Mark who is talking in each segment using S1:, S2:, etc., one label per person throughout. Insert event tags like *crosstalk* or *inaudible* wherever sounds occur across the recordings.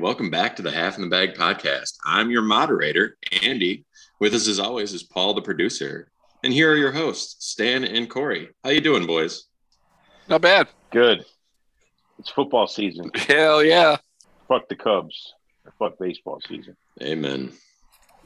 S1: welcome back to the Half in the Bag podcast. I'm your moderator, Andy. With us, as always, is Paul, the producer, and here are your hosts, Stan and Corey. How you doing, boys?
S2: Not bad.
S3: Good. It's football season.
S2: Hell yeah.
S3: Fuck the Cubs. Fuck baseball season.
S1: Amen.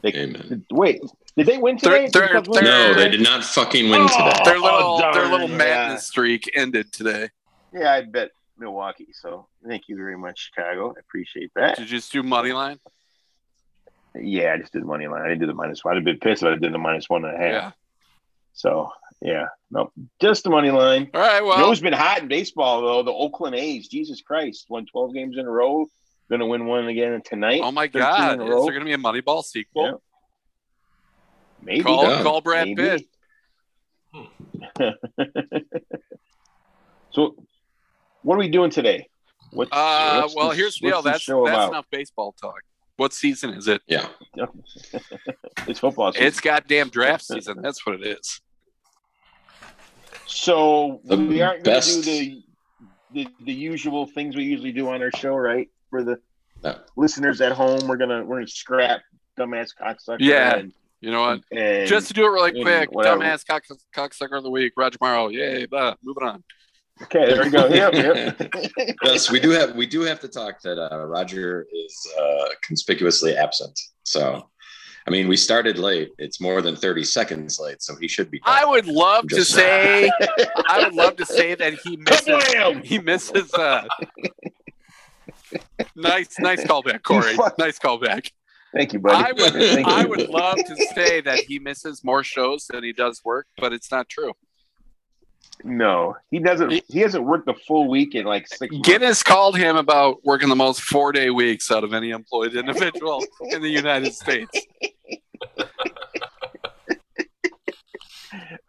S3: They-
S1: Amen.
S3: Wait, did they win
S2: They're-
S3: today? Did
S2: they're-
S3: the Cubs win?
S1: No, they did not fucking win today.
S2: Their little
S3: Oh,
S2: their
S3: darn,
S2: little
S3: yeah.
S2: madness streak ended today.
S3: Yeah, I bet Milwaukee. So thank you very much, Chicago. I appreciate that.
S2: Did you just do money line?
S3: Yeah, I just did the money line. I didn't do the minus one. I'd have been pissed if I did the minus one and a half. So yeah, nope. Just the money line.
S2: All right.
S3: you know
S2: Well,
S3: who's been hot in baseball though? The Oakland A's. Jesus Christ, won twelve games in a row. Going to win one again tonight.
S2: oh my
S3: 13
S2: God.
S3: in
S2: Is
S3: a
S2: there
S3: row.
S2: going to be a Moneyball sequel?
S3: Maybe
S2: Call,
S1: Yeah.
S2: call Brad
S3: Maybe.
S2: Pitt.
S3: *laughs* so, what are we doing today? What's,
S2: Uh,
S3: what's
S2: well,
S3: this-
S2: here's the
S3: what's
S2: deal.
S3: this
S2: That's, that's
S3: show about?
S2: enough baseball talk. What season is it?
S1: Yeah.
S3: It's football season.
S2: It's goddamn
S3: *laughs*
S2: draft season. That's what it is.
S3: so
S1: The
S3: we aren't going to
S1: best-
S3: do the, the the usual things we usually do on our show, right? For the
S1: No.
S3: listeners at home, we're gonna we're gonna scrap dumbass cocksucker.
S2: Yeah.
S3: and,
S2: You know what?
S3: and
S2: Just to do it really
S3: and
S2: quick,
S3: whatever.
S2: dumbass cock, cocksucker of the week, Roger Morrow. Yay, blah. Moving on.
S3: okay, there we go. Yep,
S2: *laughs*
S3: yep.
S1: *laughs* Yes, we do have we do have to talk that uh, Roger is uh, conspicuously absent. So, I mean, we started late. It's more than thirty seconds late, so he should be.
S2: I would love to
S1: Just-
S3: *laughs*
S2: say, I would love to say that he misses *laughs*
S3: Kablam!
S2: he misses uh nice nice callback corey
S3: You fuck-
S2: nice callback
S3: Thank you, buddy.
S2: i would
S3: Thank
S2: i
S3: you.
S2: would love to say that he misses more shows than he does work but it's not true
S3: No, he doesn't. He hasn't worked the full week in like six. months.
S2: guinness called him about working the most four day weeks out of any employed individual in the united states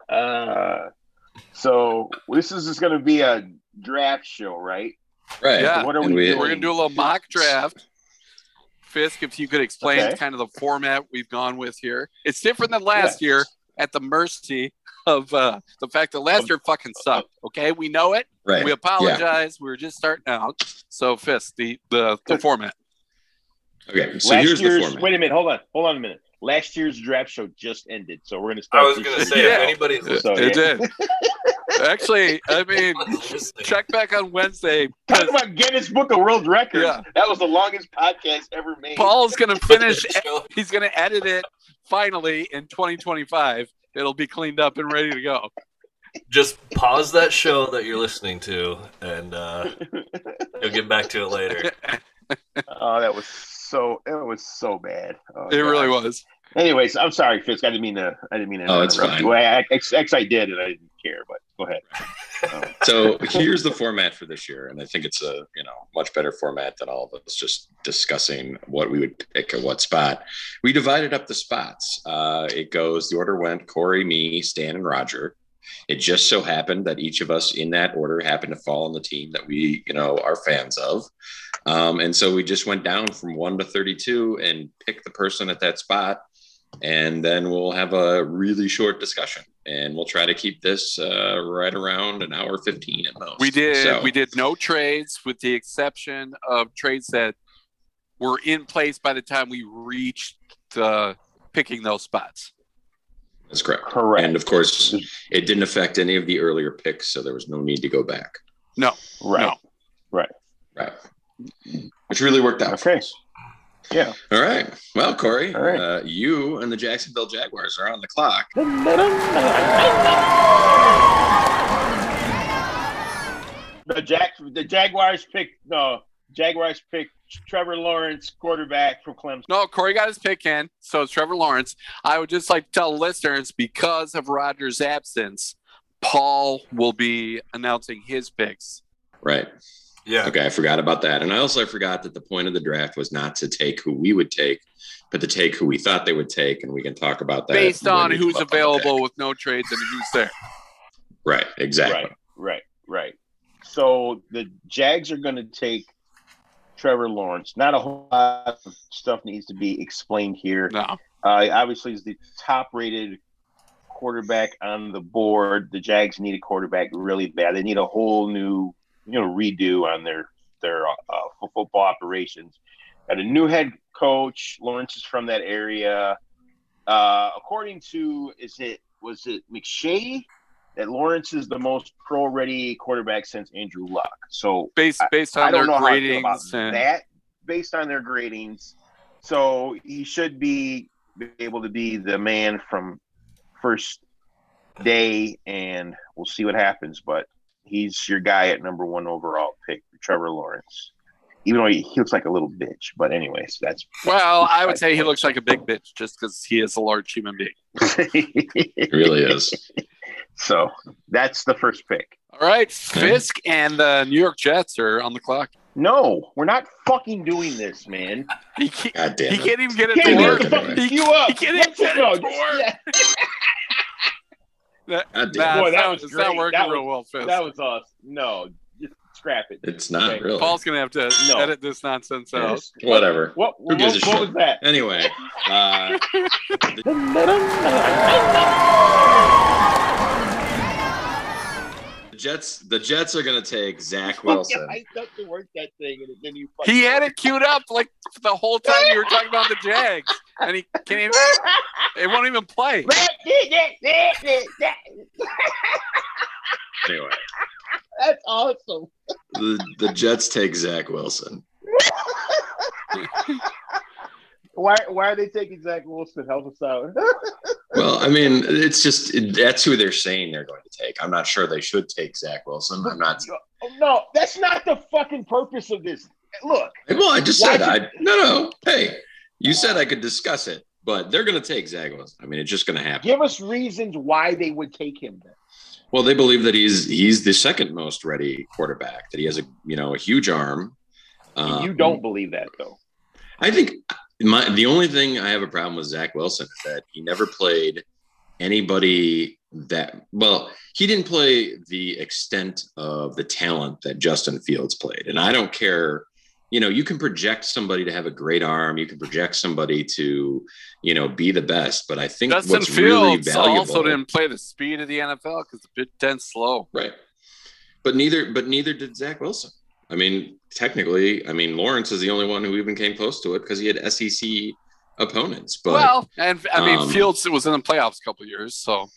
S3: Uh, so this is just going to be a draft show, right?
S1: right.
S2: Yeah.
S3: So what are
S1: And
S3: we,
S1: we-
S3: doing?
S2: we're gonna do a little mock draft fisk if you could explain
S3: Okay.
S2: kind of the format we've gone with here it's different than last year at the mercy of uh, the fact that last year fucking sucked okay we know it
S1: Right.
S2: We apologize. We were just starting out. So, Fist, the the, the format.
S1: okay. So
S3: Last
S1: here's the
S3: year's.
S1: format.
S3: Wait a minute. Hold on. Hold on a minute. Last year's draft show just ended, so we're going to start.
S4: I was
S3: this
S4: gonna
S3: year.
S2: *laughs*
S4: say
S2: Yeah.
S4: if anybody's
S2: It,
S3: *laughs* So,
S2: it
S3: yeah.
S2: did. Actually, I mean,
S4: listening,
S2: check back on Wednesday.
S3: Talk about Guinness Book of World Records.
S2: Yeah.
S3: That was the longest podcast ever made.
S2: Paul's going to finish.
S4: show-
S2: He's going to edit it finally in 2025. It'll be cleaned up and ready to go.
S4: just pause that show that you're listening to, and uh, you'll get back to it later.
S3: Oh, that was so. It was so bad. Oh,
S2: It really
S3: God.
S2: was.
S3: Anyways, I'm sorry, Fisk. I didn't mean to. I didn't mean to.
S1: Oh, it's
S3: interrupt
S1: fine.
S3: you. Well, I, I, X, I did, and I didn't care. But go ahead.
S1: so here's the format for this year, and I think it's a you know much better format than all of us just discussing what we would pick at what spot. We divided up the spots. Uh, it goes the order went Corey, me, Stan, and Roger. It just so happened that each of us in that order happened to fall on the team that we you know are fans of, um, and so we just went down from one to thirty-two and picked the person at that spot. And then we'll have a really short discussion, and we'll try to keep this uh, right around an hour fifteen at most.
S2: We did.
S1: So-
S2: We did no trades, with the exception of trades that were in place by the time we reached uh, picking those spots.
S1: That's correct.
S3: Correct.
S1: And of course, it didn't affect any of the earlier picks, so there was no need to go back.
S3: right.
S2: No.
S1: Right. Which really worked out. for
S3: Okay.
S1: us.
S3: Yeah.
S1: All right. Well, Corey,
S3: All right.
S1: uh, you and the Jacksonville Jaguars are on the clock.
S3: The Jack, the Jaguars picked no. Jaguars picked Trevor Lawrence, quarterback from Clemson.
S2: No, Corey got his pick in, so it's Trevor Lawrence. I would just like to tell listeners because of Rogers' absence, Paul will be announcing his picks.
S1: Right.
S4: Yeah,
S1: Okay. I forgot about that. And I also forgot that the point of the draft was not to take who we would take, but to take who we thought they would take. And we can talk about that
S2: Based
S1: when
S2: on
S1: we come
S2: who's
S1: up the pick.
S2: available with no trades and who's there.
S1: Right. Exactly.
S3: Right, right, right. So the Jags are going to take Trevor Lawrence. Not a whole lot of stuff needs to be explained here.
S2: No.
S3: Uh, he obviously, is the top-rated quarterback on the board. The Jags need a quarterback really bad. They need a whole new, you know, redo on their their uh, fo- football operations. Got a new head coach. Lawrence is from that area. Uh, according to is it was it McShay that Lawrence is the most pro ready quarterback since Andrew Luck. So
S2: Based based on
S3: I don't
S2: their
S3: know how I feel about
S2: gradings and
S3: that based on their gradings. So he should be able to be the man from first day, and we'll see what happens. But he's your guy at number one overall pick, Trevor Lawrence. Even though he, he looks like a little bitch, but anyways, that's *laughs*
S2: well, I would say he looks like a big bitch just because he is a large human being.
S1: It really is.
S3: so. That's the first pick.
S2: All right, Fisk and the New York Jets are on the clock.
S3: No, we're not fucking doing this, man.
S2: He can't,
S1: God
S2: he
S1: damn it.
S2: can't even get it
S3: Can't
S2: to
S1: even
S2: work.
S1: get the fucking
S2: He-
S3: queue up.
S2: He can't even
S3: Let's
S2: get
S3: go.
S2: it to work.
S1: God damn
S2: Nah,
S1: it.
S3: Boy,
S2: it's
S3: that
S2: not-
S3: was
S2: it's
S3: great.
S2: not working
S3: That
S2: real well, Fisk.
S3: That was us. No, just scrap it.
S1: It's not
S3: Okay.
S1: really.
S2: Paul's gonna have to
S3: No.
S2: edit this nonsense out.
S3: Yes.
S1: Whatever.
S3: What,
S1: Who
S3: what,
S1: gives a
S3: what
S1: shit?
S3: was that?
S1: Anyway, uh, the Jets. The Jets are going to take
S3: *laughs*
S1: Zach Wilson.
S3: Oh, I thought to work that thing and then you fucking
S2: He had it queued up like the whole time you were talking about the Jags, and he can't even. It won't even play.
S1: Anyway,
S3: That's awesome.
S1: the, the Jets take Zach Wilson.
S3: Why why are they taking Zach Wilson? Help us out.
S1: Well, I mean, it's just that's who they're saying they're going to take. I'm not sure they should take Zach Wilson. I'm not.
S3: Oh, no, that's not the fucking purpose of this. Look,
S1: Well, I just said
S3: Why
S1: I. No, no. Hey, you said I could discuss it, but they're going to take Zach Wilson. I mean, it's just going to happen.
S3: give us reasons why they would take him then.
S1: Well, they believe that he's he's the second most ready quarterback. That he has a you know a huge arm. Um,
S3: you don't believe that though.
S1: I think my the only thing I have a problem with Zach Wilson is that he never played anybody that well he didn't play the extent of the talent that Justin Fields played and I don't care you know you can project somebody to have a great arm you can project somebody to you know be the best but I think
S2: Justin
S1: what's really
S2: Fields
S1: valuable
S2: also didn't play the speed of the NFL because the Big Ten's slow.
S1: Right. But neither but neither did Zach Wilson. I mean, technically, I mean Lawrence is the only one who even came close to it because he had SEC opponents. But
S2: well, and I mean,
S1: um,
S2: Fields was in the playoffs a couple years, so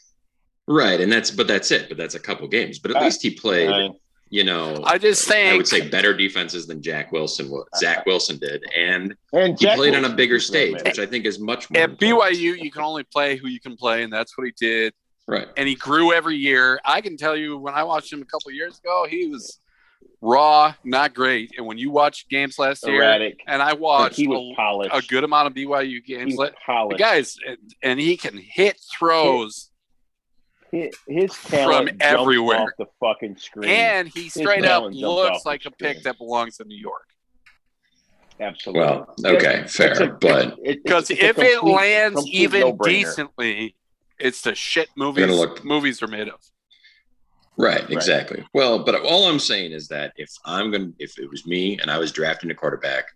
S1: right, and that's but that's it. But that's a couple games. But at
S3: Uh,
S1: least he played, you know,
S2: I just think
S1: I would say better defenses than Jack Wilson would. Zach Wilson did. And
S3: And
S1: he
S3: Jack
S1: played on a
S3: Wilson
S1: bigger
S3: is that
S1: stage,
S3: man.
S1: which I think is much more
S2: at
S1: important.
S2: BYU you can only play who you can play, and that's what he did.
S1: Right.
S2: And he grew every year. I can tell you when I watched him a couple years ago, he was raw, not great. And when you watch games last year,
S3: Erratic.
S2: and I
S3: But
S2: watched
S3: he
S2: a,
S3: was polished.
S2: a good amount of BYU
S3: he
S2: games,
S3: was
S2: la-
S3: polished.
S2: guys, and, and he can hit throws,
S3: His, his talent
S2: From
S3: jumped
S2: everywhere.
S3: off the fucking screen.
S2: and he straight up
S3: talent jumped off
S2: looks
S3: the
S2: like a pick
S3: screen.
S2: that belongs in New York.
S3: Absolutely.
S1: Well, okay,
S3: It's a-
S1: fair. But
S3: it- it's-
S2: Because
S3: it's a
S2: if it
S3: complete-
S2: lands
S3: complete
S2: even
S3: no-brainer.
S2: decently, it's the shit movies
S1: Gonna look-
S2: movies are made of.
S1: Right, exactly. Well, but all I'm saying is that if I'm going to, if it was me and I was drafting a quarterback,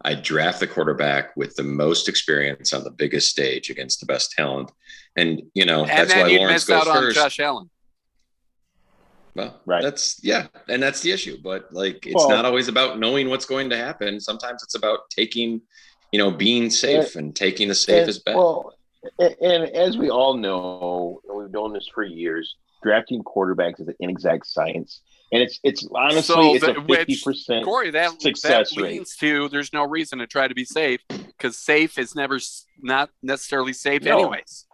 S1: I'd draft the quarterback with the most experience on the biggest stage against the best talent. And, you know,
S2: And
S1: that's why
S2: then you
S1: Lawrence
S2: missed
S1: goes
S2: out on
S1: first.
S2: Josh Allen.
S1: Well,
S3: Right.
S1: That's, yeah. And that's the issue. But like, it's
S3: Well-
S1: not always about knowing what's going to happen. Sometimes it's about taking, you know, being safe and taking the safest bet.
S3: Well, and, and as we all know, and we've known this for years, drafting quarterbacks is an inexact science, and it's it's honestly
S2: So
S3: it's
S2: the-
S3: a
S2: which-
S3: fifty percent.
S2: Corey, that, that
S3: Success rate.
S2: leads to there's no reason to try to be safe because safe is never s- not necessarily safe,
S3: No.
S2: anyways.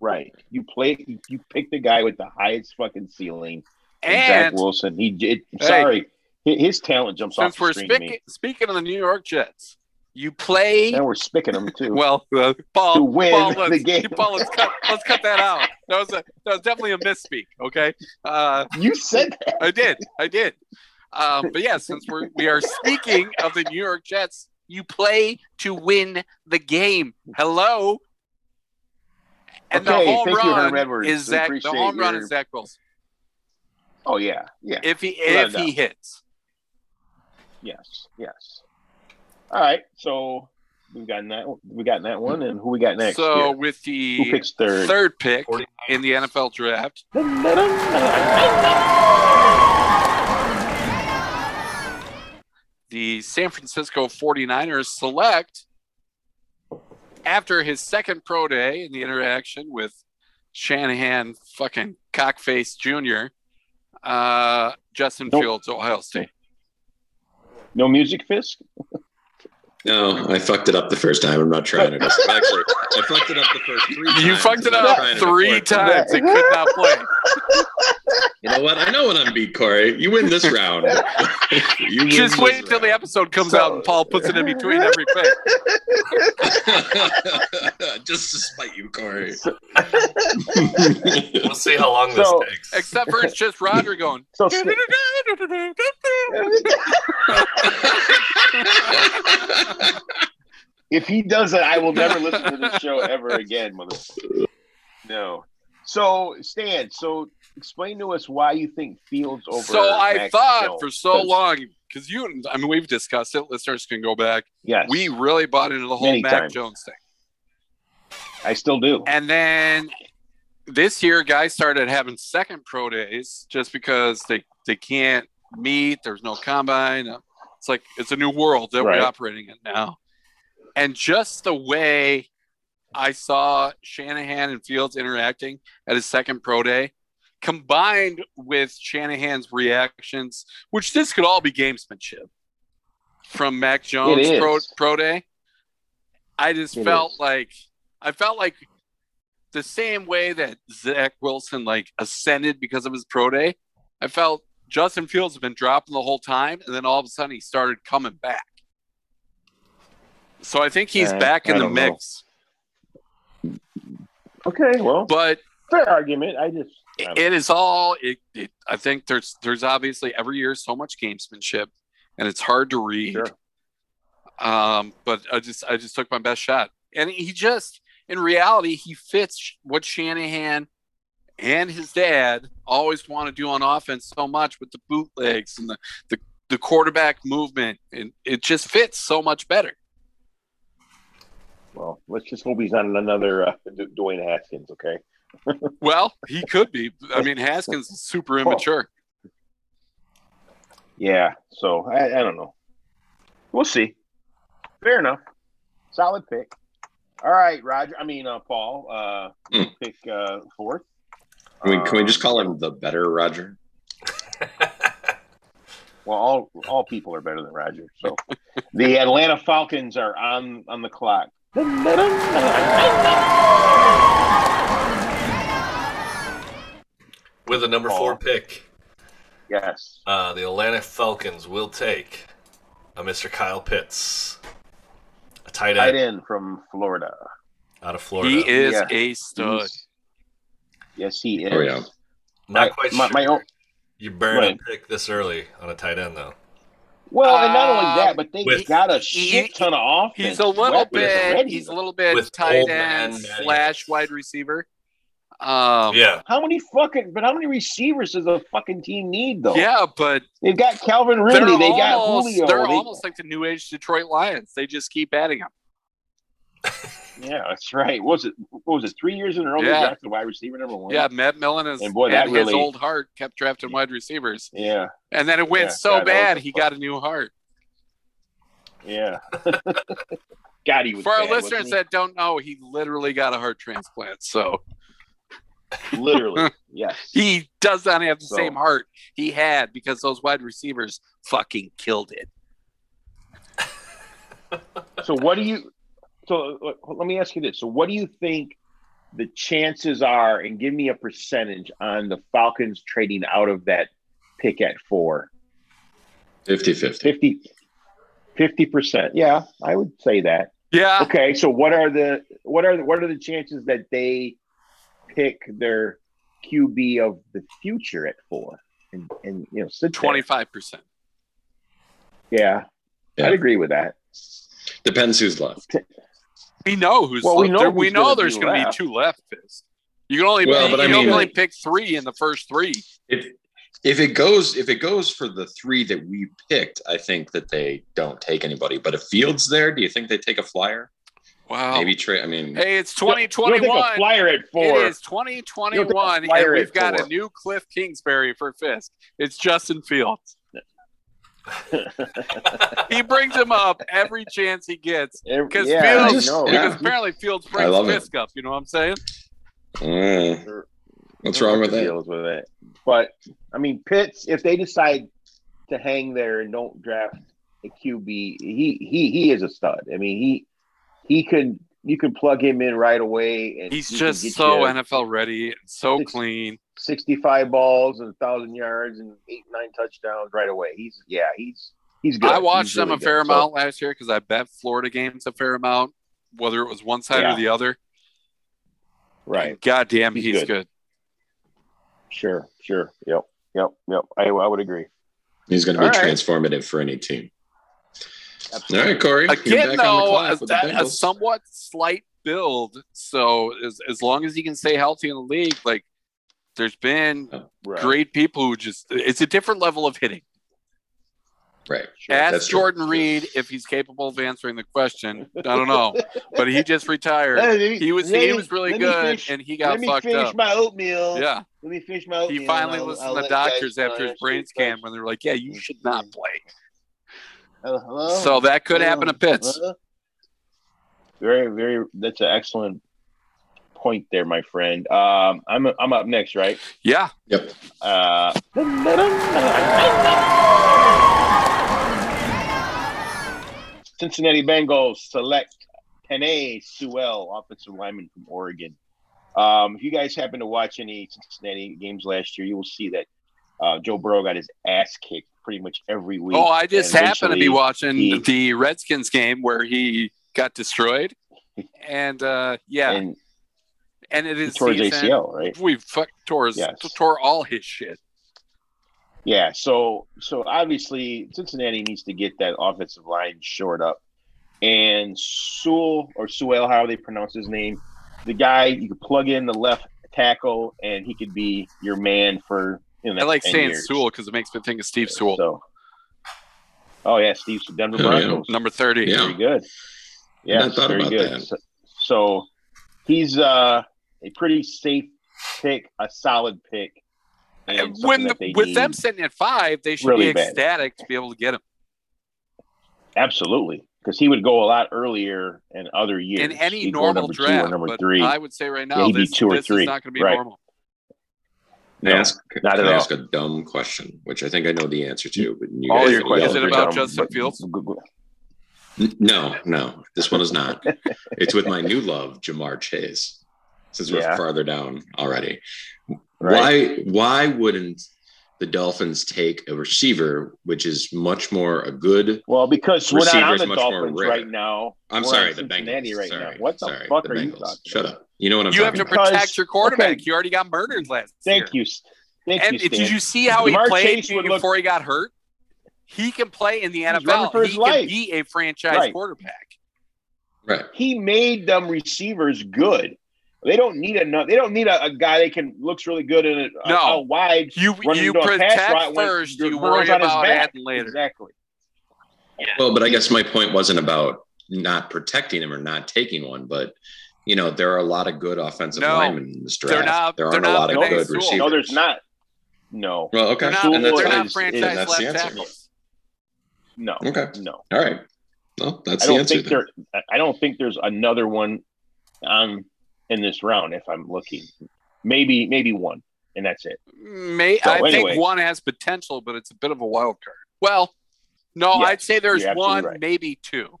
S3: Right, you play, you, you pick the guy with the highest fucking ceiling, Zach
S2: And
S3: Wilson. He did.
S2: Hey.
S3: Sorry, hi- his talent jumps off
S2: since
S3: the
S2: we're
S3: screen. to
S2: speaking
S3: me.
S2: speaking of the New York Jets, you play
S3: Now we're spicking him
S2: *laughs*
S3: too.
S2: well, uh, Paul.
S3: To win
S2: Paul,
S3: the
S2: let's,
S3: *laughs* game.
S2: Paul, let's cut, let's cut that out. That was a that was definitely a misspeak. Okay, uh,
S3: you said that.
S2: I did, I did. Um, but yeah, since we're we are speaking of the New York Jets, you play to win the game. Hello. And
S3: Okay,
S2: the home
S3: thank you,
S2: run
S3: Herm Edwards.
S2: is
S3: We
S2: Zach. The
S3: appreciate
S2: home run
S3: your-
S2: is Zach Wilson.
S3: Oh yeah, yeah.
S2: If he
S3: Without
S2: if
S3: a
S2: he hits,
S3: Yes, yes. All right, so we've gotten that. We got that one, and who we got next?
S2: so
S3: here?
S2: with
S3: who
S2: the
S3: picks third?
S2: third pick
S4: 49ers.
S2: in the NFL draft, the the San Francisco 49ers select after his second pro day in the interaction with Shanahan fucking cockface Jr., uh, Justin
S3: Nope.
S2: Fields, Ohio State.
S3: No music, Fisk.
S1: No, I fucked it up the first time. I'm not trying
S2: *laughs*
S1: it. Actually, I fucked it up the first three times.
S2: You fucked it
S1: I'm not
S2: up
S1: trying the
S2: three
S1: fourth time.
S2: times and could not play.
S1: You know what? I know when I'm beat, Corey. You win this
S3: *laughs*
S1: round. you win
S2: Just
S1: this
S2: wait till the
S1: round.
S2: episode comes
S1: So-
S2: out and Paul puts it in between every pick.
S1: *laughs* Just to spite you,
S3: *laughs*
S1: Corey.
S4: We'll see how long this
S3: So-
S4: takes.
S2: Except for it's just Roger going.
S3: So if he does it, I will never listen to this show ever again. Mother. No. So Stan, so explain to us why you think Fields over.
S2: So I
S3: Mac
S2: thought
S3: Jones.
S2: for so long, because you, I mean, we've discussed it. Listeners can go back.
S3: Yes,
S2: We really bought into the whole
S3: Many
S2: Mac
S3: times.
S2: Jones thing.
S3: I still do.
S2: And then this year, guys started having second pro days just because they, they can't meet. There's no combine. It's like it's a new world that
S3: Right.
S2: we're operating in now. And just the way I saw Shanahan and Fields interacting at his second pro day, combined with Shanahan's reactions, which this could all be gamesmanship from Mac Jones
S3: is.
S2: pro, pro day. I just
S3: It
S2: felt
S3: is.
S2: like I felt like the same way that Zach Wilson like ascended because of his pro day. I felt Justin Fields has been dropping the whole time, and then all of a sudden he started coming back. So I think he's
S3: Uh,
S2: back in
S3: I
S2: the
S3: don't know.
S2: mix.
S3: Okay, well,
S2: But
S3: fair argument. I just I don't know.
S2: it is all. It, it, I think there's there's obviously every year so much gamesmanship, and it's hard to read.
S3: Sure.
S2: Um, but I just I just took my best shot, and he just in reality he fits what Shanahan and his dad always want to do on offense so much with the bootlegs and the the, the quarterback movement, and it just fits so much better.
S3: well, let's just hope he's not another uh, Du- Dwayne Haskins. Okay,
S2: Well, he could be. I mean, Haskins is super immature.
S3: yeah. So I, I don't know. We'll see. Fair enough. Solid pick. All right, Roger. I mean, uh, Paul. Uh,
S1: Hmm.
S3: pick uh, fourth.
S1: I mean, can we
S3: Um,
S1: just call him the better Roger?
S3: Well, all all people are better than Roger. So *laughs* the Atlanta Falcons are on on the clock.
S4: With the number four
S3: Aw.
S4: pick,
S3: Yes.
S4: uh, the Atlanta Falcons will take a Mr. Kyle Pitts, a tight
S3: Tight
S4: end
S3: end from Florida.
S4: out of Florida.
S2: He is
S3: Yeah.
S2: a stud.
S3: He's- Yes, he is.
S1: Oh, yeah.
S4: Not quite
S3: my,
S4: sure
S3: my own.
S4: you burn
S3: Right.
S4: a pick this early on a tight end, though.
S3: Well, and not only
S2: Um,
S3: that, but they
S4: with-
S3: got a
S2: he-
S3: shit ton of offense.
S2: He's a little
S3: weapons
S2: bit.
S3: already.
S2: He's a little bit
S4: With
S2: tight
S4: old man
S2: end
S4: Manning.
S2: slash wide receiver. Um,
S4: yeah.
S3: how many fucking? But how many receivers does a fucking team need though?
S2: yeah, but
S3: they've got Calvin
S2: they're
S3: Ridley. They got
S2: almost
S3: Julio.
S2: they're
S3: they-
S2: almost like the new age Detroit Lions. They just keep adding them.
S3: Yeah, that's right. What was it? What was it? Three years in a row, they
S2: Yeah.
S3: drafted wide receiver number one.
S2: Yeah, Matt Millen is
S3: And boy, that
S2: and his
S3: really-
S2: old heart kept drafting wide receivers,
S3: Yeah.
S2: and then it went
S3: Yeah,
S2: so
S3: God, that was
S2: bad
S3: a
S2: he
S3: fuck-
S2: got a new heart.
S3: Yeah. *laughs* God, he was
S2: For our
S3: bad, wasn't
S2: listeners
S3: he?
S2: that don't know, he literally got a heart transplant, so *laughs*
S3: literally, yes.
S2: he does not have the
S3: So-
S2: same heart he had because those wide receivers fucking killed it.
S3: So what do you? So uh, let me ask you this. So what do you think the chances are, and give me a percentage on the Falcons trading out of that pick at four?
S1: 50 50.
S3: 50 percent. Yeah, I would say that.
S2: Yeah,
S3: Okay, so what are the what are the, what are the chances that they pick their QB of the future at four? And, and you know, sit there?
S2: twenty five percent.
S3: Yeah,
S1: Yeah.
S3: I'd agree with that.
S1: Depends who's left.
S2: We know who's
S3: Well, we
S2: left.
S3: know
S2: There- we
S3: who's
S2: know
S3: gonna
S2: there's
S3: be
S2: going to be
S3: left.
S2: two left. Fizz. You can only
S1: Well,
S2: pick,
S1: but I
S2: you can
S1: mean-
S2: only pick three in the first three.
S1: If if it goes if it goes for the three that we picked, I think that they don't take anybody. But if Fields there, do you think they take a flyer?
S2: Wow.
S1: Maybe trade. I mean,
S2: Oh. Hey, it's
S3: You don't think a
S2: 2021.
S3: flyer at
S2: It
S3: four.
S2: is 2021, and
S3: flyer
S2: we've
S3: at
S2: got a
S3: four.
S1: *laughs*
S2: new Cliff Kingsbury for Fisk. It's Justin Fields. He brings him up every chance he gets
S3: Every-
S2: 'Cause
S3: yeah, I
S1: Fields-
S3: know.
S1: Yeah.
S2: because apparently Fields brings
S1: love it.
S2: Fisk up. You know what I'm saying?
S1: Mm, what's wrong with that?
S3: Deals with it. But I mean, Pitts, if they decide to hang there and don't draft a QB, he he he is a stud. I mean, he he could you could plug him in right away, and
S2: He's
S3: he can
S2: just
S3: get
S2: so
S3: you
S2: NFL ready, and so clean.
S3: sixty-five balls and thousand yards and eight nine touchdowns right away. He's yeah, he's he's good.
S2: I watched
S3: He's
S2: them
S3: really
S2: a fair
S3: good. So,
S2: amount last year because I bet Florida games a fair amount, whether it was one side
S3: Yeah.
S2: or the other.
S3: right?
S2: God damn,
S3: He's
S2: he's,
S3: good.
S2: good.
S3: Sure, sure. Yep, yep, yep. I I would agree.
S1: He's going to be
S3: All right.
S1: transformative for any team. All
S3: Absolutely.
S1: right, Corey. you're
S2: Again,
S1: back on the
S2: though,
S1: clock
S2: a,
S1: with the
S2: that- a
S1: Bengals.
S2: somewhat slight build. So as, as long as he can stay healthy in the league, like there's been
S3: Right.
S2: great people who just it's a different level of hitting.
S1: right.
S3: Sure.
S1: that's
S2: Ask
S1: true.
S2: Jordan Reed if he's capable of answering the question. I don't
S3: *laughs*
S2: know, but he just retired.
S3: Let me-
S2: He was
S3: let
S2: he
S3: me-
S2: was really
S3: let me
S2: good,
S3: finish-
S2: and he got
S3: Let me
S2: fucked
S3: finish
S2: up.
S3: my oatmeal.
S2: Yeah,
S3: Let me finish my oatmeal.
S2: he finally
S3: I'll-
S2: listened
S3: I'll
S2: to the
S3: let you guys
S2: doctors
S3: know
S2: after his
S3: that's
S2: brain
S3: the
S2: scan
S3: question.
S2: when they were like, "Yeah, you should not play."
S3: Uh, hello?
S2: So that could happen to Pitts.
S3: Hello? Uh-huh. Very, very. That's an excellent point there, my friend. Um, I'm I'm up next, right?
S2: Yeah,
S1: Yep.
S3: Uh, Cincinnati Bengals select Penay Sewell, offensive lineman from Oregon. Um, if you guys happen to watch any Cincinnati games last year, you will see that uh, Joe Burrow got his ass kicked pretty much every week.
S2: Oh, I just
S3: And
S2: happened to be
S3: eventually
S2: watching
S3: he-
S2: the Redskins game where he got destroyed, and uh, yeah, and,
S3: and
S2: it
S3: he
S2: is
S3: tore his
S2: season.
S3: ACL, right?
S2: We fuck tore his,
S3: Yes.
S2: tore all his shit.
S3: Yeah, so so obviously Cincinnati needs to get that offensive line shored up. And Sewell or Sewell, how they pronounce his name, the guy you could plug in the left tackle and he could be your man for you know,
S2: I like
S3: 10
S2: saying
S3: years.
S2: Sewell because it makes me think of Steve Sewell,
S3: So, oh yeah, Steve Denver
S1: Oh, yeah.
S3: Broncos.
S2: number thirty.
S1: Yeah.
S3: Very good. Yeah,
S1: Not thought
S3: very
S1: about
S3: good.
S1: that.
S3: So, so he's uh, a pretty safe pick, a solid pick. and
S2: And
S3: something
S2: when
S3: that
S2: the,
S3: they
S2: with
S3: need.
S2: them sitting at five, they should
S3: really
S2: be
S3: bad.
S2: ecstatic to be able to get him.
S3: Absolutely, because he would go a lot earlier in other years.
S2: in any
S3: He'd go
S2: normal
S3: number
S2: draft.
S3: two or number
S2: but
S3: three.
S2: I would say right
S3: Yeah,
S2: now,
S3: he'd be
S2: this,
S3: two or
S2: this
S3: three,
S2: is not going to be
S3: right.
S2: normal.
S1: Can I
S3: No.
S1: ask,
S3: not
S1: can
S3: at
S1: I
S3: all.
S1: ask a dumb question, which I think I know the answer to, but you
S3: All
S1: guys
S3: your
S1: will
S3: questions
S2: Is it
S1: yell at me.
S2: about
S3: dumb,
S2: Justin
S3: but-
S2: Fields?
S1: N- No, no, this one is
S3: *laughs*
S1: not. it's with my new love, Jamar Chase. Since we're
S3: Yeah.
S1: farther down already,
S3: Right?
S1: why why wouldn't the Dolphins take a receiver, which is much more a good?
S3: Well, because we're not
S1: Receiver
S3: on
S1: is
S3: the
S1: much more
S3: Dolphins
S1: rare.
S3: right now.
S1: I'm
S3: We're
S1: sorry,
S3: on
S1: the
S3: Cincinnati
S1: Bengals.
S3: right
S1: sorry,
S3: now. What the
S1: sorry,
S3: fuck
S1: the
S3: are you
S1: Bengals.
S3: talking
S1: Shut up. You know what I'm
S2: You have
S1: talking
S2: to
S1: about.
S3: Because-
S2: protect your quarterback.
S3: okay.
S2: You already got murdered last year.
S3: Thank you. s- Thank
S2: And
S3: you,
S2: did
S3: Stan.
S2: you see how he
S3: Jamar
S2: played
S3: Chase would look-
S2: before he got hurt? He can play in the
S3: running for
S2: NFL.
S3: his
S2: He
S3: life.
S2: can be a franchise
S3: Right.
S2: quarterback.
S1: Right.
S3: he made them receivers good. They don't need a they don't need a, a guy that can looks really good in a,
S2: No.
S3: a, a wide
S2: You
S3: running
S2: you
S3: into a pass
S2: protect
S3: route when
S2: first.
S3: your
S2: You
S3: Burrow's
S2: worry
S3: on his
S2: about
S3: back.
S2: adding later.
S3: Exactly.
S1: Well, but I guess my point wasn't about not protecting him or not taking one, but you know there are a lot of good offensive
S2: No,
S1: linemen in this
S2: they're
S1: draft.
S2: not-
S1: there
S2: they're
S1: aren't
S2: not
S1: a lot of
S3: Penei
S1: good
S2: Sewell.
S1: receivers.
S3: No, there's not. No,
S1: Well, okay,
S2: They're not,
S1: and that's
S2: they're not
S3: is-
S2: franchise
S1: that's the
S2: left
S1: answer.
S2: tackles.
S3: no,
S1: okay.
S3: no.
S1: All right. Well, that's
S3: I
S1: the
S3: don't
S1: answer.
S3: think
S1: Then.
S3: there. I- I don't think there's another one on in this round. If I'm looking, maybe maybe one, and that's it.
S2: May,
S3: So,
S2: I
S3: anyway.
S2: think one has potential, but it's a bit of a wild card. Well, no,
S3: Yes,
S2: I'd say there's
S3: you're absolutely
S2: one,
S3: right.
S2: maybe two.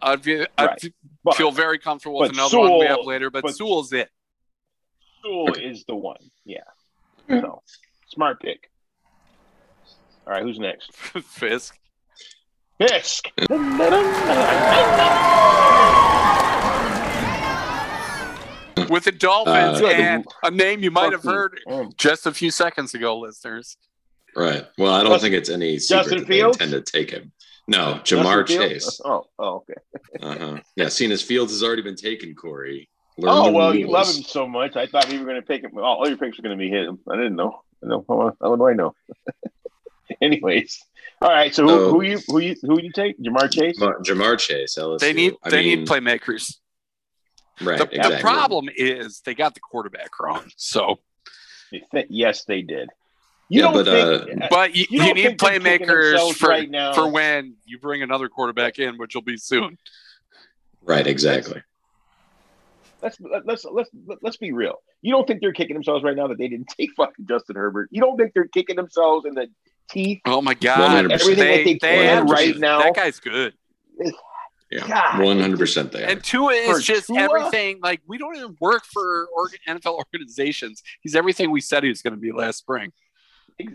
S2: I'd, be, I'd
S3: Right.
S2: f-
S3: But
S2: feel very comfortable with
S3: but
S2: another one we have
S3: Sewell-
S2: later, but,
S3: but-
S2: Sewell's it. *laughs*
S3: Sewell
S1: Okay.
S3: is the one. Yeah.
S1: Hmm.
S3: So smart pick. All right, who's next?
S2: Fisk.
S3: Fisk.
S2: With the Dolphins
S1: Uh,
S2: and a name you might have
S3: Fucking-
S2: heard
S3: Mm.
S2: just a few seconds ago, listeners.
S1: Right. Well, I don't
S3: Justin-
S1: think it's any secret
S3: Justin
S1: that they
S3: Fields?
S1: intend to take him. No, Jamar
S3: Justin Fields?
S1: Chase.
S3: Oh, oh, okay.
S1: Uh-huh. Yeah, seeing as Fields has already been taken, Corey. Learn
S3: Oh
S1: the
S3: well, you
S1: rules.
S3: love him so much. I thought you were going to pick him. Oh, all your picks were going to be him. I didn't know. I don't know. How do I know? *laughs* Anyways, all right. So who,
S1: So-
S3: who you who you who you take? Jamar Chase.
S1: Ma- Jamar Chase, LSU.
S2: They need
S1: I
S2: they
S1: mean,
S2: need playmakers.
S1: Right,
S2: the,
S1: exactly.
S2: the problem is they got the quarterback wrong. So
S3: They thi- yes, they did.
S1: Yeah,
S3: don't
S1: but, uh,
S3: think, uh,
S2: But you,
S3: You
S2: you
S3: don't
S2: need
S3: think they're kicking
S2: playmakers
S3: themselves
S2: for
S3: right now.
S2: for when you bring another quarterback in, which will be soon.
S1: Right, exactly.
S3: let's let's let's let's be real. You don't think they're kicking themselves right now that they didn't *laughs* take fucking Justin Herbert. You don't think they're kicking themselves in the teeth.
S2: Oh my god!
S1: 100%.
S3: Everything that they
S1: had
S3: can right
S1: to-
S3: now.
S2: That guy's good.
S1: Yeah,
S3: God.
S1: one hundred percent there.
S2: And Tua is
S3: For
S2: just
S3: Tua?
S2: everything. Like we don't even work for org- NFL organizations. He's everything we said he was going to be last spring.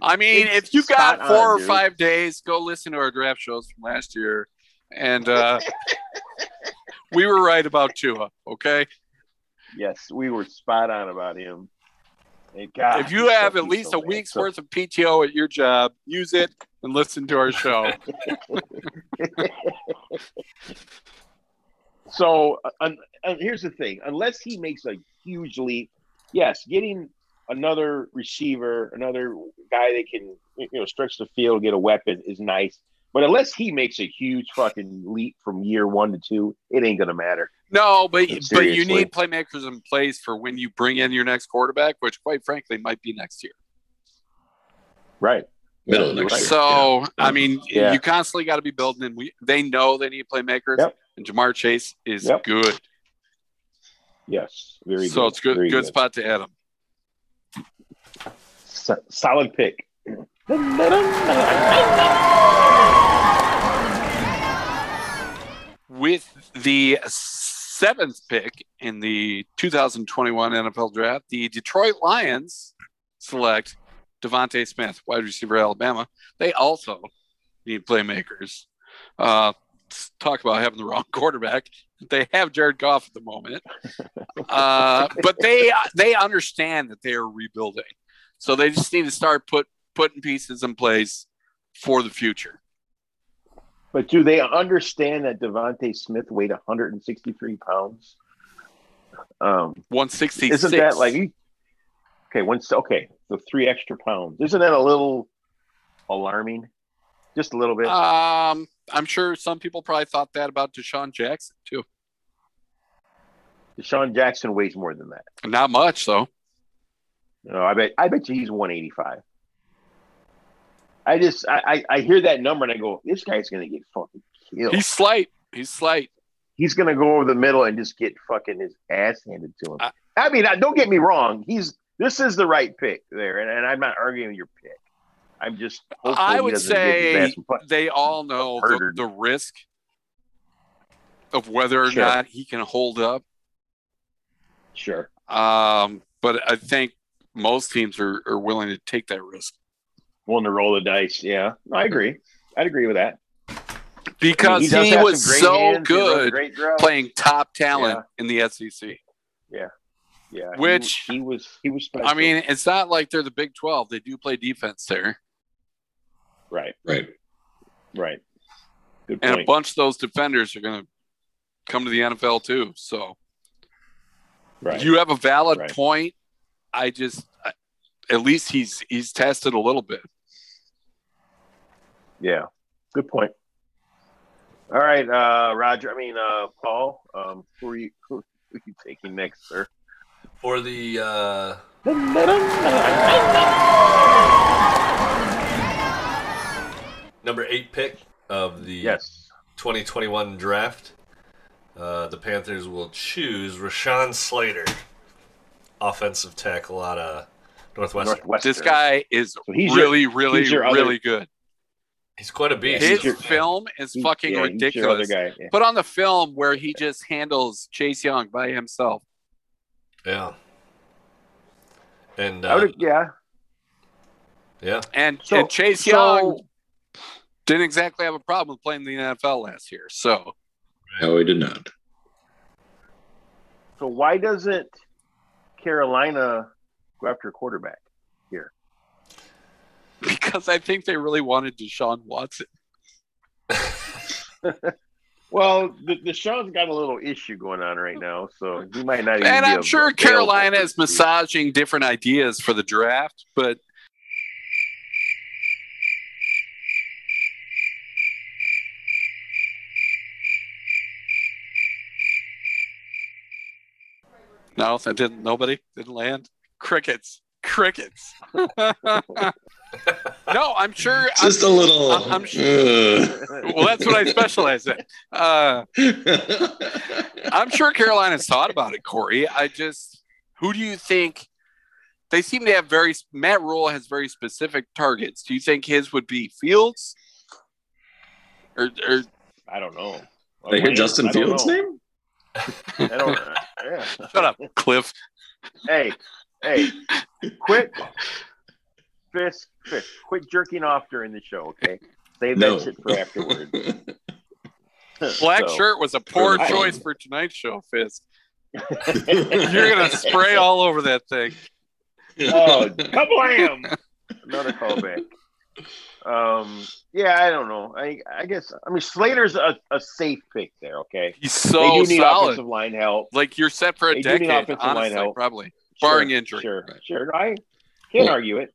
S2: I mean,
S3: It's
S2: if you got
S3: spot
S2: four
S3: on,
S2: or
S3: dude.
S2: five days, go listen to our draft shows from last year, and
S3: *laughs*
S2: uh, we were right about Tua. Okay,
S3: yes, we were spot on about him. And God,
S2: if you
S3: Ah, he's
S2: have
S3: so-
S2: at
S3: he's
S2: least
S3: so
S2: a
S3: bad.
S2: week's
S3: So-
S2: worth of PTO at your job, use it and listen to our
S3: *laughs*
S2: show.
S3: So uh, un, uh, here's the thing: unless he makes a huge leap, yes, getting another receiver, another guy that can you know stretch the field, get a weapon is nice. But unless he makes a huge fucking leap from year one to two, it ain't gonna matter.
S2: No, but but you
S3: Seriously.
S2: need playmakers in place for when you bring in your next quarterback, which quite frankly might be next year.
S3: Right.
S1: Middle of next
S3: Right. Mm-hmm.
S1: year.
S2: So I mean,
S3: Yeah.
S2: you constantly got to be building, and we they know they need playmakers.
S3: Yep.
S2: And Jamar Chase is
S3: Yep.
S2: good,
S3: Yes. Very
S2: so
S3: good.
S2: it's good
S3: Very
S2: good, spot to add him.
S3: So- solid pick. *clears throat*
S2: With the seventh pick in the 2021 NFL Draft, the Detroit Lions select Devontae Smith, wide receiver, Alabama. They also need playmakers. Uh, let's talk about having the wrong *laughs* quarterback. They have Jared Goff at the
S3: *laughs*
S2: moment, uh, but they they understand that they are rebuilding, so they just need to start put putting pieces in place for the future.
S3: But do they understand that Devonte Smith weighed 163 pounds? Um,
S2: 166.
S3: isn't that like okay once okay so three extra pounds isn't that a little alarming just a little bit
S2: Um, I'm sure some people probably thought that about Deshaun Jackson too.
S3: Deshaun jackson weighs more than that
S2: Not much though.
S3: no i bet i bet you he's 185 i just I, I i hear that number and i go this guy's gonna get fucking killed
S2: He's
S3: he's,
S2: slight. He's slight.
S3: gonna go over the middle and just get fucking his ass handed to him i,
S2: I-
S3: mean I, don't get me wrong he's this is the right pick there and, and i'm not arguing your pick i'm just hopefully
S2: I
S3: he
S2: would
S3: doesn't get his
S2: say-
S3: ass fucked.
S2: They all know the,
S3: Murdered.
S2: the risk of whether or
S3: Sure.
S2: not he can hold up.
S3: sure
S2: Um, but I think most teams are, are willing to take that risk
S3: willing to roll the dice. Yeah, no, I agree. I'd agree with that I mean,
S2: because
S3: does
S2: he,
S3: have
S2: was
S3: some great
S2: so
S3: hands, he runs
S2: good
S3: great routes.
S2: playing top talent in the E SEC.
S3: Yeah, he-
S2: which-
S3: he, was he was. Special.
S2: I mean, it's not like they're the Big 12. They do play defense there.
S3: right,
S1: Right.
S3: right. Good
S2: And a
S3: point.
S2: bunch of those defenders are going to come to the NFL too. So
S3: right.
S2: You have a valid
S3: Right.
S2: point. I just, I, at least he's he's tested a little bit.
S3: yeah, good point. All right, uh, Roger. I mean, uh, Paul. Um, who are you? Who are you taking next, sir?
S4: For the uh, number eight pick of the
S3: Yes.
S4: 2021 draft, uh, the Panthers will choose Rashawn Slater, offensive tackle out of Northwestern.
S3: Northwestern.
S2: This guy is
S3: So he's your-
S2: really, really,
S3: he's your other-
S2: really good.
S4: He's quite a beast.
S2: His
S3: he's your-
S2: film is
S3: He-
S2: fucking
S3: yeah, he's your other
S2: ridiculous.
S3: guy. Yeah.
S2: But on the film where he just handles Chase Young by himself,
S4: Yeah. And
S3: I
S4: uh,
S3: would, yeah.
S4: yeah,
S2: and,
S3: So-
S2: and Chase
S3: so-
S2: Young didn't exactly have a problem with playing in the NFL last year. So *laughs*
S1: No, we did not.
S3: So why doesn't Carolina go after a quarterback?
S2: because I think they really wanted Deshaun Watson.
S3: Well, the, the show's got a little issue going on right now, so he might not. Even
S2: And
S3: be
S2: I'm
S3: av-
S2: sure
S3: available
S2: Carolina
S3: for
S2: is
S3: this *laughs* season.
S2: massaging different ideas for the draft, but *laughs* no, that didn't. Nobody didn't land. Crickets. Crickets. No, I'm sure.
S1: Just a
S2: I'm-
S1: little. uh,
S2: I'm- I'm
S1: *laughs*
S2: Well, that's what I specialize in. Uh,
S1: I.
S2: I'm sure Carolina's thought about it, Corey. I just, who do you think? They seem to have very Matt Rule has very specific targets. Do you think his would be Fields, or, or
S3: I don't know.
S1: they hear
S3: Like,
S1: Justin
S3: I don't
S1: Fields'
S3: know.
S1: name?
S3: I don't. Yeah.
S2: shut up, Cliff?
S3: Hey, hey, quit, Fisk, Fisk, quit jerking off during the show, okay? Save
S1: No.
S3: that shit for
S1: *laughs*
S3: afterward.
S2: Black
S3: So, *laughs*
S2: shirt was a poor
S1: I-
S2: choice for tonight's show, Fisk. You're
S3: *laughs*
S2: gonna spray all over that thing.
S1: *laughs*
S3: Oh, kablam! Another callback. Um, yeah, I don't know. I, I guess I mean Slater's a, a safe pick there. Okay,
S2: He's
S3: they
S2: so
S3: do need
S2: solid.
S3: offensive line help.
S2: Like you're set for a
S3: They do need
S2: decade,
S3: offensive line
S2: honestly,
S3: help.
S2: probably
S3: Sure,
S2: barring injury.
S3: Sure,
S1: Right.
S3: sure. I can't
S1: Well,
S3: argue it.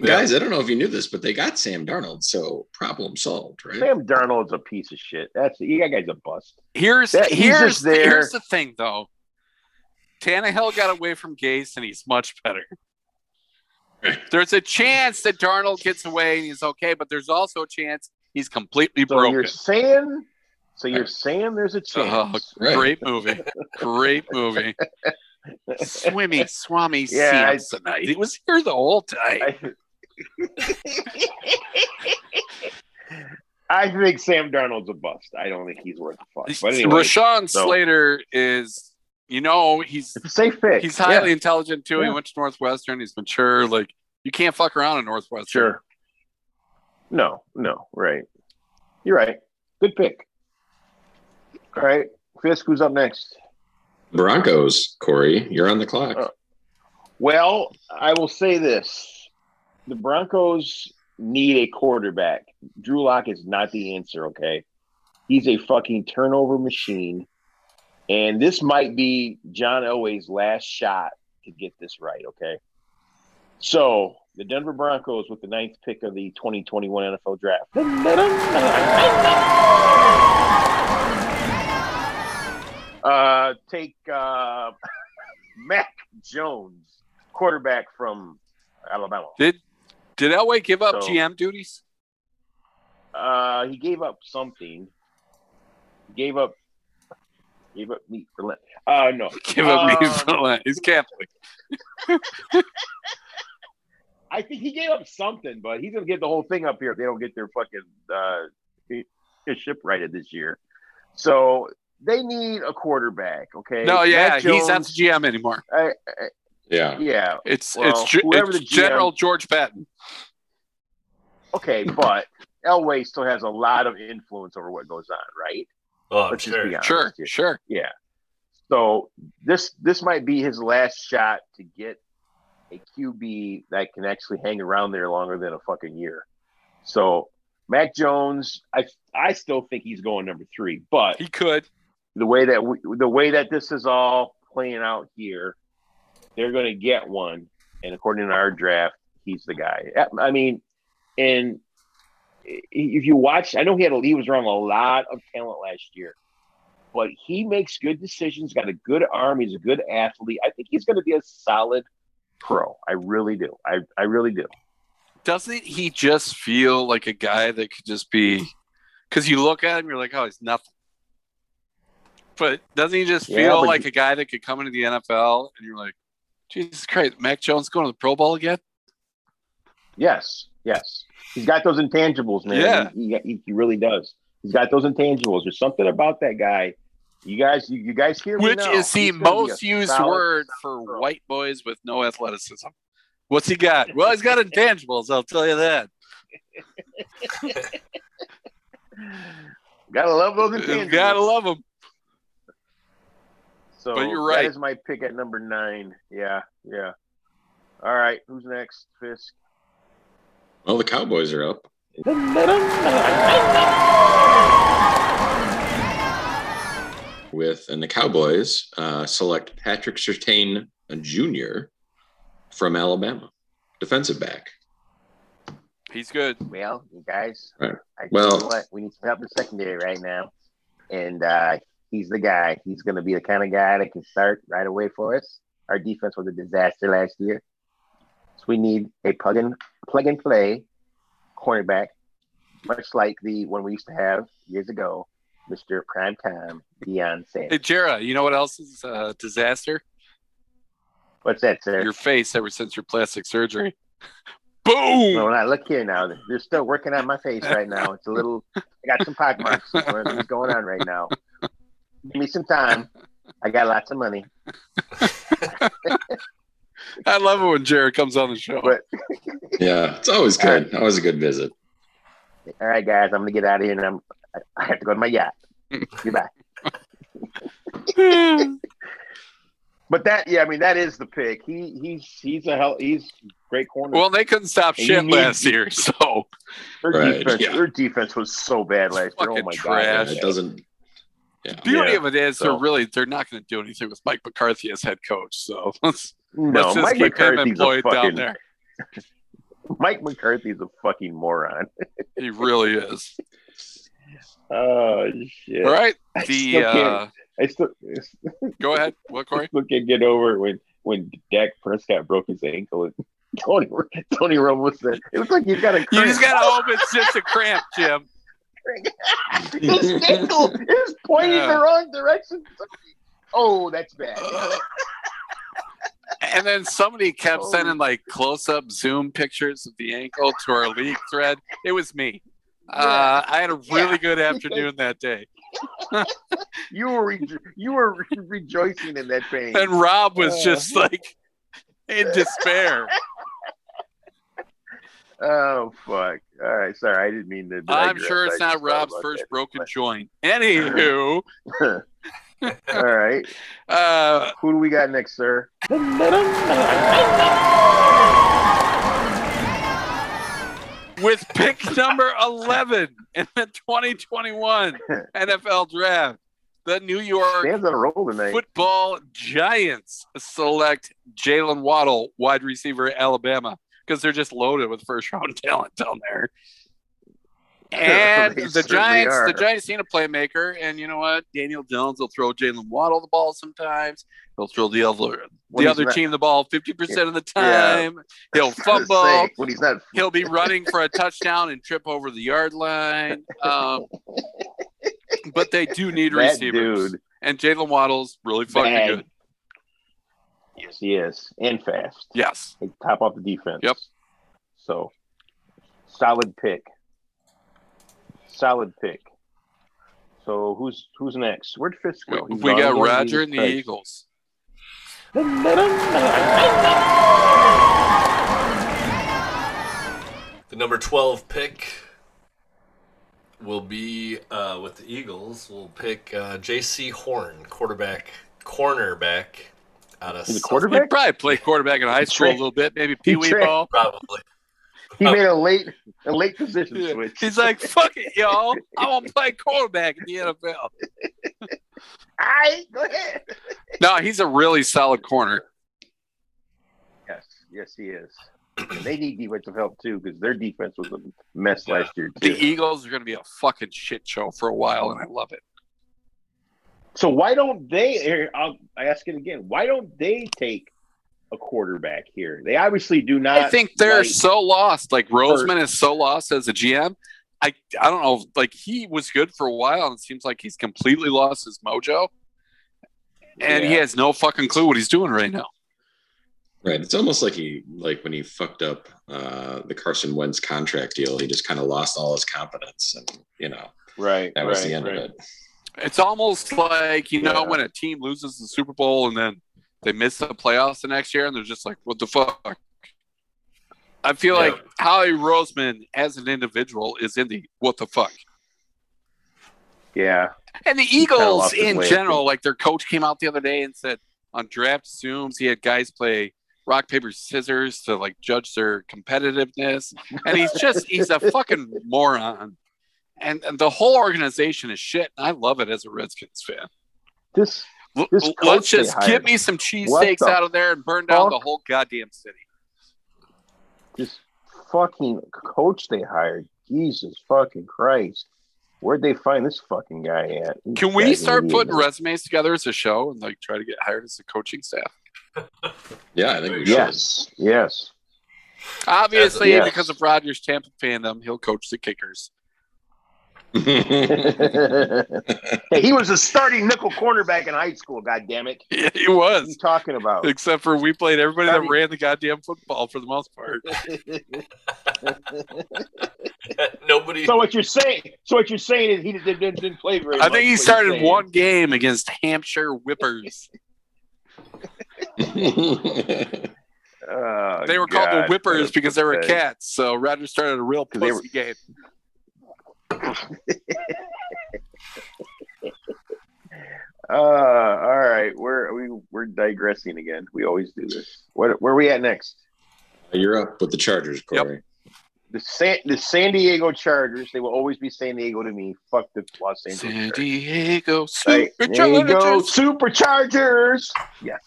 S1: Guys, I don't know if you knew this, but they got Sam Darnold, so problem solved, right?
S3: Sam Darnold's a piece of shit. That's that guy's a bust.
S2: Here's
S3: That- he's
S2: here's
S3: just there.
S2: here's the thing though. Tannehill got away from Gase and he's much better. There's a chance that Darnold gets away and he's okay, but there's also a chance he's completely
S3: So you're
S2: broken.
S3: saying, so you're saying there's a chance.
S2: Oh,
S1: Right.
S2: Great movie. Great movie. Swimmy, swami,
S3: Yeah,
S2: yeah,
S3: I-
S2: tonight. He was here the whole time.
S3: I, I think Sam Darnold's a bust. I don't think he's worth a fuck. But anyway,
S2: Rashawn
S3: so-
S2: Slater is, you know, he's
S3: it's a safe pick.
S2: he's
S3: Yeah,
S2: highly intelligent too. He
S3: Yeah.
S2: went to Northwestern. He's mature. Like you can't fuck around in Northwestern.
S3: sure. No, no, right. You're right. Good pick. All right, Fisk, who's up next?
S1: Broncos, Corey, you're on the clock.
S3: Oh. Well, I will say this: the Broncos need a quarterback. Drew Lock is not the answer. Okay, he's a fucking turnover machine, and this might be John Elway's last shot to get this right. Okay, so the Denver Broncos with the ninth pick of the 2021 NFL Draft. Uh, take uh, *laughs* Mac Jones, quarterback from Alabama.
S2: Did did Elway give up
S3: So-
S2: GM duties? *laughs*
S3: Uh, he gave up something. Gave up. Gave up meat for lunch. Uh, no.
S2: Give up
S3: Um,
S2: me for that. He's Catholic.
S3: I think he gave up something, but he's gonna get the whole thing up here if they don't get their fucking uh, their ship righted this year. So they need a quarterback. Okay.
S2: No, yeah,
S3: Mac
S2: he's not
S3: Jones-
S2: the GM anymore.
S1: Yeah.
S3: Yeah.
S2: It's
S3: Well,
S2: it's, Ge-
S3: whoever
S2: it's
S3: the GM
S2: General George Patton.
S3: Okay, but Elway still has a lot of influence over what goes on, right?
S4: Oh, I'm
S3: Let's just
S4: sure.
S3: be honest
S2: Sure,
S3: here.
S2: sure.
S3: So this this might be his last shot to get a QB that can actually hang around there longer than a fucking year. So Mac Jones, I I still think he's going number three, but
S2: He could.
S3: the way that we, the way that this is all playing out here, they're going to get one, and according to our draft, he's the guy. I- I mean, and i- if you watch, I know he had a, he was around a lot of talent last year, but he makes good decisions. Got a good arm. He's a good athlete. I think he's going to be a solid pro. I really do. I I really do.
S2: Doesn't he just feel like a guy that could just be? Because you look at him, you're like, oh, he's nothing. But doesn't he just
S3: Yeah,
S2: feel
S3: but
S2: like
S3: he-
S2: a guy that could come into the NFL and you're like, Jesus Christ, Mac Jones going to the Pro Bowl again?
S3: Yes, yes. He's got those intangibles, man.
S2: Yeah.
S3: He, he, he really does. He's got those intangibles. There's something about that guy. You guys, you, you guys hear me
S2: Which
S3: now.
S2: is the
S3: He's gonna be
S2: most
S3: a
S2: used
S3: solid-
S2: word for
S3: pro.
S2: white boys with no athleticism. What's he got? Well, he's got intangibles, I'll tell you that.
S3: Gotta love those
S2: You
S3: intangibles.
S2: gotta love him.
S3: so
S2: but you're right.
S3: That is my pick at number nine. Yeah, yeah. All right, who's next? Fisk.
S1: Well, the Cowboys are up. With and the Cowboys uh, select Patrick Sertain Jr. from Alabama, defensive back.
S2: He's good.
S3: Well, you guys,
S1: Right.
S3: I
S1: Well-
S3: tell you what, we need some help in secondary right now, and uh, he's the guy. He's going to be the kind of guy that can start right away for us. Our defense was a disaster last year, so we need a plug and plug and play cornerback, much like the one we used to have years ago, Mr. Primetime Deion
S2: Hey,
S3: Sanders.
S2: Jera, you know what else is a disaster?
S3: What's that, sir?
S2: Your face ever since your plastic surgery. *laughs*
S3: Well,
S2: Boom!
S3: when I look here now, they're still working on my face right now. It's a little, I got some pock marks. What's going on right now? Give me some time. I got lots of money.
S2: I love it when Jared comes on the show.
S3: But
S1: Yeah, it's always good. Always a good visit.
S3: all right, guys, I'm gonna get out of here, and I'm, I- I have to go to my yacht. Goodbye. But that, yeah, I mean, that is the pick. He, he's, he's a hell, he's great
S2: *laughs*
S3: corner.
S2: well, they couldn't stop
S3: You
S2: shit
S3: need-
S2: last year, *laughs* so
S3: their
S1: right,
S3: defense,
S1: yeah.
S3: their defense was so bad last year. Oh
S2: Fucking
S3: my
S1: Yeah,
S2: trash.
S3: god,
S1: it doesn't. *laughs*
S3: *laughs*
S2: beauty
S3: Yeah,
S2: of it is
S3: so-
S2: they're really they're not going to do anything with Mike McCarthy as head coach. So *laughs* let's,
S3: No,
S2: let's just
S3: Mike
S2: keep him
S3: McCarthy's a
S2: employed down
S3: fucking
S2: there.
S3: Mike McCarthy's a fucking moron.
S2: He really is.
S3: Oh shit!
S2: All right,
S3: I
S2: the
S3: still can't-
S2: uh,
S3: I still,
S2: go ahead. What Corey?
S3: still can't get over when when Dak Prescott broke his ankle and *laughs* Tony Tony Romo said, "It looks like you got a
S2: You just
S3: cramp."
S2: got
S3: *laughs*
S2: to hope it's just a cramp, Jim.
S3: *laughs* his
S2: *laughs*
S3: ankle is pointing
S2: Yeah.
S3: the wrong direction." Oh,
S2: *laughs*
S3: that's bad.
S2: And then somebody kept
S3: Oh.
S2: sending like close-up Zoom pictures of the ankle to our league thread. It was me. Uh, I had a really
S3: Yeah.
S2: good afternoon that
S3: *laughs*
S2: day,
S3: You were rejo- you were re- rejoicing in that pain.
S2: and Rob was
S3: Yeah.
S2: just like in
S3: *laughs*
S2: despair.
S3: Oh fuck! All right, sorry, I didn't mean to.
S2: I'm
S3: digress.
S2: sure
S3: I
S2: it's
S3: just
S2: not
S3: thought
S2: Rob's
S3: about
S2: first
S3: that.
S2: broken joint. Anywho,
S3: All right,
S2: uh,
S3: who do we got next, sir?
S2: with
S3: *laughs*
S2: pick number 11 in the
S3: *laughs*
S2: 2021 NFL Draft, the New York
S3: Dan's on a roll tonight. *laughs*
S2: football giants select Jalen Waddle, wide receiver, Alabama, because they're just loaded with first round *laughs* talent down there. And
S3: *laughs* They
S2: the
S3: certainly
S2: Giants,
S3: are.
S2: the Giants need a playmaker, and you know what? Daniel Jones will throw Jalen Waddle the ball sometimes. He'll throw the other
S3: When
S2: the
S3: he's
S2: other
S3: not-
S2: team the ball fifty percent of the
S3: Yeah.
S2: time. He'll
S3: *laughs* I was gonna
S2: fumble.
S3: say, when he's not.
S2: He'll be running for a touchdown and trip over the yard line.
S3: *laughs*
S2: Um, but they do need
S3: That
S2: receivers
S3: dude,
S2: and Jalen Waddle's really fucking
S3: Bad.
S2: good.
S3: yes, he is, and fast.
S2: Yes,
S3: Like, top off the defense.
S2: Yep.
S3: So, solid pick. Solid pick. So who's who's next? Where'd Fisk
S2: we,
S3: go? He's
S2: we got
S3: gone. He's gone.
S2: Roger and the
S3: Jesus
S2: Eagles.
S4: The number 12 pick will be uh, with the Eagles. We'll pick uh, J.C. Horn, quarterback, cornerback out of
S3: He's a
S4: South-
S2: He
S3: quarterback.
S2: probably played quarterback in high school a
S3: tricked.
S2: little bit, maybe pee wee
S3: tricked. *laughs*
S2: ball.
S4: Probably.
S3: He made a late a late position
S2: Oh. *laughs* Yeah.
S3: switch.
S2: He's like, "Fuck it, y'all! I want to play quarterback in the NFL."
S3: All right, go ahead.
S2: No, he's a really solid corner.
S3: Yes, yes, he is. And they need defensive help too because their defense was a mess
S4: Yeah.
S3: last year
S2: The E-
S3: too.
S2: Eagles are going to be a fucking shit show for a while, and I love it.
S3: So why don't they? here, I'll I ask it again. Why don't they take a quarterback here? They obviously do not.
S2: I think they're
S3: like-
S2: so lost. Like Roseman is so lost as a GM. I I don't know. Like he was good for a while, and it seems like he's completely lost his mojo, and he
S3: Yeah.
S2: has no fucking clue what he's doing right now.
S1: Right. It's almost like he like when he fucked up uh, the Carson Wentz contract deal. He just kind of lost all his confidence, and you know
S3: right.
S1: that was
S3: right,
S1: the end
S3: right.
S1: of it.
S2: It's almost like you know
S3: Yeah.
S2: when a team loses the Super Bowl and then they miss the playoffs the next year, and they're just like, "What the fuck." I feel
S4: Yeah.
S2: like Howie Roseman as an individual is in the what the fuck.
S3: Yeah.
S2: And the
S3: kinda
S2: Eagles
S3: lost his
S2: in
S3: way, I
S2: general, like their coach came out the other day and said on draft zooms he had guys play rock paper scissors to like judge their competitiveness, and he's just he's a fucking moron. And, and the whole organization is shit. And I love it as a Redskins fan.
S3: This
S2: L-
S3: This
S2: l-
S3: coach
S2: let's
S3: they
S2: just
S3: hired.
S2: get me some
S3: What
S2: cheesesteaks
S3: the
S2: out of there and burn down the
S3: fuck?
S2: whole goddamn city.
S3: this fucking coach they hired. Jesus fucking Christ. Where'd they find this fucking guy at? This
S2: Can we
S3: guy's an
S2: start
S3: idiot,
S2: putting
S3: man.
S2: resumes together as a show and like try to get hired as a coaching staff? *laughs*
S1: Yeah, I think we should.
S3: Yes. Yes.
S2: Obviously,
S3: Yeah.
S2: because of Rodgers' Tampa fandom, he'll coach the kickers. *laughs*
S3: Hey, he was a starting nickel cornerback in high school. God damn it!
S2: It
S3: What are you
S2: was, *laughs*
S3: talking about?
S2: except for we played everybody
S3: I
S2: that
S3: mean-
S2: ran the goddamn football for the most
S3: *laughs*
S2: part.
S4: *laughs* Nobody.
S3: so what you're saying? So what you're saying is he didn't, didn't, didn't play very
S2: I
S3: much,
S2: think he
S3: what you're
S2: started
S3: saying.
S2: one game against Hampshire Whippers.
S3: *laughs* Oh,
S2: They were called the
S3: God.
S2: Whippers because they were
S3: Okay.
S2: cats. So Rodgers started a real
S3: 'Cause they
S2: pussy game.
S3: Uh, all right, we're we we're digressing again. We always do this. What where are we at next?
S1: *laughs* You're up with the Chargers, Corey.
S3: The San the San Diego Chargers. They will always be San Diego to me. Fuck the Los Angeles.
S2: San
S3: Chargers.
S2: Diego
S3: Right, there you go,
S2: Superchargers.
S3: Superchargers. Yes.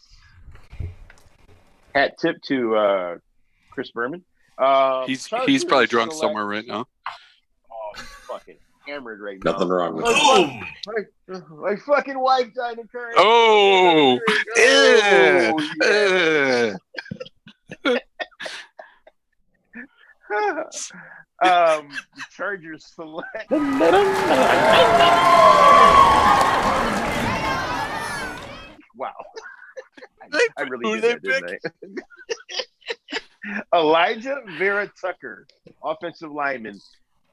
S3: Hat tip to uh, Chris Berman. Uh,
S2: He's
S3: Chargers
S2: he's probably drunk
S3: select-
S2: somewhere right now.
S3: Oh, he's fucking hammered right now.
S1: Nothing wrong with that.
S4: Boom!
S3: My, my fucking wife died in current.
S2: Oh,
S3: Oh, yeah.
S2: eh.
S3: *laughs* um, the Chargers select. *laughs* wow. I, I
S2: Who *laughs*
S3: really
S2: they
S3: did that, didn't I? *laughs* Elijah Vera Tucker, offensive lineman.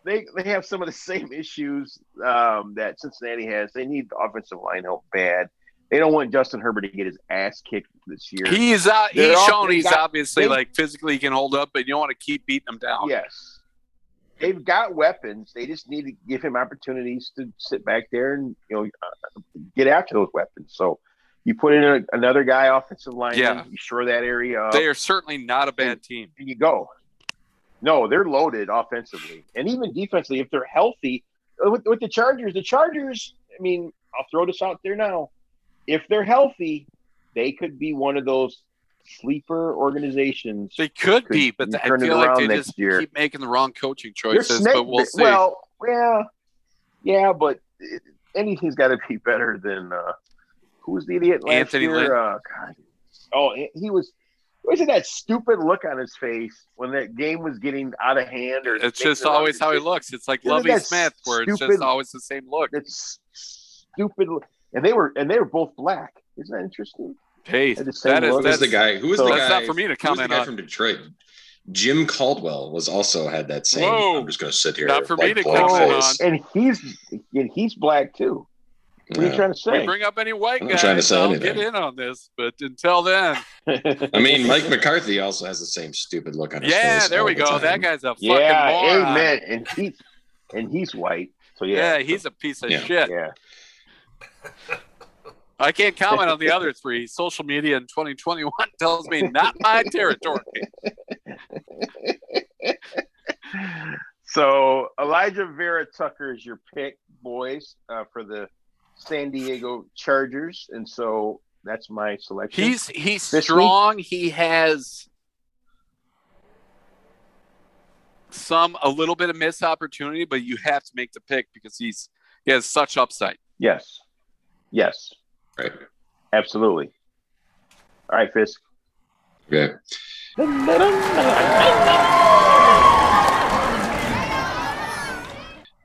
S3: They they have some of the same issues um, that Cincinnati has. They need the offensive line help bad. They don't want Justin Herbert to get his ass kicked this year.
S2: he's uh,
S3: They're
S2: he's
S3: all-
S2: shown
S3: they
S2: he's
S3: got-
S2: obviously
S3: they-
S2: like physically he can hold up, but you don't want to keep beating him down.
S3: Yes. They've got weapons. They just need to give him opportunities to sit back there and you know uh, get after those weapons. So you put in a, another guy offensive line,
S2: Yeah.
S3: you shore that area up,
S2: They are certainly not a bad team.
S3: and you go. No, they're loaded offensively and even defensively if they're healthy. uh, With, with the Chargers, the Chargers. I mean, I'll throw this out there now. If they're healthy, they could be one of those sleeper organizations.
S2: They could
S3: Could
S2: be, but
S3: you
S2: I
S3: turn it
S2: feel like
S3: around
S2: they
S3: next
S2: just
S3: year?
S2: keep making the wrong coaching
S3: They're
S2: choices.
S3: snake
S2: but we'll
S3: bit-
S2: see.
S3: Well, yeah, yeah, but it, anything's got to be better than uh, who was the idiot last
S2: Anthony
S3: year?
S2: Lynn.
S3: Uh, God. Oh, he- he was. Wasn't that stupid look on his face when that game was getting out of hand? Or
S2: it's
S3: making
S2: just
S3: the wrong
S2: always how he
S3: decision?
S2: looks. It's like
S3: Isn't
S2: Lovey
S3: that
S2: Smith, where it's just
S3: stupid?
S2: always the same look.
S3: That's stupid. look. And they were and they were both black. Isn't that interesting?
S2: Hey,
S3: They're the same
S2: that is
S3: look.
S1: Who was
S2: that's
S1: the guy? Who was
S3: so-
S1: the
S2: That's
S1: guy?
S2: not for me to
S1: who was
S2: comment
S1: the guy
S2: on.
S1: from Detroit. Jim Caldwell was also had that same.
S2: Whoa.
S1: I'm just going to sit here.
S2: Not for me
S1: like,
S2: to
S1: blank
S2: comment
S1: face.
S2: on.
S3: And he's and he's black too. What are you
S1: Yeah.
S3: trying to
S2: we
S3: say? *laughs*
S2: bring up any white
S1: I'm
S2: guys.
S1: not trying to say
S2: I'll
S1: anything.
S2: get in on this, but until then,
S1: I
S2: *laughs*
S1: mean, Mike McCarthy also has the same stupid look on his face.
S2: yeah, there
S1: all
S2: we
S1: the
S2: go.
S1: time.
S2: That guy's a fucking
S3: yeah,
S2: moron.
S3: amen. And he and he's white. So
S2: Yeah,
S3: yeah,
S2: he's a piece of
S1: Yeah.
S2: shit.
S3: yeah.
S2: I can't comment on the other three. Social media in 2021 *laughs* tells me not my territory.
S3: So Elijah Vera Tucker is your pick, boys, uh, for the San Diego Chargers, and so that's my selection.
S2: He's he's
S3: This
S2: strong. He has some a little bit of missed opportunity, but you have to make the pick because he's he has such upside.
S3: yes, yes,
S1: Right.
S3: absolutely. All right, Fisk.
S1: Okay.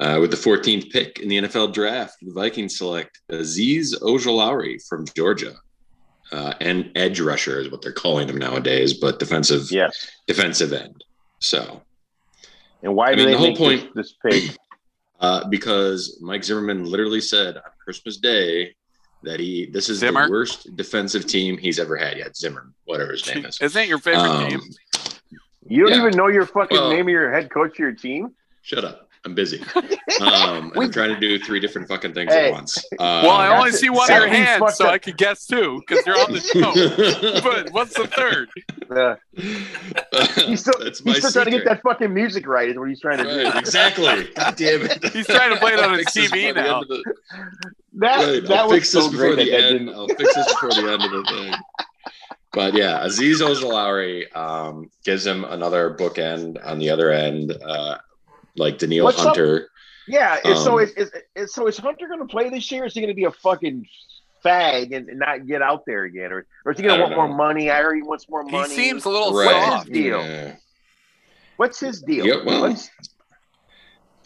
S1: Uh, with the 14th pick in the NFL draft, the Vikings select Aziz Ojolari from Georgia. Uh, and edge rusher is what they're calling him nowadays, but defensive
S3: Yes,
S1: defensive end. So
S3: and why
S1: I mean,
S3: do they
S1: the whole
S3: make this-
S1: point-
S3: this, pick?
S1: uh, because Mike Zimmerman literally said on Christmas Day that he this is
S2: Zimmer?
S1: the worst defensive team he's ever had yet. Zimmerman, whatever his name is.
S2: Isn't that your favorite
S1: Um,
S2: game?
S3: You don't
S1: Yeah.
S3: even know your fucking
S1: Well-
S3: name of your head coach of your team.
S1: Shut up.
S2: *laughs*
S1: I'm busy. Um,
S3: We-
S1: I'm trying to do three different fucking things
S3: Hey.
S1: at once.
S2: Well, I
S1: Um,
S2: only see one other
S3: Zimmerman's
S2: hand,
S3: fucked
S2: so
S3: up.
S2: I could guess two because you're
S1: *laughs*
S2: on the show. but what's the third?
S3: Uh, he's still,
S1: That's my
S3: he's still trying to get
S1: secret.
S3: that fucking music right. Is what he's trying to do.
S1: Right, exactly. God *laughs* damn it.
S2: He's trying to play it on
S1: I'll
S2: his
S1: fix
S2: TV
S1: this before the
S2: now.
S1: end of the-
S3: That
S1: right,
S3: that
S1: I'll
S3: was
S1: fix this
S3: so
S1: before
S3: great that
S1: the
S3: that
S1: end.
S3: didn't.
S1: I'll fix this before the end of the thing. But yeah, Aziz Ojolari um, gives him another bookend on the other end, uh, like Daniil
S3: What's up?
S1: Hunter.
S3: Yeah. and so
S1: Um,
S3: is, is, is so is Hunter going to play this year? Or is he going to be a fucking fag and, and not get out there again, or, or is he going
S1: I
S3: to
S1: don't
S3: want more
S1: know.
S3: money? I heard he wants more
S2: He
S3: money.
S2: seems a little
S3: Right.
S2: soft.
S3: deal.
S1: Yeah.
S3: What's his deal?
S1: Yeah, well,
S3: What's-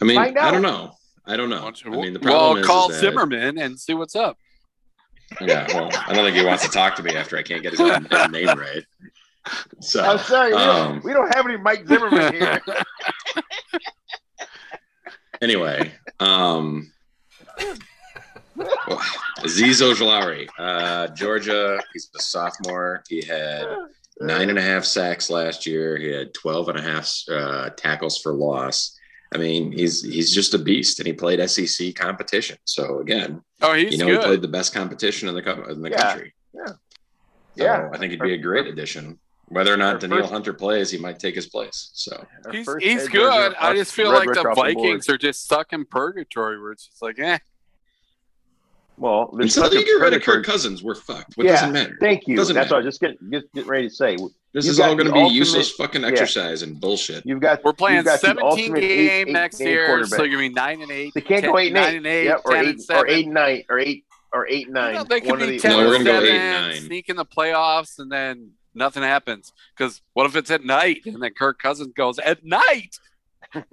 S1: I mean,
S3: Find
S1: I
S3: out.
S1: don't know. I don't know. I mean, the problem
S2: well,
S1: is
S2: call
S1: that-
S2: Zimmerman and see what's up.
S1: *laughs* Yeah, well, I don't think he wants to talk to me after I can't get his
S3: *laughs*
S1: own damn name right.
S3: I'm
S1: So,
S3: sorry, we,
S1: um,
S3: don't, we don't have any Mike Zimmerman
S1: *laughs*
S3: here. *laughs*
S1: anyway, um, well, Aziz Ojolari, uh, Georgia. He's a sophomore. He had nine and a half sacks last year. He had 12 and a half uh, tackles for loss. I mean, he's he's just a beast, and he played SEC competition. So again,
S2: Oh, he's
S1: you know, he
S2: good.
S1: played the best competition in the co- in the
S3: Yeah,
S1: country.
S3: yeah.
S1: So
S3: Yeah.
S1: I think he'd be a great addition. Whether or not
S3: Our
S1: Daniil
S3: first-
S1: Hunter plays, he might take his place. So
S3: Our
S2: he's
S3: first
S2: he's
S3: head
S2: good.
S3: judge off-
S2: I just feel
S3: Red
S2: like
S3: Rick
S2: the
S3: off board.
S2: Vikings are just stuck in purgatory where it's just like, eh.
S3: Well, they're
S1: until
S3: such a
S1: you get rid of
S3: predator-
S1: Kirk Cousins, we're fucked. What
S3: Yeah.
S1: doesn't matter?
S3: Thank you.
S1: Doesn't
S3: That's
S1: matter.
S3: all. Just get just get ready to say
S1: This
S3: You've
S1: is all
S3: got
S1: going to
S3: the
S1: be
S3: ultimate-
S1: useless fucking exercise and bullshit.
S3: you've got
S2: We're playing
S3: you've got the
S2: 17
S3: ultimate
S2: game
S3: eight- eight
S2: next
S3: game
S2: year, so
S3: quarterback.
S2: you're gonna be nine and eight.
S3: They can't go eight and
S2: nine
S3: eight.
S2: and eight,
S3: Yep, or
S2: 10
S3: eight
S2: and
S3: or
S2: seven.
S3: eight and nine or eight or eight and
S2: You
S3: nine.
S2: know, they could
S3: One or
S2: be
S3: the
S2: ten
S1: No, we're
S2: and
S1: gonna go
S2: seven,
S1: eight and nine.
S2: sneak in the playoffs, and then nothing happens. Because what if it's at night and then Kirk Cousins goes at night?
S3: Prime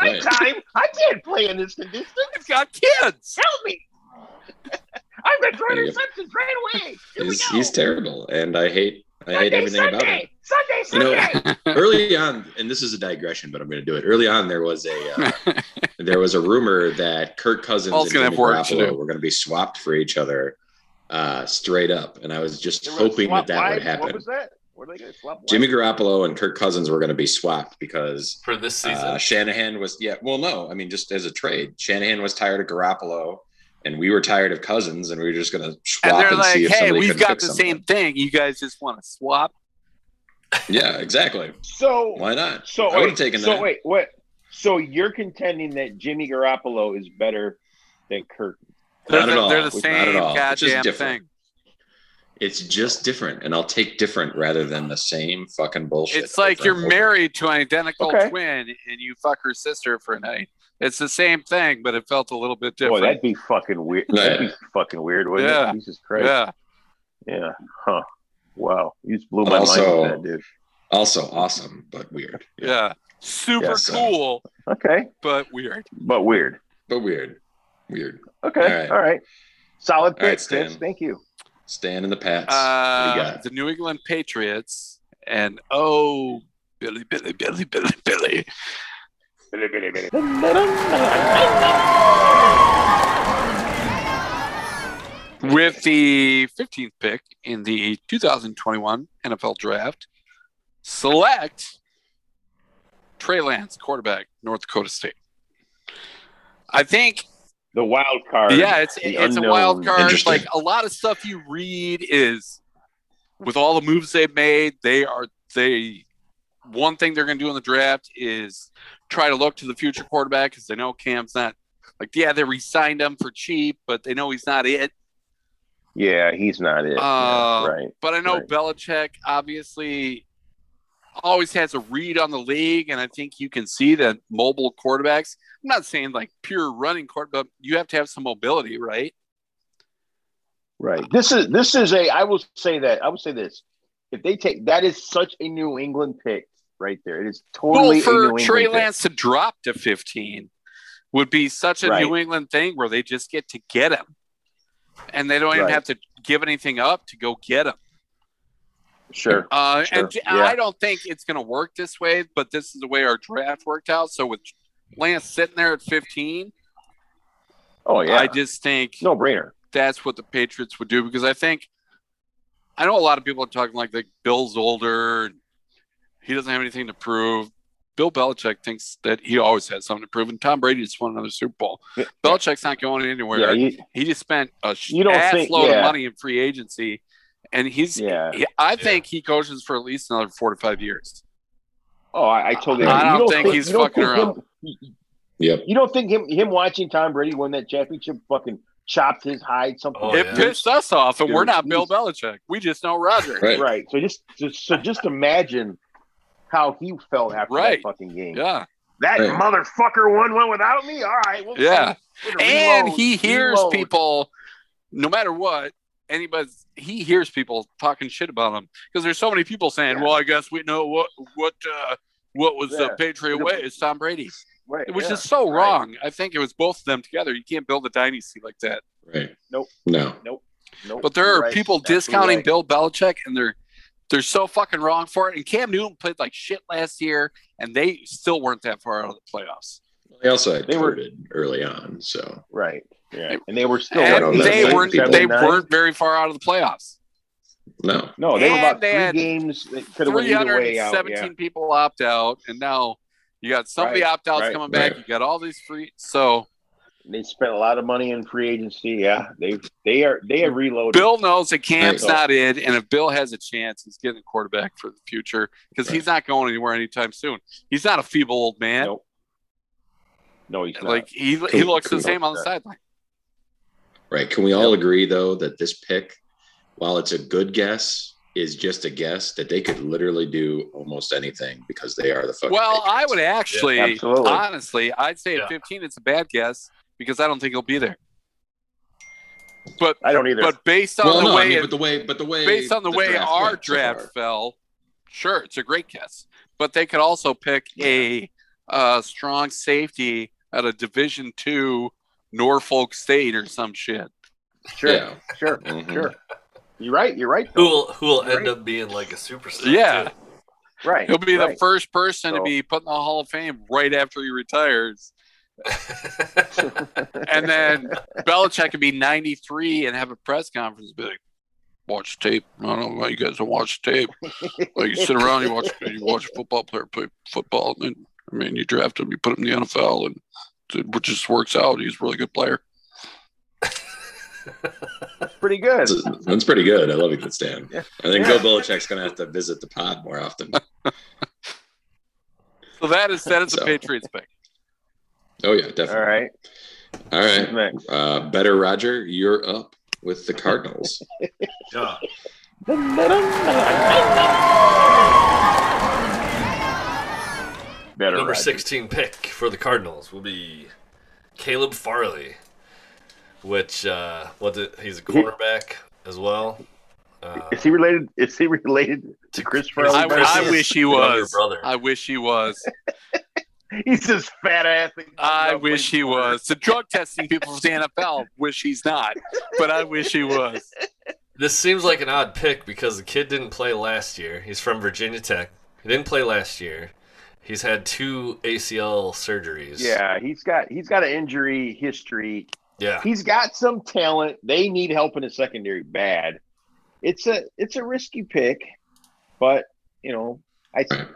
S1: Right.
S3: time. I can't play in this condition.
S2: He's got kids.
S3: Help me. *laughs* I'm gonna throw
S1: Yep.
S3: interceptions right away. Here we
S1: He's,
S3: go.
S1: he's terrible, and I hate I hate
S3: Sunday,
S1: everything
S3: Sunday,
S1: about him.
S3: Sunday,
S1: You know,
S3: Sunday.
S1: early on, and this is a digression, but I'm going to do it. Early on, there was a uh,
S3: *laughs*
S1: there was a rumor that Kirk Cousins
S2: Paul's
S1: and
S2: gonna
S1: Jimmy
S2: have work to
S1: Garoppolo
S2: do.
S1: were going to be swapped for each other, uh, straight up. And I was just
S3: They were
S1: *laughs*
S3: gonna
S1: hoping
S3: swap
S1: that that would
S3: wives? What
S1: happen.
S3: was that? What are they gonna swap?
S1: Jimmy
S3: wives?
S1: Garoppolo and Kirk Cousins were going to be swapped because
S4: for this season.
S1: Uh, Shanahan was, yeah, well, no, I mean, just as a trade, Shanahan was tired of Garoppolo, and we were tired of Cousins, and we were just going to
S2: And
S1: swap
S2: they're
S1: and, see
S2: like,
S1: if
S2: "Hey,
S1: somebody
S2: we've
S1: could
S2: got
S1: fix
S2: the same
S1: something."
S2: thing. You guys just want to swap."
S1: *laughs* Yeah, exactly.
S3: So
S1: Why not?
S3: So
S1: I would've
S3: wait,
S1: taken
S3: so
S1: that.
S3: wait, what? So you're contending that Jimmy Garoppolo is better than Kirk?
S2: They're,
S1: Not
S2: the,
S1: at all.
S2: they're the
S1: Not
S2: same
S1: at all. It's just
S2: goddamn
S1: different.
S2: thing.
S1: It's just different, and I'll take different rather than the same fucking bullshit.
S2: It's like
S1: over
S2: you're
S1: and over.
S2: married to an identical
S3: Okay.
S2: twin and you fuck her sister for a night. It's the same thing, but it felt a little bit
S3: Boy,
S2: different.
S3: that'd be fucking weird. That'd be fucking weird, wouldn't
S2: Yeah.
S3: it? Jesus Christ.
S2: yeah.
S3: Yeah. Huh. Wow. You just blew
S1: But
S3: my
S1: also-
S3: mind with that, dude.
S1: Also awesome, but weird.
S2: yeah, Super
S1: Yeah, so-
S2: cool,
S3: Okay,
S2: but weird.
S3: but weird.
S1: But weird. Weird.
S3: Okay. All
S1: All
S3: right.
S1: right.
S3: Solid
S1: All right,
S3: pick, Chris.
S1: Stan.
S3: Thank you.
S1: Stan and the Pats. what do you
S2: Uh,
S1: got?
S2: the New England Patriots and oh, Billy, Billy, Billy, Billy, Billy. With the 15th pick in the 2021 NFL Draft, select Trey Lance, quarterback, North Dakota State. I think
S3: The wild card.
S2: yeah, it's
S3: the
S2: it's a
S3: unknown.
S2: wild card.
S1: Interesting.
S2: Like a lot of stuff you read is with all the moves they've made, they are they one thing they're going to do in the draft is try to look to the future quarterback because they know Cam's not like yeah they re-signed him for cheap, but they know he's not it.
S3: Yeah, he's not it.
S2: Uh,
S3: Yeah, right.
S2: But I know
S3: Right.
S2: Belichick obviously always has a read on the league, and I think you can see that mobile quarterbacks. I'm not saying like pure running court, but you have to have some mobility, right?
S3: Right. This is this is a. I will say that. I will say this. If they take that is such a New England pick right there. It is
S2: Well,
S3: totally a New
S2: for
S3: England
S2: Trey
S3: pick.
S2: Lance to drop to 15 would be such a
S3: Right.
S2: New England thing where they just get to get him, and they don't even
S3: Right.
S2: have to give anything up to go get him.
S3: Sure.
S2: Uh,
S3: Sure,
S2: And j-
S3: yeah.
S2: I don't think it's going to work this way, but this is the way our draft worked out. So with Lance sitting there at 15,
S3: Oh yeah.
S2: I just think
S3: no brainer.
S2: that's what the Patriots would do because I think I know a lot of people are talking like like Bill's older, and he doesn't have anything to prove. Bill Belichick thinks that he always has something to prove, and Tom Brady just won another Super Bowl.
S3: Yeah.
S2: Belichick's not going anywhere.
S3: Yeah.
S2: he,
S3: You,
S2: just spent a sh-
S3: You don't
S2: ass
S3: think-
S2: load
S3: yeah.
S2: of money in free agency, and he's.
S3: yeah.
S2: he- I think he coaches for at least another four to five years.
S3: Oh, I, I totally.
S2: I
S3: agree.
S2: don't
S3: you
S2: think he's
S3: you don't
S2: fucking
S3: think
S2: around.
S3: him-
S1: Yep.
S3: you don't think him him watching Tom Brady win that championship fucking chopped his hide something?
S4: Oh,
S2: it
S4: yeah.
S2: pissed us off, and we're
S3: Dude,
S2: not Bill
S3: he's-
S2: Belichick. We just know Roger.
S1: Right.
S3: Right. So just, just so just imagine how he felt after
S2: Right.
S3: that fucking game.
S2: Yeah,
S3: That
S1: Right.
S3: motherfucker won one without me. All right. Well,
S2: yeah.
S3: we're gonna
S2: and
S3: reload,
S2: he hears
S3: reload.
S2: people no matter what anybody he hears people talking shit about him because there's so many people saying
S3: Yeah.
S2: well i guess we know what what uh what was the
S3: Yeah.
S2: Patriot way is Tom Brady,
S3: Right,
S2: which
S3: yeah.
S2: is so
S3: right.
S2: wrong. I think it was both of them together. You can't build a dynasty like that.
S1: Right.
S3: Nope.
S1: No.
S3: Nope,
S2: But there
S3: you're
S2: are
S3: right.
S2: people
S3: Absolutely
S2: discounting
S3: right.
S2: Bill Belichick, and they're they're so fucking wrong for it. And Cam Newton played like shit last year, and they still weren't that far out of the playoffs.
S1: They also had
S3: They were-
S1: COVID early on, so
S3: Right. Yeah. And they were still.
S1: don't
S2: And
S1: know.
S2: they
S1: Like
S2: weren't
S1: people-
S2: they
S3: nine.
S2: weren't very far out of the playoffs.
S1: no.
S3: No, they were
S2: And
S3: about
S2: they
S3: three
S2: had
S3: games that could have went
S2: Three
S3: either
S2: hundred
S3: way
S2: and
S3: out. Yeah.
S2: seventeen people opt out, and now you got somebody
S3: Right,
S2: opt outs
S3: right,
S2: coming back.
S1: right.
S2: You got all these free. So
S3: They spent a lot of money in free agency. Yeah, they they are they have reloaded.
S2: Bill knows that Cam's
S1: Right.
S2: not in, and if Bill has a chance, he's getting a quarterback for the future because he's not going anywhere anytime soon. He's not a feeble old man.
S3: Nope. no, he's not.
S2: Like he, he
S1: Couldn't-
S2: looks the
S1: couldn't
S2: same on the sideline.
S1: Right. Can we all agree though that this pick, while it's a good guess, is just a guess that they could literally do almost anything because they are the fucking
S2: Well, I
S1: Patriots.
S2: would actually,
S3: Absolutely.
S2: honestly, I'd say
S4: Yeah.
S2: at 15, it's a bad guess because I don't think he'll be there. But
S3: I don't either.
S2: but based on
S1: Well,
S2: the
S1: no,
S2: way
S1: I mean,
S2: it-
S1: but the way, but the way,
S2: based on the, way
S1: draft
S2: our
S1: went so far.
S2: draft fell, sure, it's a great guess. But they could also pick a uh, strong safety at a Division two Norfolk State or some shit.
S3: sure,
S1: Yeah.
S3: sure,
S1: Mhm.
S3: sure. You're right. You're right.
S4: Who
S3: Though.
S4: will who will end up being like a superstar?
S2: Yeah.
S4: too.
S3: Right.
S2: He'll be the
S3: right.
S2: first person to
S3: So-
S2: be put in the Hall of Fame right after he
S3: *laughs*
S2: retires, and then Belichick could be ninety three and have a press conference and be like, "Watch tape. I don't know why you guys don't watch tape. Like you sit around, you watch you watch a football player play football, and then, I mean you draft him, you put him in the NFL, and it it just works out. He's a really good player.
S3: That's pretty good.
S1: That's, that's pretty good. I love it, Stan.
S3: Yeah.
S1: I think
S3: Yeah.
S1: Bill Belichick's going to have to visit the pod more often.
S2: So that is that is a
S1: So-
S2: Patriots pick.
S1: Oh yeah,
S3: All
S1: definitely.
S3: right.
S1: All right,
S3: Next.
S1: Uh, better Roger, you're up with the Cardinals.
S4: yeah.
S3: Better
S4: Number
S3: Roger.
S4: 16 pick for the Cardinals will be Caleb Farley, which uh, what's it? He's a cornerback as well. Uh,
S3: Is he related? Is he related to Chris Farley?
S2: I, I
S4: Chris'
S2: wish he
S4: younger
S2: was.
S4: brother.
S2: I wish he was.
S3: *laughs* He's this fat ass. that comes
S2: I
S3: up
S2: wish
S3: with-
S2: he was. The drug testing people for the
S3: *laughs*
S2: NFL wish he's not, but I wish he was.
S4: This seems like an odd pick because the kid didn't play last year. He's from Virginia Tech. He didn't play last year. He's had two ACL surgeries.
S3: Yeah, he's got he's got an injury history.
S4: Yeah.
S3: He's got some talent. They need help in the secondary bad. It's a it's a risky pick, but you know I I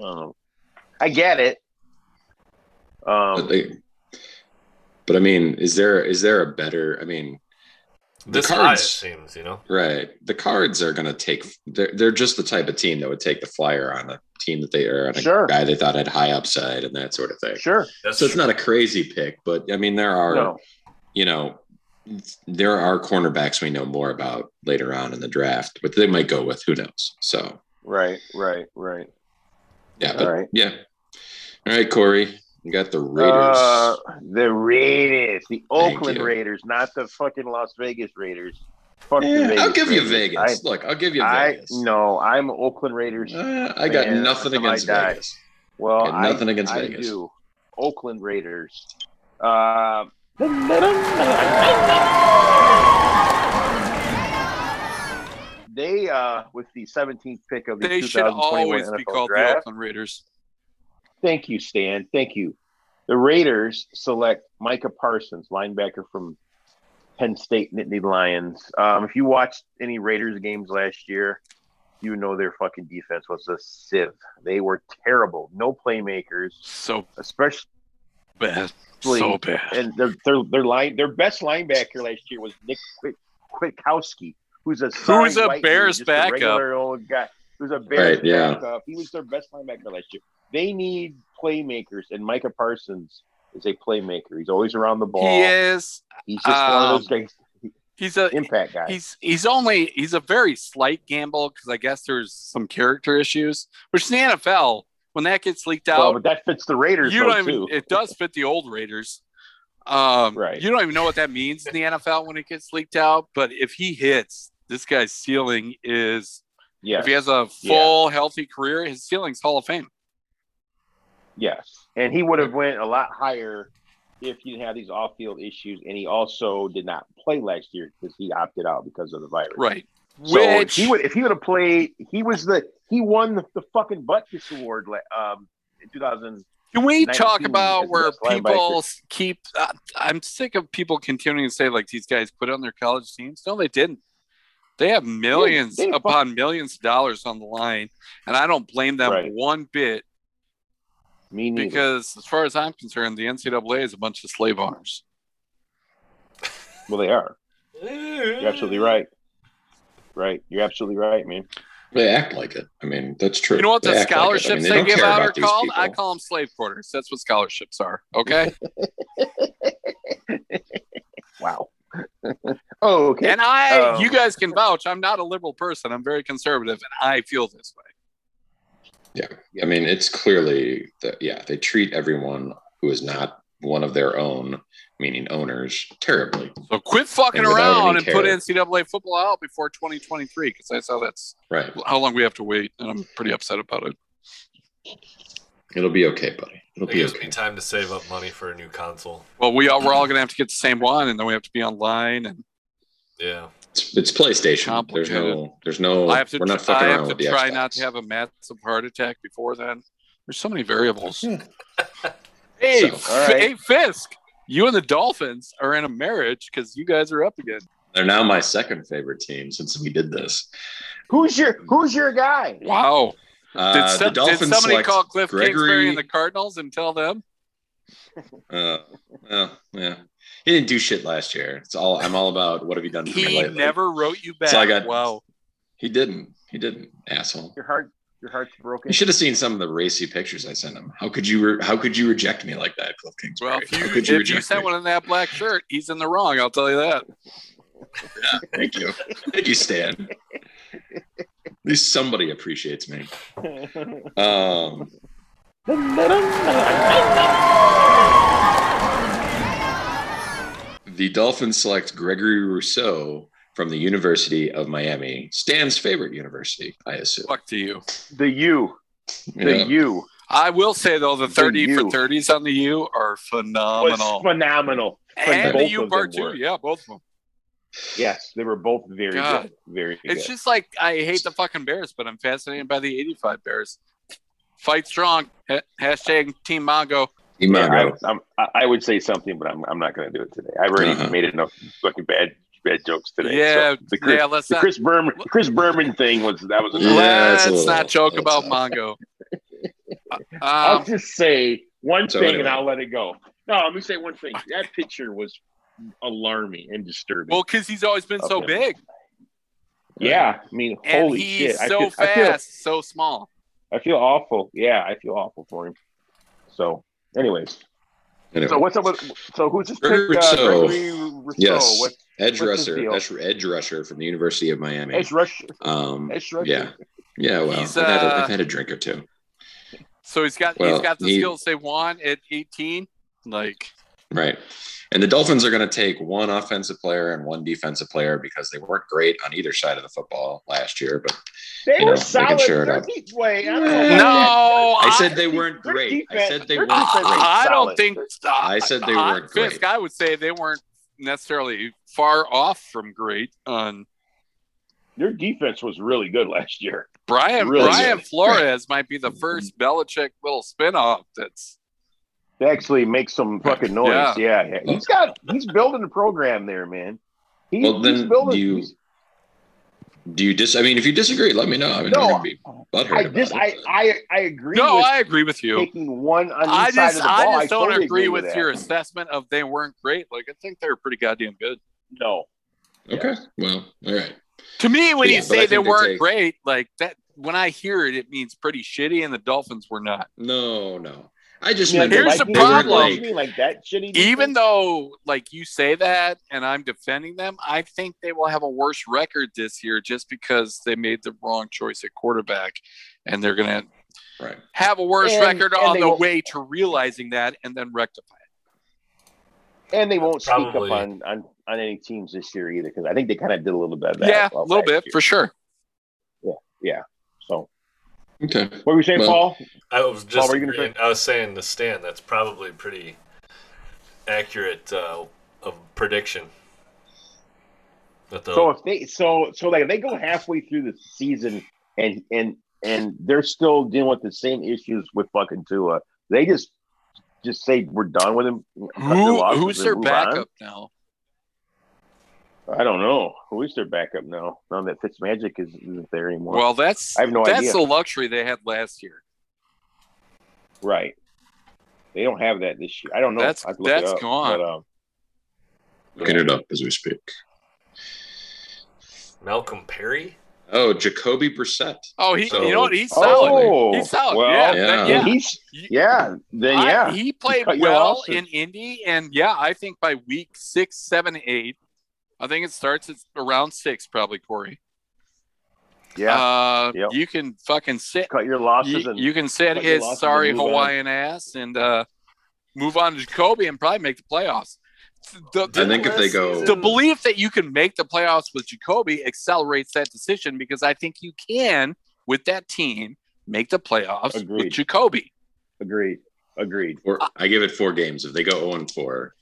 S3: don't know. I get it.
S1: but,
S3: Um,
S1: they- but I mean, is there is there a better? I mean,
S4: This
S1: The
S4: high it
S1: cards.
S4: seems, you know.
S1: right? The Cards are going to take. They're, they're just the type of team that would take the flyer on a team that they are on a
S3: Sure.
S1: guy they thought had high upside and that sort of thing.
S3: sure.
S4: That's
S1: So it's not a crazy pick, but I mean, there are
S3: No.
S1: you know, there are cornerbacks we know more about later on in the draft, but they might go with who knows. So
S3: Right. Right. Right.
S1: yeah,
S3: All
S1: but,
S3: right.
S1: yeah. All right, Corey, you got the Raiders.
S3: Uh, the Raiders, the
S1: Thank
S3: Oakland
S1: you.
S3: Raiders, not the fucking Las Vegas Raiders. Fuck the
S1: Eh,
S3: Vegas
S1: I'll give you
S3: Raiders.
S1: Vegas. Look, I'll give you
S3: I, I
S1: Vegas.
S3: no, I'm an Oakland Raiders.
S1: Uh, I got
S3: Man,
S1: nothing
S3: until I
S1: against
S3: die.
S1: Vegas.
S3: Well,
S1: Got nothing
S3: I,
S1: against
S3: I
S1: Vegas.
S3: do. Oakland Raiders. Uh, they uh, with the 17th pick of the
S2: They
S3: 2021
S2: should always
S3: NFL
S2: be called the
S3: draft.
S2: Oakland Raiders.
S3: Thank you, Stan. Thank you. The Raiders select Micah Parsons, linebacker from Penn State Nittany Lions. Um, if you watched any Raiders games last year, you know their fucking defense was a sieve. They were terrible. No playmakers,
S2: So
S3: especially
S2: bad. So bad.
S3: and their their their line their best linebacker last year was Nick Kwiat- Kwiatkowski, who's a sorry
S2: Who's a
S3: white
S2: Bears
S3: dude, just
S2: backup.
S3: a regular old guy. Who's a Bears
S1: Right, yeah.
S3: backup? He was their best linebacker last year. They need playmakers, and Micah Parsons is a playmaker. He's always around the ball.
S2: He is.
S3: He's just one of those guys,
S2: He's a
S3: impact guys.
S2: he's he's only he's a very slight gamble because I guess there's some character issues. Which in the NFL, when that gets leaked
S3: well,
S2: out,
S3: but that fits the Raiders
S2: you
S3: though,
S2: don't even,
S3: too.
S2: it does fit the old Raiders. Um,
S3: Right.
S2: You don't even know what that means in the NFL when it gets leaked out. But if he hits, this guy's ceiling is
S3: yeah,
S2: if he has a full healthy career, his ceiling's Hall of Fame.
S3: Yes, and he would have went a lot higher if he didn't have these off-field issues, and he also did not play last year because he opted out because of the virus.
S2: Right.
S3: So if
S2: Which
S3: he would if he would have played, he was the he won the, the fucking butt kiss award la- um in 2000.
S2: Can we talk
S3: 19
S2: about
S3: as
S2: where
S3: best linebacker.
S2: people s- keep? Uh, I'm sick of people continuing to say like these guys put on their college teams. No, they didn't. They have millions
S3: didn't fuck-
S2: upon millions of dollars on the line, and I don't blame them
S3: Right.
S2: one bit
S3: Me neither.
S2: because, as far as I'm concerned, the NCAA is a bunch of slave owners.
S3: well, they are. You're
S4: You're
S3: absolutely right. Right, you're absolutely right, man.
S1: They act like it. I mean, that's true.
S2: You know what
S1: They
S2: the
S1: act like it. I mean,
S2: scholarships
S1: they
S2: they,
S1: don't
S2: give
S1: care
S2: out
S1: about
S2: are
S1: these
S2: called? I
S1: people.
S2: call them slave quarters. That's what scholarships are. Okay,
S3: Wow. *laughs* oh,
S1: *laughs*
S3: okay.
S2: and I,
S3: Um,
S2: you guys can vouch. I'm not a liberal person. I'm very conservative, and I feel this way.
S1: I mean, it's clearly that yeah, they treat everyone who is not one of their own, meaning owners, terribly.
S2: So quit fucking
S1: And without
S2: around and
S1: any
S2: put
S1: care.
S2: NCAA football out before 2023 because I saw that's
S1: Right.
S2: how long we have to wait, and I'm pretty upset about it.
S1: It'll be okay, buddy. It'll
S4: It
S1: be
S4: gives me
S1: okay.
S4: time to save up money for a new console.
S2: Well, we all, we're all gonna have to get the same one, and then we have to be online, and
S4: Yeah.
S1: It's, it's PlayStation. There's
S2: Complicated.
S1: no. There's no.
S2: I have to
S1: we're not
S2: I
S1: fucking around
S2: have to
S1: with the
S2: try
S1: Xbox.
S2: not to have a massive heart attack before then. There's so many variables. *laughs* hey,
S1: So,
S2: F-
S3: all right.
S2: hey, Fisk, you and the Dolphins are in a marriage because you guys are up again.
S1: They're now my second favorite team since we did this.
S3: Who's your Who's your guy?
S2: Wow. Did,
S1: Uh,
S2: some-
S1: the
S2: did
S1: Dolphins
S2: somebody
S1: select
S2: call Cliff Kingsbury
S1: Gregory-
S2: and the Cardinals and tell them?
S1: Uh, well, yeah. He didn't do shit last year. It's all I'm all about. What have you done for me
S2: He
S1: lately?
S2: never wrote you back.
S1: So I got-
S2: wow.
S1: He didn't. He didn't. Asshole.
S3: Your heart, your heart's broken.
S1: You should have seen some of the racy pictures I sent him. How could you? Re- how could you reject me like that, Cliff Kingsbury?
S2: Well, if
S1: How
S2: you,
S1: could you
S2: if you
S1: reject
S2: sent
S1: me?
S2: one in that black shirt, he's in the wrong. I'll tell you that.
S1: Thank you. Thank you, Stan. At least somebody appreciates me. Um, the Dolphins select Gregory Rousseau from the University of Miami, Stan's favorite university, I assume.
S2: Fuck to you.
S3: the U,
S1: You
S3: the
S1: know,
S3: U
S2: I will say though, the
S3: The
S2: thirty for
S3: U.
S2: thirties on the U are
S3: was
S2: phenomenal,
S3: phenomenal.
S2: and the
S3: both
S2: U
S3: of them
S2: part two.
S3: were.
S2: Yeah, both of them.
S3: Yes, they were both very
S2: God.
S3: good. Very good.
S2: It's just like I hate the fucking Bears, but I'm fascinated by the '85 Bears. Fight strong. Ha- hashtag Team Mongo.
S3: Yeah,
S1: Imago.
S3: I, I'm, I I would say something, but I'm, I'm not going to do it today. I've already
S1: Uh-huh.
S3: made enough fucking bad bad jokes today.
S2: yeah,
S3: So the Chris,
S2: yeah. Let's
S3: the
S2: not
S3: Chris Berman Chris Berman thing was that was.
S1: Yeah,
S2: let's
S1: it's a little-
S2: not joke
S1: it's
S2: about
S1: a- *laughs*
S2: Mongo.
S3: I'll
S2: um,
S3: just say one
S1: So
S3: thing
S1: anyway.
S3: and I'll let it go. No, let me say one thing. That picture was alarming and disturbing.
S2: well, because he's always been so
S3: Okay.
S2: big,
S3: yeah, I mean,
S2: and
S3: holy
S2: he's
S3: shit!
S2: so
S3: I feel,
S2: fast,
S3: I feel,
S2: so small.
S3: I feel awful. Yeah, I feel awful for him. So, anyways,
S1: Anyway.
S3: so what's up with? So who's this?
S1: Gregory
S3: pick, uh,
S1: Rousseau.
S3: Gregory Rousseau?
S1: Yes.
S3: What-
S1: edge
S3: what's his
S1: rusher,
S3: deal?
S1: edge, edge rusher from the University of Miami.
S3: Edge rusher.
S1: um,
S3: Edge rusher.
S1: yeah, yeah. Well,
S2: He's,
S1: I've, had a,
S2: uh,
S1: I've had a drink or two.
S2: So he's got he's
S1: Well,
S2: got the
S1: he-
S2: skills they want at 18.
S3: *laughs*
S2: Like
S1: Right. And the Dolphins are going to take one offensive player and one defensive player because they weren't great on either side of the football last year. But
S3: They
S1: You
S3: were
S1: know, they can
S3: solid
S1: share it up.
S3: 13th way. I don't know about that.
S2: no,
S1: I
S2: I
S1: said they weren't
S3: their
S1: great. I
S3: defense-
S1: said they
S3: their
S1: weren't
S3: defense-
S1: great.
S2: I, I don't
S3: solid.
S2: think uh,
S1: I said they
S2: I-
S1: weren't
S2: Fisk,
S1: great.
S2: I would say they weren't necessarily far off from great. um, On
S3: Their defense was really good last year.
S2: Brian
S3: Really?
S2: Brian Flores might be the first Belichick little spinoff. That's
S3: They actually make
S2: *laughs*
S3: some fucking noise.
S2: Yeah.
S3: Yeah, yeah. He's got he's building a program there, man. He,
S1: Well,
S3: he's
S1: then
S3: building.
S1: do you-
S3: he's-
S1: Do you dis? I mean, if you disagree, let me know. I mean,
S3: No,
S1: I'm gonna be butthurt
S3: I
S1: about
S3: just
S1: it,
S3: I,
S1: but-
S3: I I agree
S2: no,
S3: with
S2: I agree with you.
S3: taking one on each
S2: I
S3: side of
S2: just
S3: the ball.
S2: I just don't
S3: totally
S2: agree with
S3: that.
S2: your assessment of they weren't great. Like I think they were pretty goddamn good.
S3: no.
S1: okay. Well, all right.
S2: To me, when
S1: Yeah,
S2: you
S1: but
S2: say
S1: I
S2: they
S1: think they
S2: weren't
S1: take- Okay.
S3: What were you saying,
S1: Well-
S3: Paul?
S4: I was just
S3: were you gonna
S4: agreeing- I was saying to Stan that's probably pretty accurate uh, of prediction. That the,
S3: So if they so so like if they go halfway through the season and and and they're still dealing with the same issues with fucking Tua, they just just say we're done with him. cut their
S2: Who,
S3: losses,
S2: who's
S3: and
S2: their
S3: move on?
S2: backup now?
S3: I don't know. Who is their backup now? Now that Fitzmagic is, isn't there anymore.
S2: Well, that's
S3: I have no
S2: that's
S3: idea.
S2: the luxury they had last year.
S3: right. They don't have that this year. I don't know.
S2: That's-
S3: I have to look it
S2: that's
S3: up.
S2: gone.
S3: But, um,
S1: Looking it up as we speak.
S4: Malcolm Perry.
S1: Oh, Jacoby Brissett.
S2: Oh, he,
S1: So-
S2: you know what? He's
S1: Oh,
S2: solid.
S3: Oh,
S2: he's solid.
S3: Well,
S2: yeah,
S1: yeah.
S2: that-
S3: then
S2: yeah.
S3: he's
S2: You-
S3: yeah. Then
S2: I-
S3: yeah.
S2: he played
S3: cut your
S2: well
S3: losses.
S2: in Indy, and yeah, I think by week six, seven, eight, I think it starts at around six, probably Corey.
S3: yeah.
S2: uh,
S3: Yep.
S2: you can fucking sit.
S3: cut your losses
S2: You,
S3: and
S2: you can sit
S3: cut your
S2: his
S3: losses
S2: sorry
S3: and move on.
S2: Hawaiian ass and uh, move on to Jacoby and probably make the playoffs. The,
S1: I think if they go-
S2: the belief that you can make the playoffs with Jacoby accelerates that decision because I think you can with that team make the playoffs with
S3: Agreed.
S2: Jacoby.
S3: agreed. Agreed.
S1: Or I give it four games. If they go 0 and 4,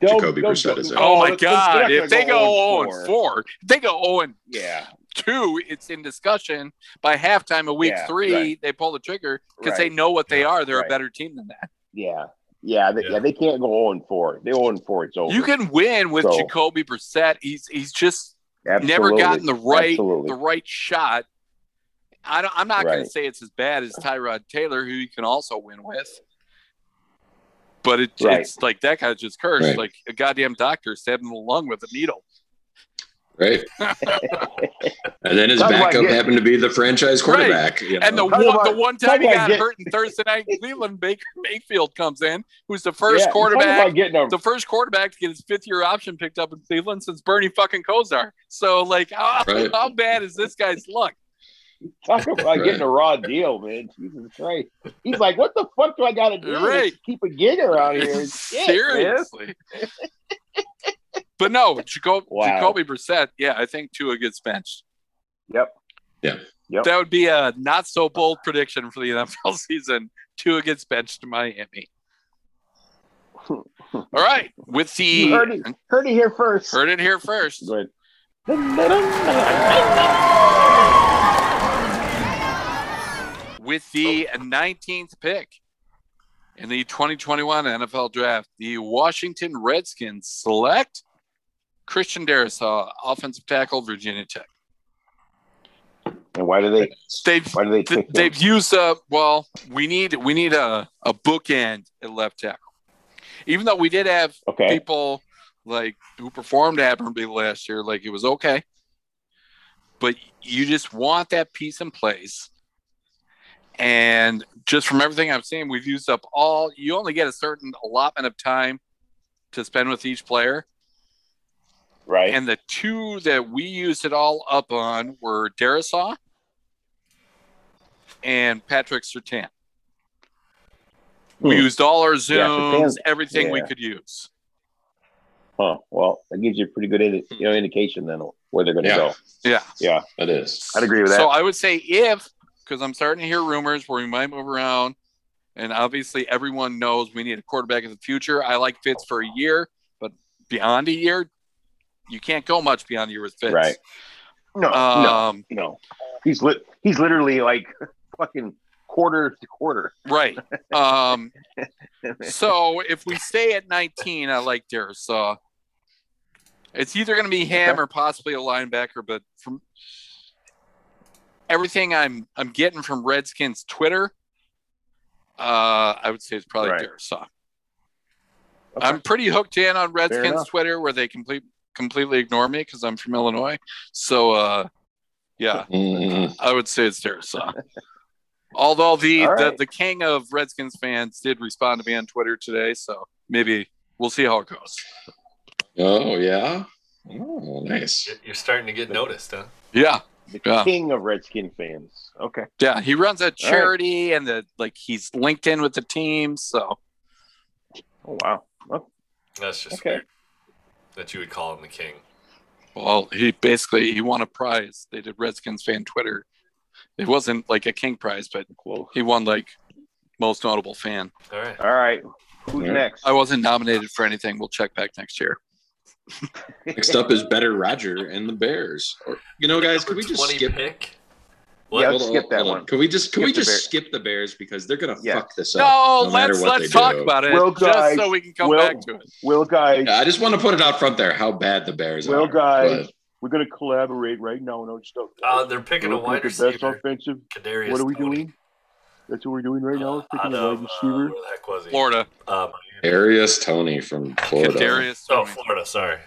S3: They'll-
S1: Jacoby
S3: they'll-
S1: Brissett is out.
S2: Oh, my
S3: they're- they're not
S2: God!
S3: gonna
S2: If they go 0
S3: 0-4.
S2: and four, if they go 0 and
S3: yeah,
S2: two, it's in discussion. By halftime of week
S3: Yeah,
S2: three,
S3: right.
S2: they pull the trigger because
S3: Right.
S2: they know what they
S4: Yeah,
S2: are. They're
S3: right.
S2: a better team than that.
S3: yeah, yeah, they, yeah.
S4: Yeah.
S3: They can't go zero and four. They zero and four. It's over.
S2: You can win with
S3: So-
S2: Jacoby Brissett. He's he's just
S3: Absolutely.
S2: never gotten the right
S3: Absolutely.
S2: the right shot. I don't, I'm not going
S3: Right.
S2: to say it's as bad as Tyrod Taylor, who you can also win with. But it,
S3: Right.
S2: it's like that guy's just cursed,
S1: Right.
S2: like a goddamn doctor stabbing the lung with a needle.
S3: *laughs*
S1: right? and then his
S3: Talk about
S1: backup
S3: getting-
S1: happened to be the franchise
S2: Right.
S1: quarterback. you
S2: And the
S1: know?
S2: one,
S3: about-
S2: the one time he
S3: talk about
S2: got
S3: get-
S2: hurt in Thursday night in Cleveland, Baker Mayfield comes in, who's the first
S3: Yeah, talk
S2: quarterback *laughs*
S3: about getting a-
S2: the first quarterback to get his fifth year option picked up in Cleveland since Bernie fucking Kosar. So like, how,
S1: Right.
S2: how bad is this guy's luck?
S3: talk about
S1: Right.
S3: getting a raw deal, man. Jesus Christ. He's like, what the fuck do I got to do? to
S2: Right.
S3: Keep a gig
S2: *laughs*
S3: around here. Shit, man.
S2: Seriously. *laughs* but no, Jacob,
S3: Wow.
S2: Jacoby Brissett. Yeah, I think Tua gets benched.
S3: Yep. Yep.
S2: That would be a not so bold prediction for the NFL *laughs* season. Tua gets benched to
S3: *laughs*
S2: Miami. All right, with the
S3: You heard it, heard it here first.
S2: heard it here first.
S3: Go ahead.
S2: with the 19th pick in the 2021 NFL draft, the Washington Redskins select Christian Darisaw, offensive tackle, Virginia Tech.
S3: And why do they?
S2: They've
S3: Why do they?
S2: th-
S3: *laughs* Pick him?
S2: they've used a well. We need we need a a bookend at left tackle, even though we did have
S3: okay.
S2: people like who performed admirably last year, like it was okay. But you just want that piece in place. And just from everything I've seen, we've used up all you only get a certain allotment of time to spend with each player.
S3: right.
S2: And the two that we used it all up on were Darisaw and Patrick Sertan. We
S3: Hmm.
S2: used all our
S3: Yeah,
S2: zooms,
S3: Sertan-
S2: everything we
S3: yeah.
S2: could use.
S3: Huh. Well, that gives you a pretty good indi- you know, indication then of where they're going to
S1: Yeah.
S3: go.
S2: Yeah.
S3: Yeah,
S1: That is.
S3: I'd agree with that.
S2: So I would say if, because I'm starting to hear rumors where we might move around, and obviously everyone knows we need a quarterback in the future. I like Fitz for a year, but beyond a year, you can't go much beyond a year with Fitz.
S3: Right. no,
S2: Um,
S3: no, no. He's lit. He's literally like *laughs* fucking quarter to quarter. *laughs*
S2: Right. Um, so if we stay at 19, I like Darisaw. It's either going to be him
S3: Okay.
S2: or possibly a linebacker, but from everything I'm I'm getting from Redskins Twitter, uh, I would say it's probably
S3: Right.
S2: Darisaw.
S3: Okay.
S2: I'm pretty hooked in on Redskins
S3: enough.
S2: Twitter, where they complete completely ignore me because I'm from Illinois. So uh, yeah,
S1: Mm,
S2: I would say it's Darisaw. Although the,
S3: All
S2: the
S3: right.
S2: the king of Redskins fans did respond to me on Twitter today, so maybe we'll see how it goes.
S1: oh, yeah. Oh, nice.
S4: You're starting to get noticed, huh?
S2: Yeah,
S3: the
S2: yeah.
S3: king of Redskin fans. Okay.
S2: yeah. He runs a charity, and the like. He's linked in with the team, so
S3: Oh wow. Well,
S4: That's just
S3: Okay.
S4: weird that you would call him the king.
S2: well, he basically he won a prize. They did Redskins fan Twitter It wasn't like a king prize, but
S3: Close.
S2: he won like most notable fan.
S4: All right.
S3: All right. Who's
S1: Yeah.
S3: next? *laughs*
S2: I wasn't nominated for anything. We'll check back next year.
S1: Next up is Better Roger and the Bears. Or you know, guys, could we just
S4: 20
S1: skip?
S4: pick?
S3: Yeah,
S4: What?
S3: let's skip that one.
S1: Can we just can
S3: Skip
S1: we
S3: the
S1: just
S3: Bear-
S1: skip the Bears because they're gonna
S3: Yeah.
S1: fuck this up.
S2: No,
S1: no matter
S2: let's
S1: what they
S2: let's talk
S1: do.
S2: about it
S3: Well,
S2: just
S3: guys,
S2: so we can come
S3: well-
S2: back to it.
S3: Will guys,
S1: I just want to put it out front there how bad the Bears
S3: Well,
S1: are.
S3: guys,
S1: but
S3: we're gonna collaborate right now. No, just don't.
S4: Uh, they're picking a
S3: We're
S4: wide
S3: looking at the best
S4: receiver.
S3: offensive.
S4: Kadarius
S3: What are we
S4: Toney.
S3: doing? That's what we're doing right now. is
S4: Uh,
S3: Picking
S4: out
S3: a wide
S4: of, uh,
S3: receiver.
S4: where the heck was he?
S2: Florida,
S4: Uh,
S1: Arius Tony from Florida.
S2: Kadarius.
S4: oh,
S2: Toney.
S4: Florida. Sorry.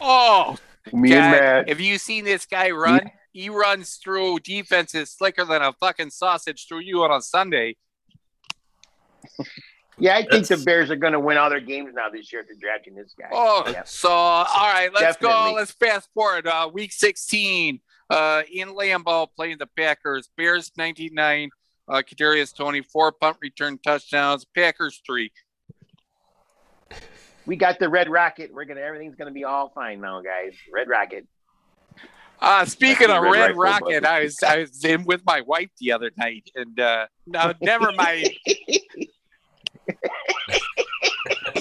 S2: Oh,
S4: uh,
S3: Me
S2: God,
S3: and Matt.
S2: Have you seen this guy run? He runs through defenses slicker than a fucking sausage through you on a Sunday.
S5: Yeah, I think the
S4: That's-
S5: Bears are going to win all their games now this year if they're drafting this guy.
S2: Oh,
S5: Yeah.
S2: so all right, let's go.
S5: Definitely.
S2: Let's fast forward. Uh, week 16 uh, in Lambeau playing the Packers. Bears 99, uh, Kadarius Tony, four punt return touchdowns, Packers three.
S5: We got the Red Rocket. We're gonna everything's gonna be all fine now, guys. Red Rocket.
S2: Uh, speaking
S3: That's
S2: of
S3: a red
S2: Red
S3: rifle,
S2: Rocket,
S3: bud.
S2: I was I was in with my wife the other night, and uh, no, never
S3: *laughs*
S2: mind.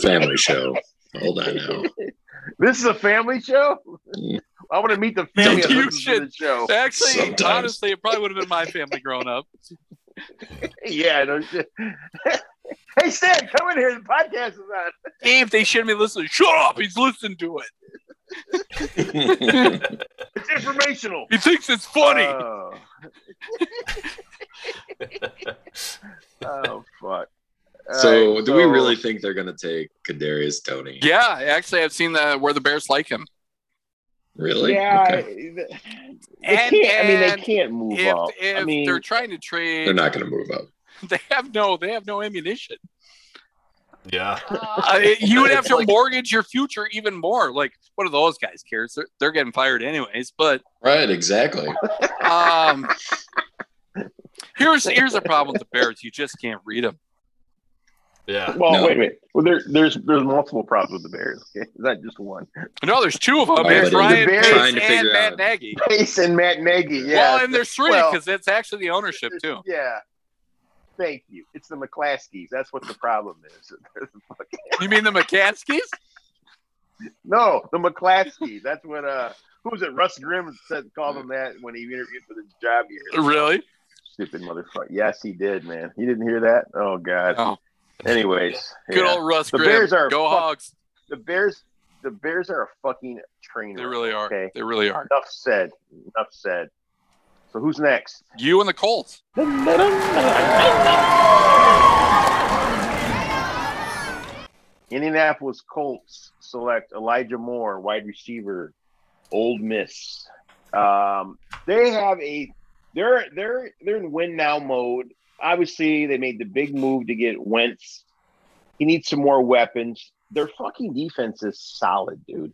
S1: Family show. Hold on
S3: *laughs*
S1: now. *laughs*
S3: This is a family show.
S5: *laughs*
S1: Mm.
S3: I want to meet the family.
S2: You
S3: that listens to
S2: should-
S3: the show.
S2: Actually,
S1: Sometimes.
S2: honestly, it probably would have been my family growing up.
S3: Yeah, no shit.
S5: *laughs* hey Stan, come in here. The podcast is on.
S2: Damn, they shouldn't be listening. Shut up! He's listening to it.
S3: It's informational.
S2: He thinks it's funny. *laughs*
S5: *laughs*
S3: Oh. oh fuck. All
S1: so,
S3: right,
S1: do we really think they're gonna take Kadarius Tony?
S2: yeah, actually, I've seen the where the Bears like him.
S1: Really?
S3: Yeah,
S1: Okay.
S3: they
S2: And-
S3: can't. I mean, they
S2: and
S3: can't move
S2: If,
S3: up.
S2: if
S3: I mean,
S2: they're trying to
S1: They're
S2: trade,
S1: not gonna move up.
S2: *laughs* they have no they have no ammunition.
S4: Yeah.
S2: Uh,
S1: *laughs*
S2: you would have
S4: It's
S2: to
S4: like-
S2: mortgage your future even more. Like, what do those guys care? They're, they're getting fired anyways. But
S1: Right, exactly. *laughs*
S2: Um, here's here's the problem with the Bears. You just can't read them.
S4: Yeah.
S3: well,
S1: no.
S3: wait a minute. Well, there, there's there's multiple problems with the Bears. *laughs* Okay? It's not just one.
S2: No, there's two of them.
S1: Oh,
S2: There's
S1: but
S2: Ryan
S3: the Bears-
S2: Pace
S1: Trying to
S2: and
S1: figure
S2: Matt
S1: out.
S2: Nagy.
S3: Pace and Matt Nagy. Yeah.
S2: well, and there's three
S3: well-
S2: because it's actually the ownership too.
S3: Yeah. Thank you. It's the McClaskies. That's what the problem is.
S2: You mean the McCaskies?
S3: no, the McClaskies. That's what. Uh, who was it? Russ Grimm said called him that when he interviewed for the job here.
S2: Really?
S3: Stupid motherfucker. Yes, he did, man. You didn't hear that? Oh God.
S2: Oh.
S3: Anyways,
S2: Good
S3: yeah.
S2: old Russ
S3: The
S2: Grimm.
S3: Bears are
S2: Go
S3: fuck-
S2: Hogs.
S3: the Bears. The Bears are a fucking train
S2: They
S3: wreck.
S2: really are.
S3: Okay.
S2: They really are.
S3: Enough said. Enough said. So who's next?
S2: You and the Colts.
S3: Indianapolis Colts select Elijah Moore, wide receiver, Old Miss. Um, they have a they're they're they're in win now mode. Obviously, they made the big move to get Wentz. He needs some more weapons. Their fucking defense is solid, dude.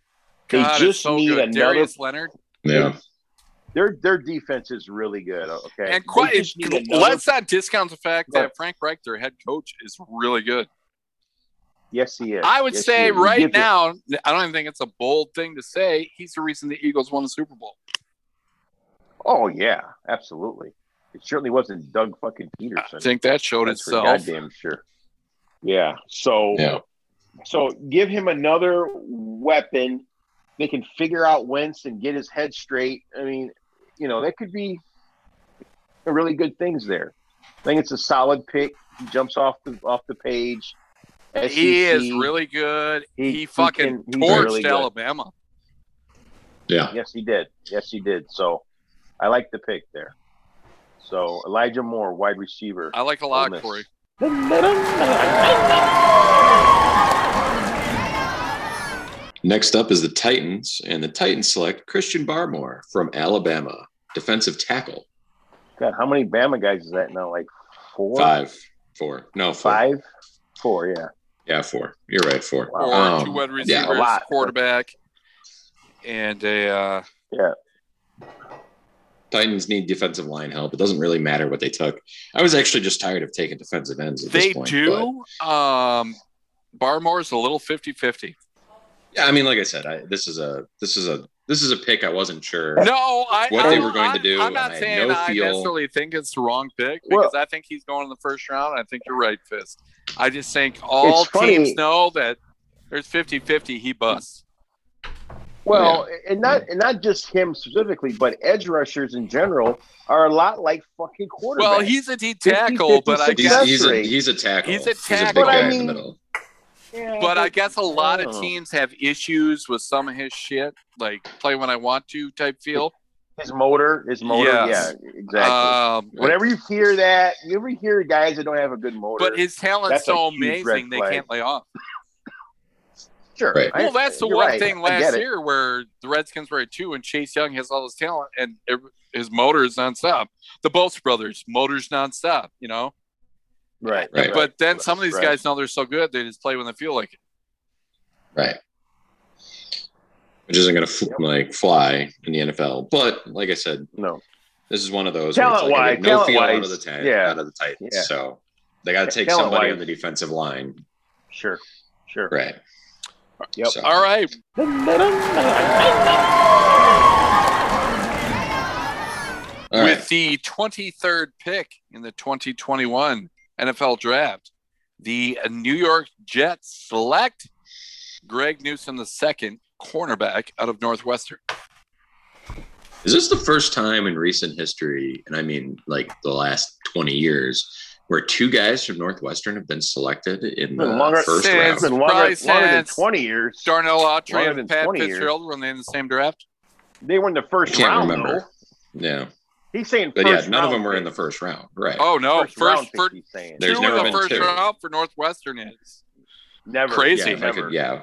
S3: They
S2: God, it's
S3: just
S2: so
S3: need
S2: good.
S3: another-
S2: Darius Leonard.
S1: Yeah.
S3: Their their defense is really good. Okay,
S2: And
S3: They
S2: quite,
S3: just need another-
S2: let's not discount the fact
S3: Go
S2: that Frank Reich, their head coach, is really good.
S3: yes, he is.
S2: I would
S3: Yes, he
S2: say
S3: is. You
S2: right
S3: get the-
S2: now, I don't even think it's a bold thing to say. He's the reason the Eagles won the Super Bowl.
S3: Oh yeah, absolutely. It certainly wasn't Doug fucking Peterson.
S2: I think that showed
S3: That's for
S2: itself.
S3: goddamn sure. Yeah. So
S1: Yeah.
S3: so give him another weapon. They can figure out Wentz and get his head straight. I mean, you know, that could be really good things there. I think it's a solid pick. He jumps off the off the page.
S2: He
S3: SEC,
S2: is really good.
S3: E he-
S2: He,
S3: he
S2: fucking
S3: can- he's
S2: torched
S3: really good.
S2: Alabama.
S1: Yeah.
S3: Yes, he did. Yes, he did. So I like the pick there. So Elijah Moore, wide receiver.
S2: I like a
S3: Ole
S2: lot,
S3: Miss.
S2: Corey.
S1: Next up is the Titans, and the Titans select Christian Barmore from Alabama, defensive tackle.
S3: God, how many Bama guys is that now? Like four,
S1: Five, four. No, four.
S3: five, four. Yeah.
S1: Yeah, four. You're right, four.
S3: Wow.
S2: Or
S1: Um,
S2: two wide
S1: yeah, a
S2: receivers,
S3: lot.
S2: quarterback, and a uh,
S1: Titans need defensive line help. It doesn't really matter what they took. I was actually just tired of taking defensive ends at
S2: they
S1: this point. but-
S2: do. Um, Barmore's a little 50 50.
S1: yeah, I mean, like I said, I, this is a this is a This is a pick I wasn't sure.
S2: No, I,
S1: What
S2: I,
S1: they were going to
S2: I-
S1: do,
S2: I'm not
S1: I had
S2: saying
S1: no
S2: I
S1: feel.
S2: necessarily think it's the wrong pick
S3: Well-
S2: because I think he's going in the first round. I think you're right, Fist. I just think all
S3: It's funny-
S2: teams know that there's 50 50 he busts.
S3: Well, and not and not just him specifically, but edge rushers in general are a lot like fucking quarterbacks.
S2: Well, he's a D tackle, but I
S1: He's,
S2: guess,
S1: he's a
S3: Accessory.
S1: he's a tackle.
S2: He's a
S1: He's
S2: tackle.
S1: a big
S3: But I
S1: guy in
S3: mean-
S1: the middle.
S3: Yeah,
S2: but I guess a lot
S3: I
S2: of
S3: don't know.
S2: teams have issues with some of his shit, like play when I want to type feel.
S3: his motor, his motor.
S2: Yes.
S3: Yeah, exactly.
S2: Um,
S3: Whenever you hear that, you ever hear guys that don't have a good motor.
S2: but his talent's
S3: That's a
S2: so
S3: huge red
S2: amazing they
S3: flag.
S2: can't lay off.
S3: sure.
S1: Right.
S3: I-
S2: Well, that's the
S3: you're
S2: one
S3: right.
S2: thing
S3: I get
S2: last
S3: it.
S2: year where the Redskins were at two and Chase Young has all this talent and it, his motor is nonstop. The Bolts brothers, motors nonstop, you know?
S3: Right.
S1: Right.
S2: But then some of these
S3: Right.
S2: guys know they're so good, they just play when they feel like it.
S1: Right. Which isn't going to f- like fly in the NFL, but like I said,
S3: No.
S1: this is one of those where it's like,
S3: Talent-wise,
S1: I get no feel out of
S3: talent-wise,
S1: the Titans.
S3: yeah.
S1: Out of the Titans.
S3: Yeah.
S1: So they got to take
S3: Talent-wise.
S1: somebody on the defensive line,
S3: Sure. Sure.
S1: right?
S3: Yep.
S1: So-
S2: All right.
S1: All right.
S2: With the 23rd pick in the 2021 NFL draft, the New York Jets select Greg Newsom II, cornerback out of Northwestern.
S1: Is this the first time in recent history, and I mean like the last 20 years, where two guys from Northwestern have been selected in the
S3: Been longer-
S1: first
S2: Since-
S3: It's
S1: round?
S3: been longer,
S2: Probably
S3: longer than
S2: since-
S3: twenty years.
S2: Darnell
S3: Longer
S2: Autry
S3: than
S2: and Pat
S3: 20 years.
S2: Fitzgerald were they in the same draft?
S3: They were in the
S1: I
S3: first
S1: can't
S3: round.
S1: remember.
S3: Though.
S1: Yeah.
S3: He's saying,
S1: But
S3: first
S1: yeah, none of
S3: round
S1: them were in the
S3: pick.
S1: first round. Right.
S2: Oh no,
S3: First round
S2: first,
S3: pick,
S2: first
S3: he's saying.
S1: There's
S2: two
S1: never
S2: of the
S1: been
S2: first
S1: two.
S2: round for Northwestern is.
S3: Never.
S2: Crazy.
S1: yeah, if I could- yeah.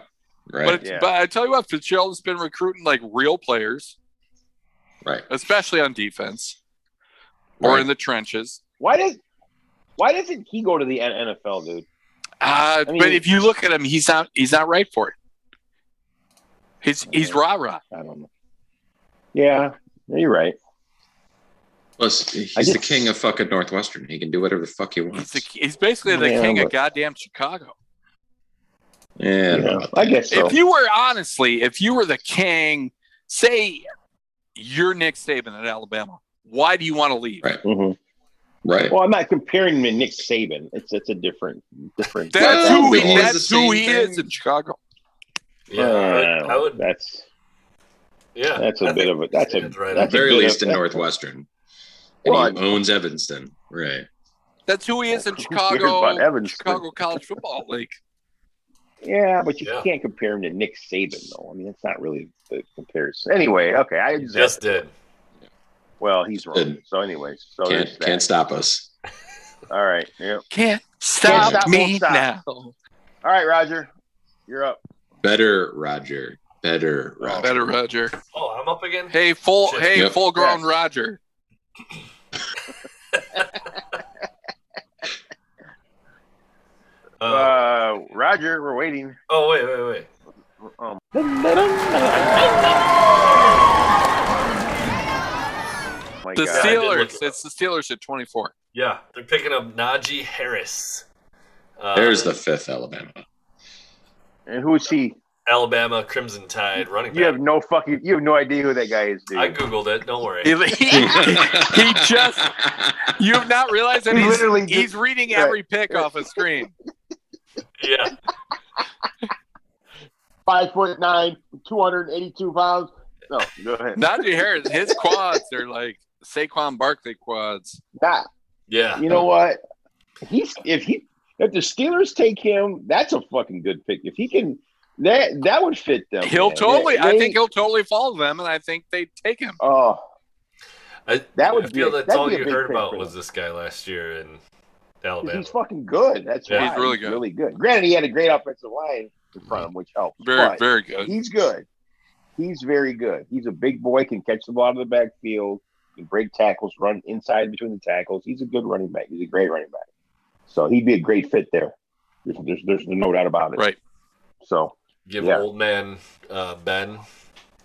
S1: Right.
S2: But, it's,
S3: Yeah.
S2: but I tell you what, Fitzgerald's been recruiting like real players,
S1: right.
S2: especially on defense or
S1: Right.
S2: in the trenches.
S3: Why does why doesn't he go to the N- NFL, dude?
S2: Uh,
S3: I mean-
S2: but if you look at him, he's not he's not right for it. He's he's
S3: Yeah.
S2: rah rah.
S3: I don't know. Yeah, you're right.
S1: Plus, he's
S3: I
S1: the
S3: just-
S1: king of fucking Northwestern. He can do whatever the fuck he
S2: He's
S1: wants.
S2: the, he's basically the
S3: Yeah,
S2: king of
S3: but-
S2: goddamn Chicago.
S1: yeah, I don't know
S3: Yeah,
S1: about
S3: I
S1: that.
S3: guess so.
S2: If you were honestly, if you were the king, say you're Nick Saban at Alabama, why do you want to leave?
S1: Right.
S3: Mhm.
S1: Right.
S3: Well, I'm not comparing him to Nick Saban. It's it's a different different.
S2: That's
S1: Well,
S2: who
S1: we
S2: he,
S1: is
S2: that's
S1: the
S2: who
S1: same
S2: he is
S1: thing.
S2: in Chicago.
S4: Yeah,
S3: Uh,
S4: I, I would.
S3: That's
S4: Yeah,
S3: that's a
S4: I
S3: bit
S4: think
S3: of a- that's a-
S4: Saban's right
S1: At
S3: that's
S1: the
S4: up
S1: very
S3: bit
S1: least
S3: of-
S1: in Northwestern. And
S3: Well,
S1: he owns Evanston. Right.
S2: That's who he is in
S3: Who
S2: Chicago.
S3: cares about Evanston?
S2: Chicago College Football League.
S3: yeah, but you
S4: Yeah.
S3: can't compare him to Nick Saban though. I mean, that's not really the comparison. Anyway, okay. I
S4: there.
S3: just,
S4: Just did.
S3: well, he's wrong.
S1: Good.
S3: So anyways, so there's
S1: Can't
S3: that.
S1: can't stop us.
S3: All right. Yep.
S2: Can't stop,
S3: stop,
S2: me
S3: won't stop.
S2: now.
S3: All right, Roger. You're up.
S1: Better Roger. Better Roger.
S2: Better Roger.
S4: Oh, I'm up again.
S2: Hey, full
S4: Shit.
S2: hey,
S1: Yep.
S2: full grown
S3: Yes.
S2: Roger.
S4: Uh,
S3: Uh, Roger, we're waiting.
S4: oh wait, wait, wait.
S3: Um, my
S2: The
S3: God.
S4: I did look
S2: Steelers.
S4: it up.
S2: It's the Steelers at twenty
S3: *laughs*
S2: four.
S4: Yeah, they're picking up Najee Harris. Uh,
S1: There's the fifth
S3: *laughs*
S1: Alabama.
S3: and who is he?
S4: Alabama Crimson Tide running back.
S3: You have no fucking. You have no idea who that guy is, dude.
S4: I googled it. Don't worry.
S2: *laughs* he just you've not realized that
S3: He
S2: he's
S3: literally just-
S2: he's reading every pick off a screen.
S4: Yeah,
S3: Five foot nine, two hundred eighty-two pounds. No, go ahead.
S2: Najee Harris, his quads are like Saquon Barkley quads.
S3: Nah,
S4: yeah.
S3: you know what? He's if he if the Steelers take him, that's a fucking good pick. If he can, that that would fit them.
S2: He'll
S3: man.
S2: totally
S3: They-
S2: I think he'll totally follow them and I think they take him.
S3: Oh,
S4: I,
S3: That would
S4: I
S3: be
S4: feel
S3: a-
S4: that's
S3: that'd
S4: all
S3: be a
S4: you
S3: big
S4: heard
S3: pick
S4: about
S3: for
S4: was this guy last year in
S3: 'cause
S4: Alabama.
S3: he's fucking good. That's
S4: Yeah,
S3: why.
S2: he's really good.
S3: Really good. Granted, he had a great offensive line in front of him, which helped.
S2: Very,
S3: but-
S2: very good.
S3: He's good. He's very good. He's a big boy, can catch the ball out of the backfield, can break tackles, run inside between the tackles. He's a good running back. He's a great running back. So he'd be a great fit there. There's, there's, there's no doubt about it.
S2: Right.
S3: So
S4: Give
S3: Yeah.
S4: old man uh, Ben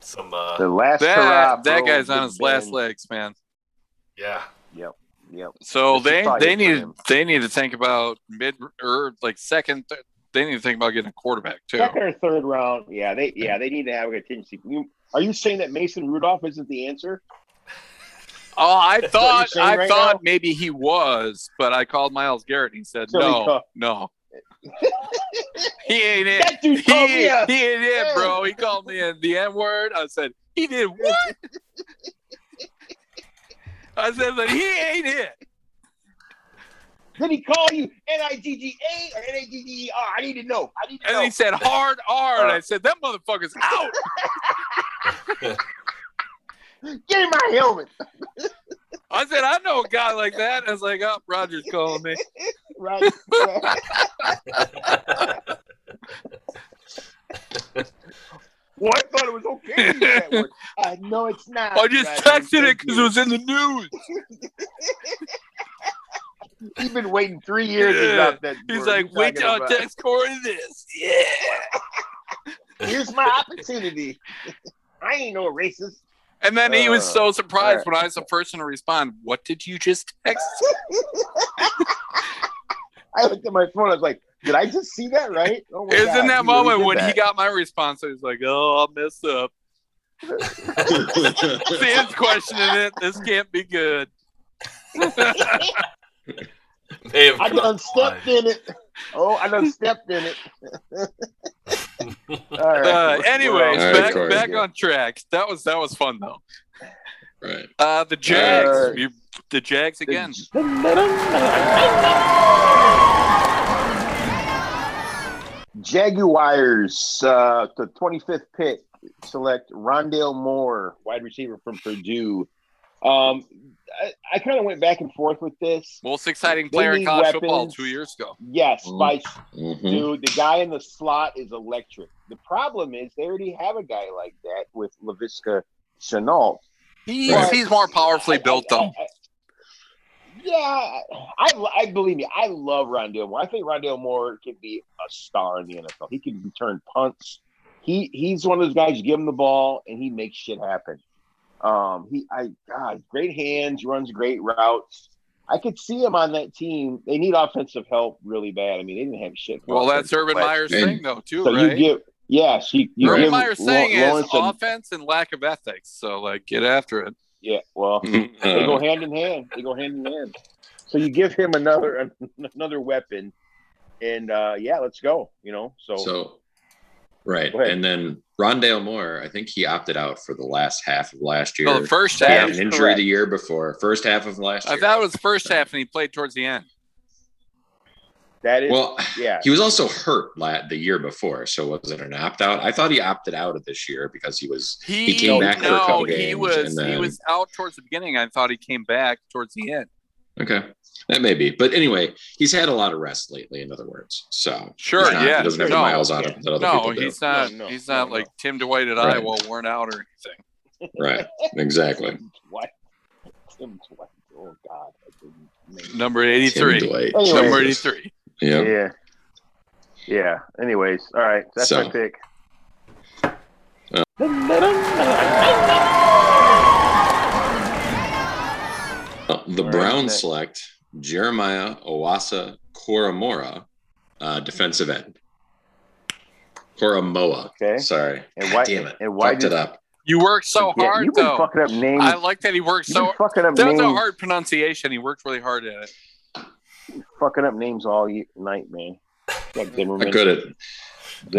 S4: some. Uh,
S3: the last
S2: That
S3: hurrah for
S2: that
S3: old
S2: guy's
S3: Big
S2: on his
S3: Ben.
S2: last legs, man.
S4: yeah, *laughs*
S3: Yep.
S2: So
S3: This is
S2: they
S3: probably
S2: they
S3: it for
S2: need
S3: him.
S2: they need to think about mid or like second th- They need to think about getting a quarterback too.
S3: Second or third round. Yeah, they yeah they need to have a contingency. You, are you saying that Mason Rudolph isn't the answer?
S2: Oh, I
S3: what you're
S2: thought
S3: saying
S2: I
S3: right
S2: thought
S3: now?
S2: maybe he was, but I called Miles Garrett and he said,
S3: So he
S2: "No,
S3: called-
S2: no, *laughs* he ain't it.
S3: That dude
S2: He,
S3: called me
S2: ain't-
S3: a
S2: he ain't it, bro. He called me in the N word. I said he did what? *laughs* I said, but he ain't it.
S3: Did he call you N I G G A or N A G G E R? I need to know. I need to
S2: And
S3: know.
S2: he said hard R,
S3: Uh.
S2: and I said that motherfucker's
S3: *laughs*
S2: out.
S3: Get in my helmet.
S2: I said I know a guy like that. I was like, oh, Roger's calling me.
S3: Right.
S2: *laughs*
S3: well, I thought it was okay. to use that word. Uh, no, it's not.
S2: I just
S3: Roger.
S2: texted it
S3: Thank
S2: because it
S3: you.
S2: was in the news.
S3: You've been waiting three years
S2: Yeah.
S3: to drop that.
S2: He's
S3: word.
S2: like,
S3: What are you
S2: wait till I
S3: talking
S2: text Corey this. Yeah.
S3: about? Here's my opportunity. *laughs* I ain't no racist.
S2: And then he was
S3: Uh,
S2: so surprised
S3: alright.
S2: when I was the person to respond. What did you just
S3: *laughs*
S2: text?
S3: I looked at my phone. I was like, did I just see that right? Oh my
S2: It was
S3: God,
S2: in that
S3: he really
S2: moment
S3: did
S2: when he
S3: that.
S2: got my response. I was like, oh, I messed up. Sam's questioning it. This can't be
S3: *laughs*
S2: good. Uh,
S4: May have
S3: I
S4: come
S3: done stepped in it. Oh, I done stepped in it. *laughs* All right.
S2: Uh, anyways,
S1: All right,
S2: back
S1: Corey.
S2: back on track. That was that was fun though.
S1: *laughs* Right.
S2: Uh, the Jags,
S3: Alright.
S2: you, the Jags again.
S3: Jaguars, uh, the 25th pick, select Rondale Moore, wide receiver from Purdue. Um, I, I kind of went back and forth with this.
S2: Most exciting
S3: They
S2: player in
S3: need
S2: college football
S3: weapons.
S2: two years ago.
S3: Yes, by
S1: Mhm.
S3: dude, the guy in the slot is electric. The problem is they already have a guy like that with Laviska Chenault.
S2: He's
S1: Right.
S2: he's more powerfully
S3: I- I-
S2: built though.
S3: I- I- yeah, I, I believe me. I love Rondell Moore. I think Rondell Moore can be a star in the NFL. He can return punts. He he's one of those guys. You give him the ball and he makes shit happen. Um, he I God, great hands, runs great routes. I could see him on that team. They need offensive help really bad. I mean, they didn't have shit. for
S2: Well, that's
S3: offense,
S2: Urban
S3: but-
S2: Meyer's
S1: and-
S2: thing though too,
S3: So
S2: right?
S3: you give yes, you, you
S2: Urban
S3: give
S2: Meyer's
S3: Law-
S2: thing is
S3: Lawrence some-
S2: offense and lack of ethics. So like, get after it.
S3: yeah. Well,
S1: Um,
S3: they go hand in hand. They go hand in hand. So you give him another another weapon, and uh, yeah, let's go. You know, so,
S1: So, right.
S3: Go ahead.
S1: And then Rondale Moore, I think he opted out for the last half of last year.
S2: No, Oh, the first
S1: he
S2: half.
S1: had an injury
S3: Correct.
S1: the year before. First half of last year.
S2: I thought it was first half, and he played towards the end.
S3: that is
S1: Well,
S3: yeah.
S1: he was also hurt la- the year before. So was it an opt out? I thought he opted out of this year because he was.
S2: He,
S1: came
S3: back for a
S2: no,
S1: couple
S2: he
S1: games,
S2: was
S1: and uh,
S2: he
S1: then-
S2: was out towards the beginning. I thought he came back towards the end.
S1: Okay. That may be. But anyway, he's had a lot of rest lately, in other words. So
S2: Sure,
S1: he's not-
S2: yeah.
S1: He doesn't have
S2: No.
S1: the miles on him that other
S2: No,
S1: people do.
S2: he's not.
S3: No, no,
S2: he's not
S3: no,
S2: like
S3: no.
S2: Tim Dwight at
S1: Right.
S2: Iowa, worn out or anything.
S1: *laughs* Right.
S3: *laughs*
S1: Exactly.
S3: What? Tim Dwight. Oh God. I didn't make-
S2: Number eighty-three.
S1: Tim Dwight.
S3: E Anyway.
S2: Number
S3: Anyway.
S2: eighty-three.
S1: Yeah.
S3: Yeah. Yeah. Anyways, all right. That's
S1: So.
S3: my pick.
S1: Uh. Uh, the
S3: All right,
S1: Browns
S3: next.
S1: select Jeremiah Owasa Koromora, uh, defensive end. Koramoa.
S3: Okay.
S1: Sorry.
S3: And
S1: And
S3: why-
S1: why, damn it.
S3: and why
S1: Fucked
S3: did-
S1: it up.
S2: You worked so
S3: Yeah,
S2: hard
S3: you've been
S2: though.
S3: fucking up names.
S2: I like that he worked
S3: you've been
S2: so.
S3: fucking up
S2: That was
S3: names.
S2: a hard pronunciation. He worked really hard at it.
S3: Fucking up names all ye- night, man. Like Zimmerman.
S1: I'm good at I'm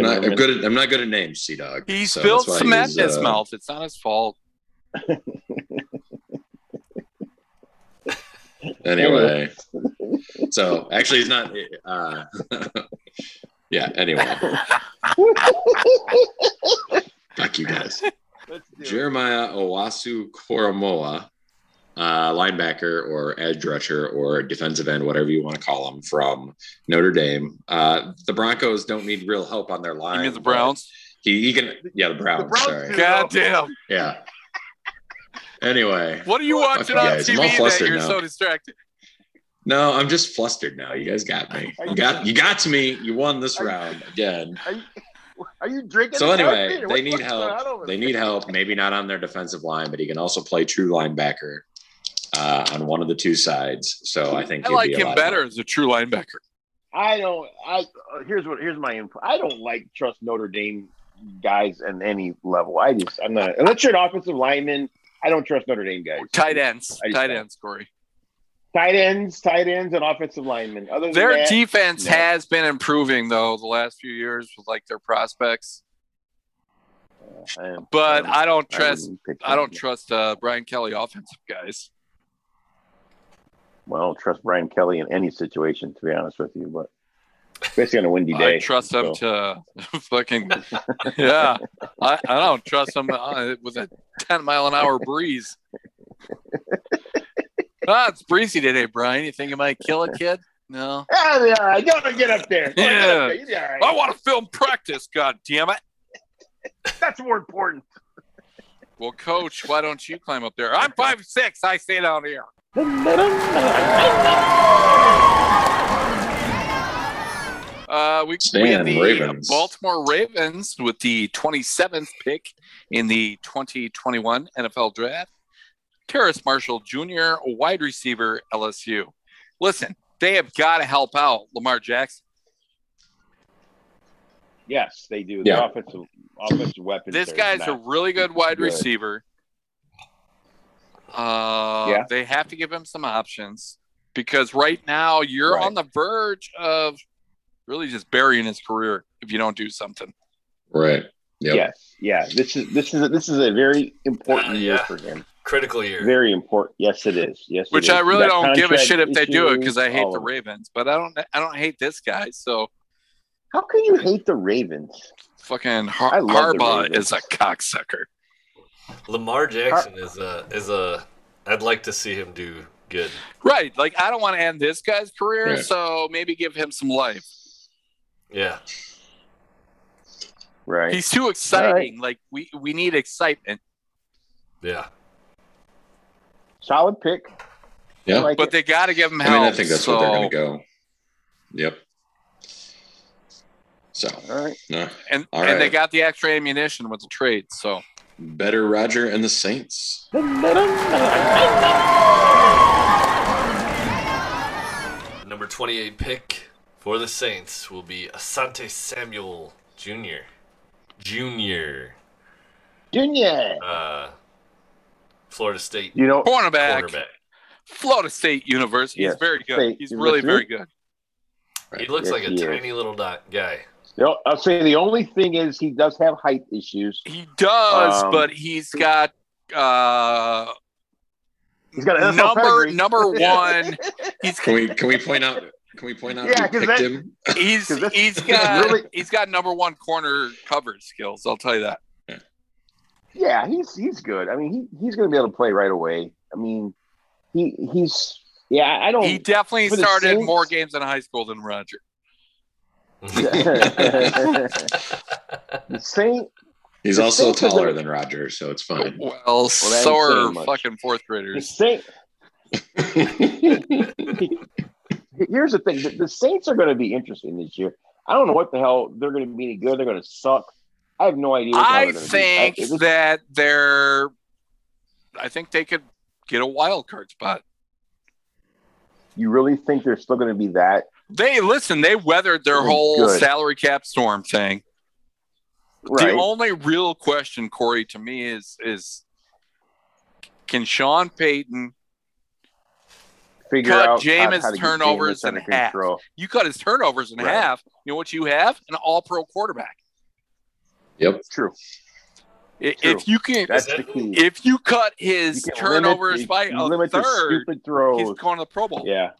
S1: not, I'm
S3: Zimmerman.
S1: good at I'm not good at names, Sea Dog.
S2: He
S1: So
S2: spilled
S1: that's why
S2: cement
S1: he's,
S2: in his
S1: uh,
S2: mouth. It's not his fault.
S3: *laughs*
S1: Anyway, so actually, he's not. Uh, *laughs* yeah. Anyway, fuck you guys.
S3: Let's do it.
S1: Jeremiah Owasu Koromoa, uh, linebacker or edge rusher or defensive end, whatever you want to call him, from Notre Dame. Uh, the Broncos don't need real help on their
S2: You
S1: line.
S2: mean the Browns?
S1: but He, he can. Yeah, the Browns.
S3: Browns
S1: sorry.
S3: do.
S2: God damn.
S1: Yeah. Anyway,
S2: What are you watching
S1: you
S2: on
S1: guys. I'm all
S2: TV that
S1: flustered
S2: you're
S1: now.
S2: so distracted?
S1: no, I'm just flustered now. You guys got me. You got you got to me. You won this round again.
S3: Are you, are you drinking?
S1: So
S3: the
S1: anyway,
S3: coffee or
S1: they
S3: what-
S1: need
S3: what's
S1: help.
S3: going on over
S1: They
S3: there?
S1: need help. Maybe not on their defensive line, but he can also play true linebacker uh, on one of the two sides. So I think
S2: I
S1: he'd
S2: like
S1: be a
S2: him
S1: lot-
S2: better as a true linebacker.
S3: I don't. I uh, here's what here's my input. I don't like trust Notre Dame guys on any level. I just I'm not unless you're an offensive lineman. I don't trust Notre Dame guys.
S2: Tight ends,
S3: I just
S2: tight
S3: don't.
S2: ends, Corey.
S3: tight ends, tight ends, and offensive linemen. Other than
S2: Their
S3: that,
S2: defense
S3: no.
S2: has been improving though the last few years with like their prospects,
S3: I am-
S2: but
S3: am-
S2: I don't trust.
S3: wouldn't pick
S2: I don't
S3: them.
S2: trust uh, Brian Kelly offensive guys.
S3: Well, I don't trust Brian Kelly in any situation, to be honest with you. But especially on a windy day,
S2: I trust him
S3: so.
S2: to *laughs* fucking yeah. I, I don't trust him uh, with a ten mile an hour
S3: *laughs*
S2: breeze. ah, it's breezy today, Brian. You think you might kill a kid? No.
S3: Ah, they'll be all right. Go get up there. Go get
S2: Yeah. Oh,
S3: up there. You'll be all right.
S2: I want to film practice. God damn it.
S6: That's more important.
S2: Well, coach, why don't you climb up there? I'm five six. I stay down here. Uh, we, we
S1: Stan
S2: have the
S1: Ravens.
S2: Baltimore Ravens with the 27th pick in the 2021 NFL Draft. Terrace Marshall Jr., wide receiver, LSU. Listen, they have got to help out Lamar Jackson.
S3: Yes, they do.
S1: Yeah.
S3: The offensive offensive weapons.
S2: This
S3: are
S2: guy's
S3: not-
S2: a really good wide
S3: Good.
S2: receiver. Uh,
S3: Yeah.
S2: They have to give him some options because right now you're
S3: Right.
S2: on the verge of really just burying his career if you don't do something.
S1: Right. Yep.
S3: Yes, yeah. This is this is a, this is a very important
S4: Uh,
S2: Ah,
S3: year
S4: yeah.
S3: for him.
S4: Critical year.
S3: Very important. Yes, it is. Yes, it
S2: which
S3: is.
S2: I really
S3: That
S2: don't give a
S3: contract
S2: shit if they do it
S3: issue,
S2: because I hate
S3: all
S2: the
S3: of it.
S2: Ravens, but I don't I don't hate this guy. So
S3: How can you hate the Ravens?
S2: fucking Har-
S3: I love the
S2: Harbaugh
S3: Ravens.
S2: is a cocksucker.
S4: Lamar Jackson is a is a. I'd like to see him do good.
S2: Right, like I don't want to end this guy's career,
S1: Yeah.
S2: so maybe give him some life.
S4: Yeah,
S3: Right.
S2: He's too exciting. Like we we need excitement,
S4: yeah.
S3: Solid pick.
S1: Yeah.
S3: I like
S2: but
S3: it.
S2: they got to give him
S1: I
S2: help.
S1: mean, I think that's
S2: so
S1: where they're going to go. Yep. So,
S3: all right.
S1: no.
S2: And
S1: All
S2: and they
S1: right.
S2: got the extra ammunition with the trade. So
S1: better Roger and the Saints.
S4: Number 28 pick for the Saints will be Asante Samuel Jr. Junior,
S3: Junior.
S4: uh, Florida State
S3: You know,
S2: cornerback,
S4: quarterback.
S2: Florida State University.
S3: Yes.
S2: He's very good.
S3: State
S2: He's really very
S3: University.
S2: good.
S4: He looks
S3: Yes,
S4: like a
S3: he is.
S4: tiny little dot guy.
S3: you know, I'll say the only thing is he does have height issues.
S2: He does,
S3: Um,
S2: but he's got uh
S3: He's got an NFL
S2: number
S3: pedigree. *laughs*
S2: number one. He's
S1: Can we can we point out can we point out
S3: Yeah,
S1: who picked
S3: 'cause that-
S1: him?
S2: he's
S3: 'Cause that's-
S2: he's
S3: *laughs* that's
S2: got
S3: really-
S2: he's got number one corner coverage skills. I'll tell you that.
S3: Yeah, he's he's good. I mean, he, he's going to be able to play right away. I mean, he he's yeah. I don't.
S2: He definitely
S3: Oh, for the
S2: started
S3: Saints-
S2: more games in high school than Roger.
S3: the Saint.
S1: He's
S3: The
S1: also
S3: Saints is
S1: taller
S3: a-
S1: than Roger, so it's fine.
S2: Well,
S3: ain't
S2: so are
S3: saying much.
S2: fucking fourth
S3: The
S2: graders.
S3: Saint. Oh,
S1: *laughs*
S3: Here's the thing: the, the Saints are going to be interesting this year. I don't know what the hell they're going to be any good. They're going to suck. I have no idea. what the hell
S2: I
S3: they're gonna be. I-
S2: think
S3: it's-
S2: that they're. I think they could get a wild card spot.
S3: you really think they're still going to be that?
S2: They listen. They weathered their
S3: They're
S2: whole
S3: good.
S2: salary cap storm thing.
S3: Right.
S2: The only real question, Corey, to me is is can Sean Payton?
S3: Figure
S2: cut
S3: out how-
S2: Jameis
S3: how to get
S2: turnovers
S3: Jameis under
S2: in half.
S3: control.
S2: You cut his turnovers in
S3: Right.
S2: half. You know what you have? An All Pro quarterback.
S1: yep.
S3: It's true.
S2: I-
S3: True.
S2: If you can,
S3: That's
S4: that-
S3: the key.
S2: if you cut his
S3: You can limit-
S2: turnovers
S3: you
S2: by
S3: can
S2: a
S3: limit the
S2: third,
S3: stupid
S2: he's
S3: throws.
S2: going to the Pro Bowl.
S3: Yeah.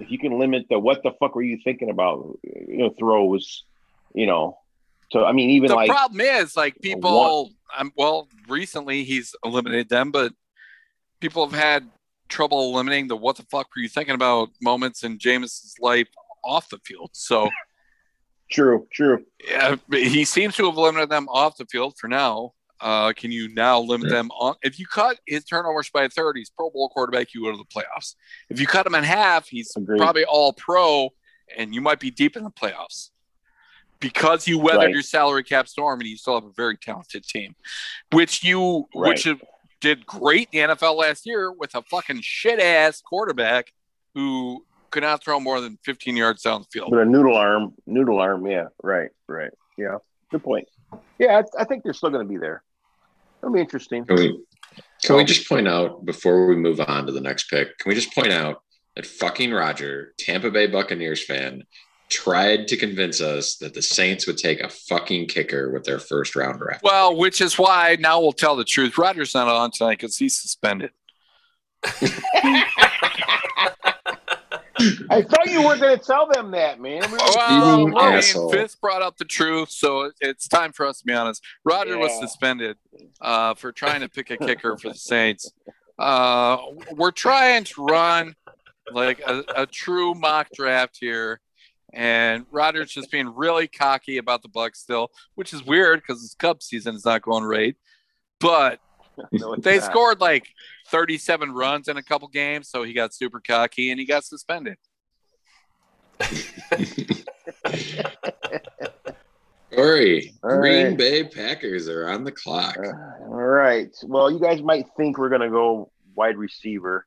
S3: If you can limit the what the fuck were you thinking about? You know, throws. You know. So I mean, even
S2: the
S3: like
S2: problem is like people um, well recently he's eliminated them but people have had trouble eliminating the what the fuck were you thinking about moments in Jameis's life off the field so
S3: true, true.
S2: yeah, but he seems to have limited them off the field for now uh, can you now limit them on if you cut his turnovers by 30 he's pro bowl quarterback you go to the playoffs if you cut him in half he's
S3: Agreed.
S2: probably all pro and you might be deep in the playoffs because you weathered
S3: Right.
S2: your salary cap storm and you still have a very talented team which you
S3: Right.
S2: which did great in the NFL last year with a fucking shit ass quarterback who could not throw more than 15 yards down the field.
S3: But a noodle arm, noodle arm, yeah, right, right, yeah. Good point. Yeah, I, I think they're still going to be there. It'll be interesting.
S1: Can we,
S3: Oh.
S1: can we just point out before we move on to the next pick? Can we just point out that fucking Roger, Tampa Bay Buccaneers fan, tried to convince us that the Saints would take a fucking kicker with their first round draft.
S2: Well, which is why now we'll tell the truth. Rogers not on tonight because he's suspended.
S3: I thought you were going to tell them
S2: *laughs*
S3: that, man. We were-
S2: Oh, Well,
S1: You
S2: I mean,
S1: asshole.
S2: Fitz brought up the truth, so it- it's time for us to be honest. Roger was
S3: Yeah.
S2: suspended uh, for trying to pick a kicker for the Saints. Uh, we're trying to run like a, a true mock draft here, and Roger's just being really cocky about the Bucks still, which is weird because his Cup season is not going right. But
S3: No, it's
S2: they
S3: not.
S2: scored like 37 runs in a couple games, so he got super cocky and he got suspended.
S1: Corey,
S3: All
S1: Green
S3: right.
S1: Bay Packers are on the clock. *laughs*
S3: Uh, all right. Well, you guys might think we're going to go wide receiver,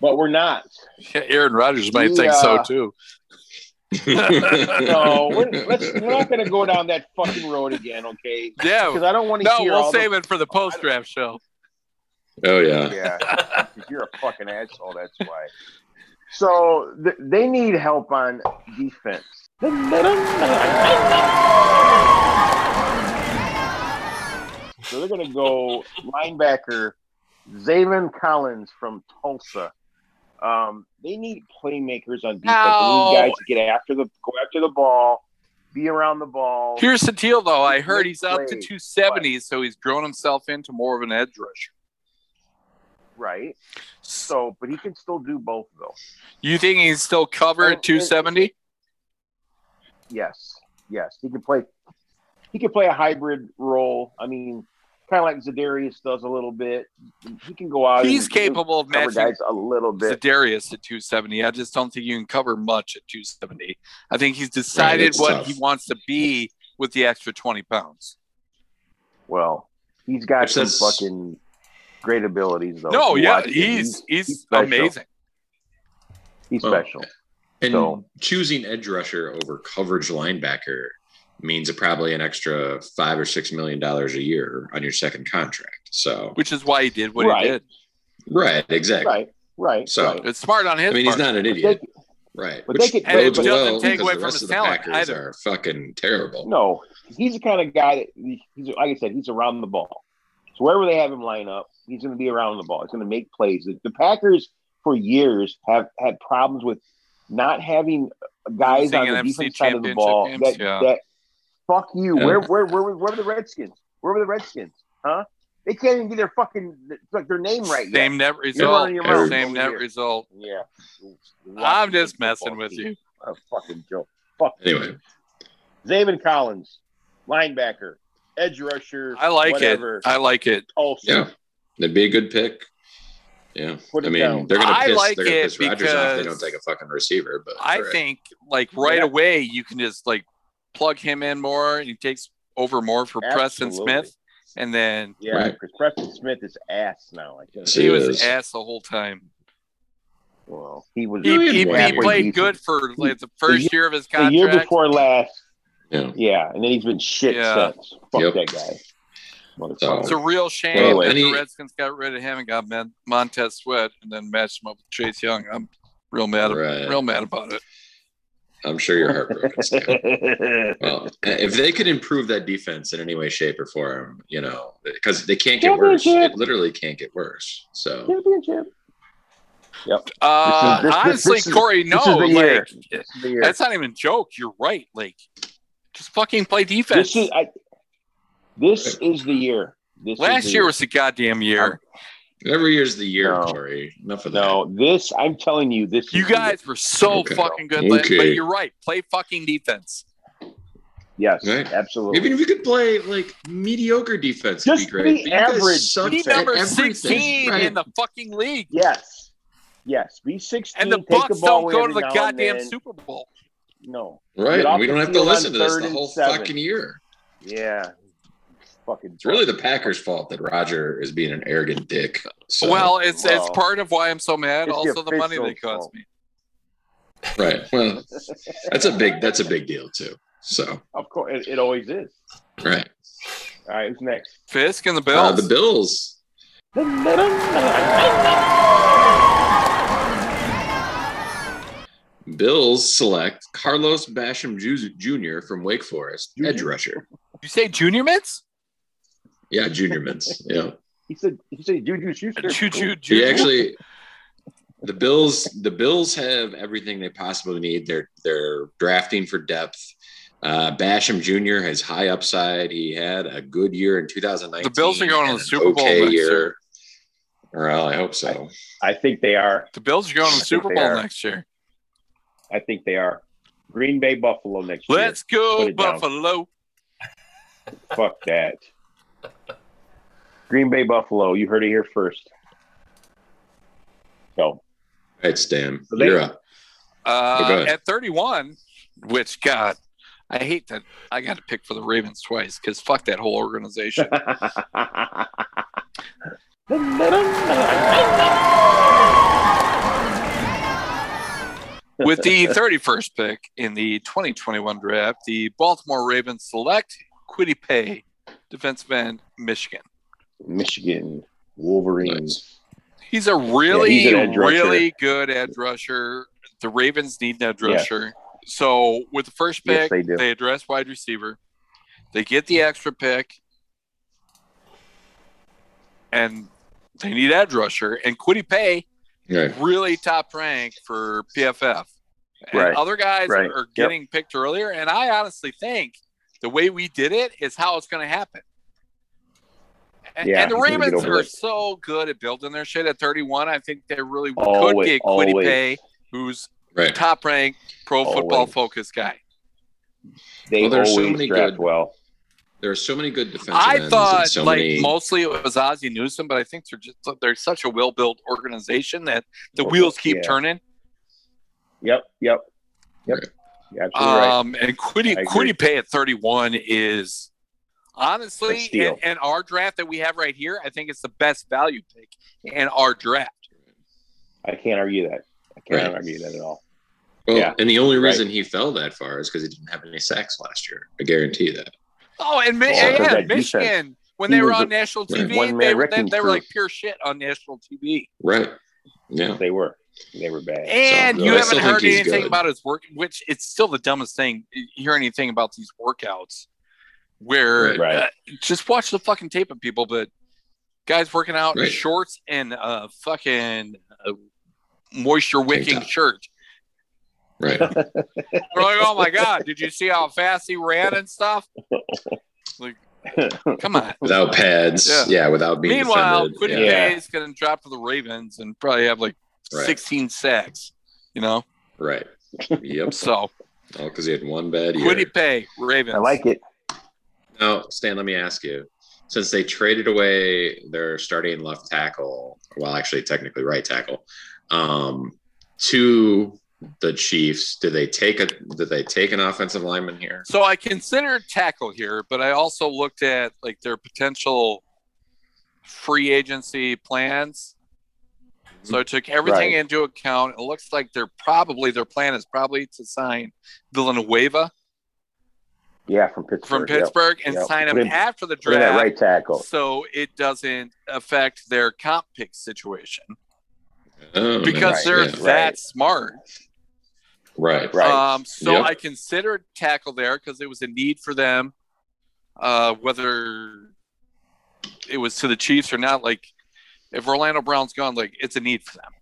S3: but we're not.
S2: Yeah, Aaron Rodgers might think so
S3: Yeah.
S2: too.
S3: *laughs* No, we're, let's, we're not going to go down that fucking road again, okay?
S2: Yeah,
S3: Because I don't want
S2: *laughs*
S3: to
S2: No,
S3: hear
S2: we'll
S3: all the-
S2: save it for the post draft show.
S1: oh yeah.
S3: Yeah, 'cause you're a fucking asshole. That's why. So th- they need help on defense. So they're gonna go linebacker Zayvon Collins from Tulsa. Um, they need playmakers on defense.
S2: No.
S3: They need guys to get after the go after the ball, be around the ball.
S2: Here's the deal, though. I heard he's up to
S3: Wait,
S2: 270, so he's grown himself into more of an edge rusher.
S3: right. So, but he can still do both though.
S2: You think he's still covered
S3: Oh,
S2: at 270?
S3: Yes, yes, he could play. He could play a hybrid role. I mean, kind of like Zadarius does a little bit. He can go out.
S2: He's
S3: and- he can
S2: capable of
S3: cover
S2: matching
S3: guys a little bit.
S2: Zadarius at 270. I just don't think you can cover much at 270. I think he's decided
S1: it's
S2: what
S1: tough.
S2: he wants to be with the extra 20 pounds.
S3: Well, he's got
S1: Which
S3: some
S1: is-
S3: fucking great abilities, though.
S2: no,
S3: If you
S2: yeah,
S3: watch him,
S2: he's he's,
S3: special.
S2: amazing.
S3: He's
S1: Well,
S3: special.
S1: And
S3: So-
S1: choosing edge rusher over coverage linebacker means probably an extra five or six million dollars a year on your second contract. So
S2: Which is why he did what
S3: Right.
S2: he did.
S1: right, exactly.
S3: Right, right.
S1: So-
S3: right.
S2: It's smart on his
S1: I mean, he's
S2: part.
S1: not an
S3: But they,
S1: idiot, right?
S3: but
S1: Which
S3: they could-
S2: And it
S1: bodes
S2: doesn't
S1: well
S2: take
S1: because
S2: away
S1: the
S2: from
S1: rest
S2: his
S1: of the
S2: talent
S1: Packers
S2: either.
S1: are fucking terrible.
S3: no, he's the kind of guy that he's like I said, he's around the ball. So wherever they have him line up, he's going to be around the ball. He's going to make plays. The, the Packers for years have had problems with not having guys
S2: Losing
S3: on the
S2: an NFC
S3: defense side of the
S2: championship
S3: ball.
S2: games,
S3: that,
S2: yeah.
S3: that fuck you.
S1: Yeah.
S3: Where, where where were- where were the Redskins? Where were the Redskins? Huh? They can't even get their fucking like their name right. yet.
S2: Same net
S3: out
S2: result.
S3: of your
S1: mind.
S2: Same net
S3: Here.
S2: result.
S3: Yeah.
S2: I'm just messing with you.
S3: A fucking joke. Fuck.
S1: Anyway,
S3: Zayvon Collins, linebacker, edge rusher.
S2: I like
S3: whatever.
S2: it. I like it.
S3: Tulsa.
S1: yeah, that'd be a good pick. Yeah,
S3: Put it
S1: I mean,
S3: down.
S1: they're gonna
S2: I
S1: piss,
S2: like
S1: they're gonna
S2: it
S1: piss Rodgers off. if They
S2: because
S1: don't take a fucking receiver, but
S2: I
S1: all right.
S2: think like right
S3: Yeah.
S2: away you can just like plug him in more and he takes over more for Preston
S3: Absolutely.
S2: Smith. And then
S3: Yeah,
S1: Right.
S3: because Preston Smith is ass now. I
S1: Yes,
S3: guess.
S2: he,
S1: he
S2: was
S1: is.
S2: ass the whole time.
S3: Well, he was.
S2: He,
S1: He was
S2: he, he
S1: halfway
S2: played good for like the first year of his
S3: the year
S2: contract.
S3: before last.
S1: yeah.
S3: Yeah, and then he's been shit
S2: Yeah.
S3: since. Fuck
S1: Yep.
S3: that guy.
S2: It's
S3: Motherfucker.
S2: a real shame
S1: Well,
S2: that the
S1: any-
S2: Redskins got rid of him and got Mon- Montez Sweat and then matched him up with Chase Young. I'm real mad.
S1: Right.
S2: Real mad about it.
S1: I'm sure you're
S2: *laughs*
S1: heartbroken. Stan. Well, uh, if they could improve that defense in any way, shape, or form, you know, because they can't get worse. It
S3: Championship.
S1: literally can't get worse. So
S3: *laughs* Championship.
S2: Uh,
S3: this- this-
S2: honestly,
S3: this is-
S2: Corey, no,
S3: this is the year.
S2: like
S3: This is the year.
S2: that's not even a joke. You're right. Like, just fucking play defense.
S3: This is. I, this is the year. This is
S2: Last
S3: the
S2: year was the goddamn year.
S1: every year's the year,
S3: No.
S1: Corey. Enough of that.
S3: No, this I'm telling you. This
S2: You
S3: is the year.
S2: guys were so
S1: Okay.
S2: fucking good, last- but
S1: Okay.
S2: you're right. Play fucking defense.
S3: Yes,
S1: Right.
S3: absolutely.
S1: Even if you could play like mediocre defense,
S3: Just
S1: it'd be great.
S3: be
S1: But you guys
S3: average
S1: suck
S2: Be
S3: defense.
S1: at
S2: number
S1: everything.
S2: 16
S1: Right.
S2: in the fucking league,
S3: Yes. Yes. Be 16.
S2: and the
S3: take
S2: Bucks
S3: ball
S2: don't go
S3: every
S2: to the
S3: now and
S2: goddamn
S3: then.
S2: Super Bowl.
S3: No.
S1: right.
S3: Get
S1: and
S3: off
S1: We
S3: the
S1: don't have to
S3: field on
S1: listen to this
S3: third
S1: the
S3: and
S1: whole
S3: seven.
S1: fucking year.
S3: Yeah. Fucking.
S1: It's really the Packers' fault that Roger is being an arrogant dick. So,
S2: well, it's it's
S3: Well,
S2: part of why I'm so mad.
S3: it's the
S2: Also, the money they
S3: officials'
S2: cost
S3: fault.
S2: me.
S1: Right. Well, that's a big that's a big deal too. So
S5: *laughs* Of course, it, it always is.
S1: right.
S5: All right, who's next?
S2: Fisk and the Bills.
S1: Uh, the Bills. Bills select Carlos Basham Ju- Jr. from Wake Forest, edge rusher.
S2: you say junior mints?
S1: Yeah, Junior Mints. Yeah.
S5: He said, he said, Juju Schuster.
S2: Ju- ju-
S1: He
S2: ju-
S1: actually the Bills the Bills have everything they possibly need. They're they're drafting for depth. Uh, Basham Jr. has high upside. He had a good year in 2019.
S2: The Bills are going to
S1: and
S2: the
S1: an
S2: Super Bowl
S1: okay
S2: next
S1: year.
S2: year.
S1: Well, I hope so.
S5: I think they are.
S2: The Bills are going
S3: *laughs*
S2: to the
S5: I
S2: Super
S5: think they
S2: Bowl
S5: are.
S2: next year.
S5: I think they are. Green Bay Buffalo next year.
S2: Let's go,
S5: Put it down.
S2: Buffalo.
S5: Fuck that. Green Bay Buffalo. You heard it here first.
S2: *laughs*
S5: So *laughs*
S1: All right, Stan,
S5: So they-
S1: you're up. Oh, go
S2: Uh,
S1: ahead.
S2: at 31, which, God, I hate that I got to pick for the Ravens twice because fuck that
S5: *laughs*
S2: whole organization. With the 31st pick in the 2021 draft, the Baltimore Ravens select Quiddy Pay, defensive end, Michigan.
S5: Michigan Wolverines.
S2: He's a really,
S5: he's an edge rusher.
S2: really good edge rusher. The Ravens need an edge
S5: Yes.
S2: rusher. So with the first
S5: Yes,
S2: pick,
S5: they do.
S2: address wide receiver. They get the extra pick, and they need edge rusher. And Quiddy Pay
S1: All right.
S2: really top rank for PFF. And
S5: Right.
S2: other guys
S5: Right.
S2: are
S5: Yep.
S2: getting picked earlier. And I honestly think the way we did it is how it's going to happen. And,
S5: Yeah,
S2: and
S5: he's
S2: the
S5: gonna get
S2: Ravens are
S5: overlooked.
S2: so good at building their shit at 31. I think they really could
S5: Always,
S2: get Quiddy
S5: always.
S2: Pay, who's
S1: Right.
S2: top ranked pro football
S5: Always.
S2: focused guy.
S5: They
S1: Well, there's
S5: always
S1: so many
S5: draft
S1: good-
S5: well.
S1: There are so many good defensive ends
S2: I
S1: and
S2: thought
S1: so
S2: like
S1: many
S2: mostly it was Ozzie Newsome, but I think they're just they're such a well built organization that the wheels keep
S5: Yeah.
S2: turning.
S5: Yep, yep, yep.
S1: Right. Uh,
S5: You're absolutely right.
S2: Um, and Quiddy
S5: I agree.
S2: Quiddy Pay at 31 is
S5: A
S2: honestly,
S5: steal.
S2: and, and our draft that we have right here, I think it's the best value pick in our draft.
S5: I can't argue that. I can't
S1: Right.
S5: argue that at all.
S1: well,
S5: yeah,
S1: and the only
S5: right.
S1: reason he fell that far is because he didn't have any sacks last year. I guarantee that.
S2: Oh, and Mi-
S5: Well,
S2: and
S5: because that
S2: Michigan, when
S5: he
S2: they were
S5: was
S2: on
S5: a
S2: national
S1: right.
S2: TV,
S5: one-man
S2: they, were- they,
S5: wrecking
S2: they were
S5: crew.
S2: like pure shit on national TV.
S1: Right. Yeah.
S5: They were. They were bad.
S2: And
S1: So,
S2: you
S1: I
S2: haven't
S1: still think
S2: heard
S1: he's
S2: anything
S1: good.
S2: about his work, which it's still the dumbest thing. you Hear anything about these workouts? Where
S1: Right.
S5: Right.
S2: uh, just watch the fucking tape of people, but guys working out in
S1: Right.
S2: shorts and a fucking uh, moisture wicking
S1: Tank top.
S2: shirt. *laughs*
S1: Right.
S2: They're like, oh my god, did you see how fast he ran and stuff?
S1: *laughs*
S2: Like, come on.
S1: Without pads.
S2: Yeah.
S1: Yeah. without being
S2: Meanwhile,
S1: defended.
S2: Quiddy
S1: Yeah.
S5: Yeah.
S2: Pay is going to drop to the Ravens and probably have like
S1: Right.
S2: 16 sacks. You know,
S1: Right.
S2: *laughs*
S1: Yep.
S2: so
S1: Oh, because he had one bad year.
S2: Quiddy Pay Ravens.
S5: I like it.
S1: Now, Stan, let me ask you. Since they traded away their starting left tackle, well, actually, technically right tackle, um, to the Chiefs, did they take a did they take an offensive lineman here?
S2: So I considered tackle here, but I also looked at like their potential free agency plans. So I took everything
S5: Right.
S2: into account. It looks like they're probably their plan is probably to sign Villanueva
S5: Yeah, from Pittsburgh.
S2: from
S5: yep.
S2: Pittsburgh and
S5: Yeah.
S2: sign him
S5: Put him-
S2: after the
S5: Look at that
S2: draft,
S5: right tackle.
S2: so it doesn't affect their comp pick situation
S1: Oh,
S2: because
S1: nice.
S2: they're
S1: Yeah.
S2: that
S5: Right.
S2: smart.
S1: right.
S5: Right.
S2: Um, so
S1: Yep.
S2: I considered tackle there because it was a need for them, uh, whether it was to the Chiefs or not. Like, if Orlando Brown's gone, like it's a need for them.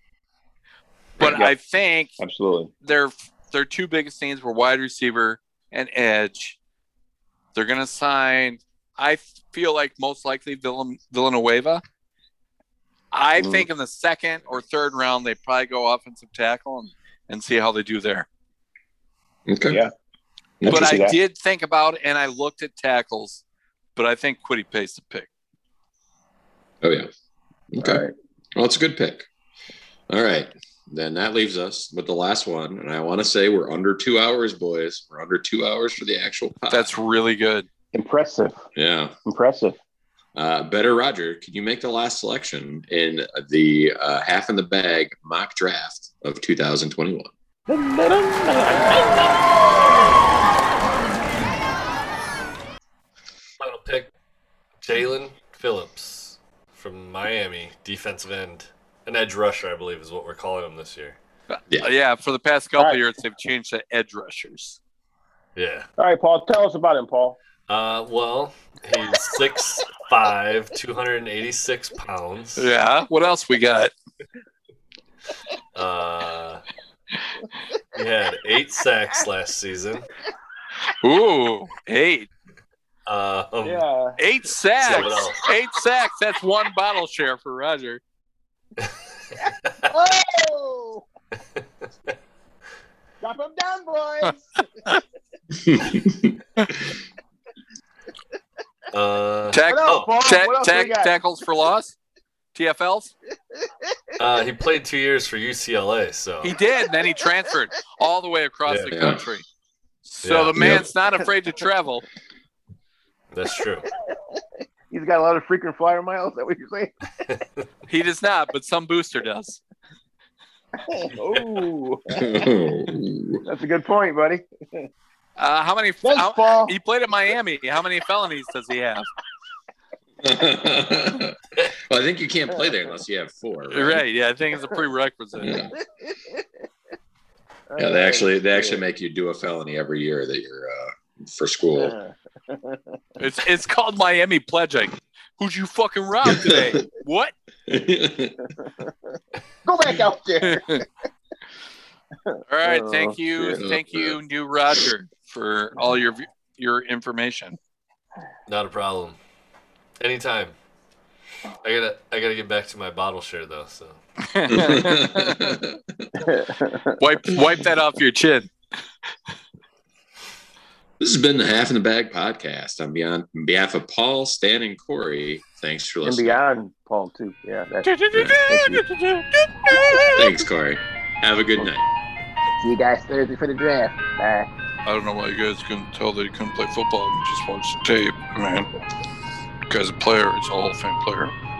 S2: But
S5: Yeah.
S2: I think
S5: Absolutely.
S2: their their two biggest needs were wide receiver and edge. They're gonna sign. I feel like most likely Villan- Villanueva. I
S5: Mhm.
S2: think in the second or third round they probably go offensive tackle and, and see how they do there
S1: Okay.
S5: Yeah. I
S2: but
S5: can see
S2: I
S5: that.
S2: did think about it, and I looked at tackles, but I think Quiddy pays the pick.
S1: Oh yeah. Okay.
S5: All right.
S1: Well, it's a good pick. All right. Then that leaves us with the last one. And I want to say we're under two hours, boys. We're under two hours for the actual
S5: Ah.
S1: pod.
S2: That's really good.
S5: Impressive.
S1: yeah.
S5: Impressive.
S1: Uh, Better Roger, can you make the last
S5: *laughs*
S1: selection in the uh, half in the bag mock draft of 2021?
S4: Final pick Jalen Phillips from Miami, defensive end. An edge rusher, I believe, is what we're calling him this year.
S2: Yeah, for the past couple
S5: Right.
S2: years, they've changed to edge rushers.
S4: Yeah.
S5: All right, Paul, tell us about him, Paul.
S4: Uh, well, he's 6'5, 286 pounds.
S2: Yeah. What else we got?
S4: Uh, he had eight sacks last season.
S2: Ooh, eight.
S4: Uh, um,
S5: Yeah.
S2: Eight sacks.
S4: Someone else.
S2: Eight sacks. That's one bottle share for Roger.
S1: *laughs*
S5: Oh! Drop him down, boys.
S4: uh,
S2: Tack-
S5: What else, Paul?
S2: tack-
S5: What else
S2: tack-
S5: we got?
S2: tackles for loss? TFLs?
S4: uh, he played two years for UCLA, so
S2: He did. And then he transferred all the way across
S4: Yeah.
S2: the
S1: Yeah.
S2: country. So
S4: Yeah.
S2: the man's not afraid to travel.
S4: that's true.
S5: He's got a lot of freaking flyer miles. Is that what you're saying?
S2: He does not, but some booster does.
S5: oh,
S1: Ooh.
S5: that's a good point, buddy.
S2: Uh, how many?
S5: Thanks,
S2: how-
S3: Oh.
S5: Paul.
S2: he played at Miami. How many felonies does he have?
S1: well, I think you can't play there unless you have four.
S2: Right. *laughs* Yeah, I think it's a prerequisite.
S1: Yeah. Yeah, they actually they actually make you do a felony every year that you're uh, for school.
S2: It's it's called Miami pledging. Who'd you fucking rob *laughs* today? what?
S1: *laughs*
S5: Go back out
S2: *laughs*
S5: there.
S2: All right.
S5: Oh,
S2: thank you.
S1: shit.
S2: Thank you, new Roger, for all your your *laughs* information.
S4: Not a problem. Anytime. I gotta I gotta get back to my bottle share though. So
S2: *laughs*
S1: All
S2: wipe wipe that off your *laughs* chin.
S1: This has been the Half in the Bag podcast. On, beyond, on behalf of Paul, Stan, and Corey, thanks for
S5: and
S1: listening.
S5: beyond, Paul, too. Yeah.
S2: *laughs*
S5: That's,
S2: I
S1: Thanks, Corey. Have a good night.
S5: see you guys Thursday for the draft. Bye.
S2: don't know why you guys couldn't tell that he couldn't play football. You just watched the tape, man. The guy's a player. He's a Hall of Fame player.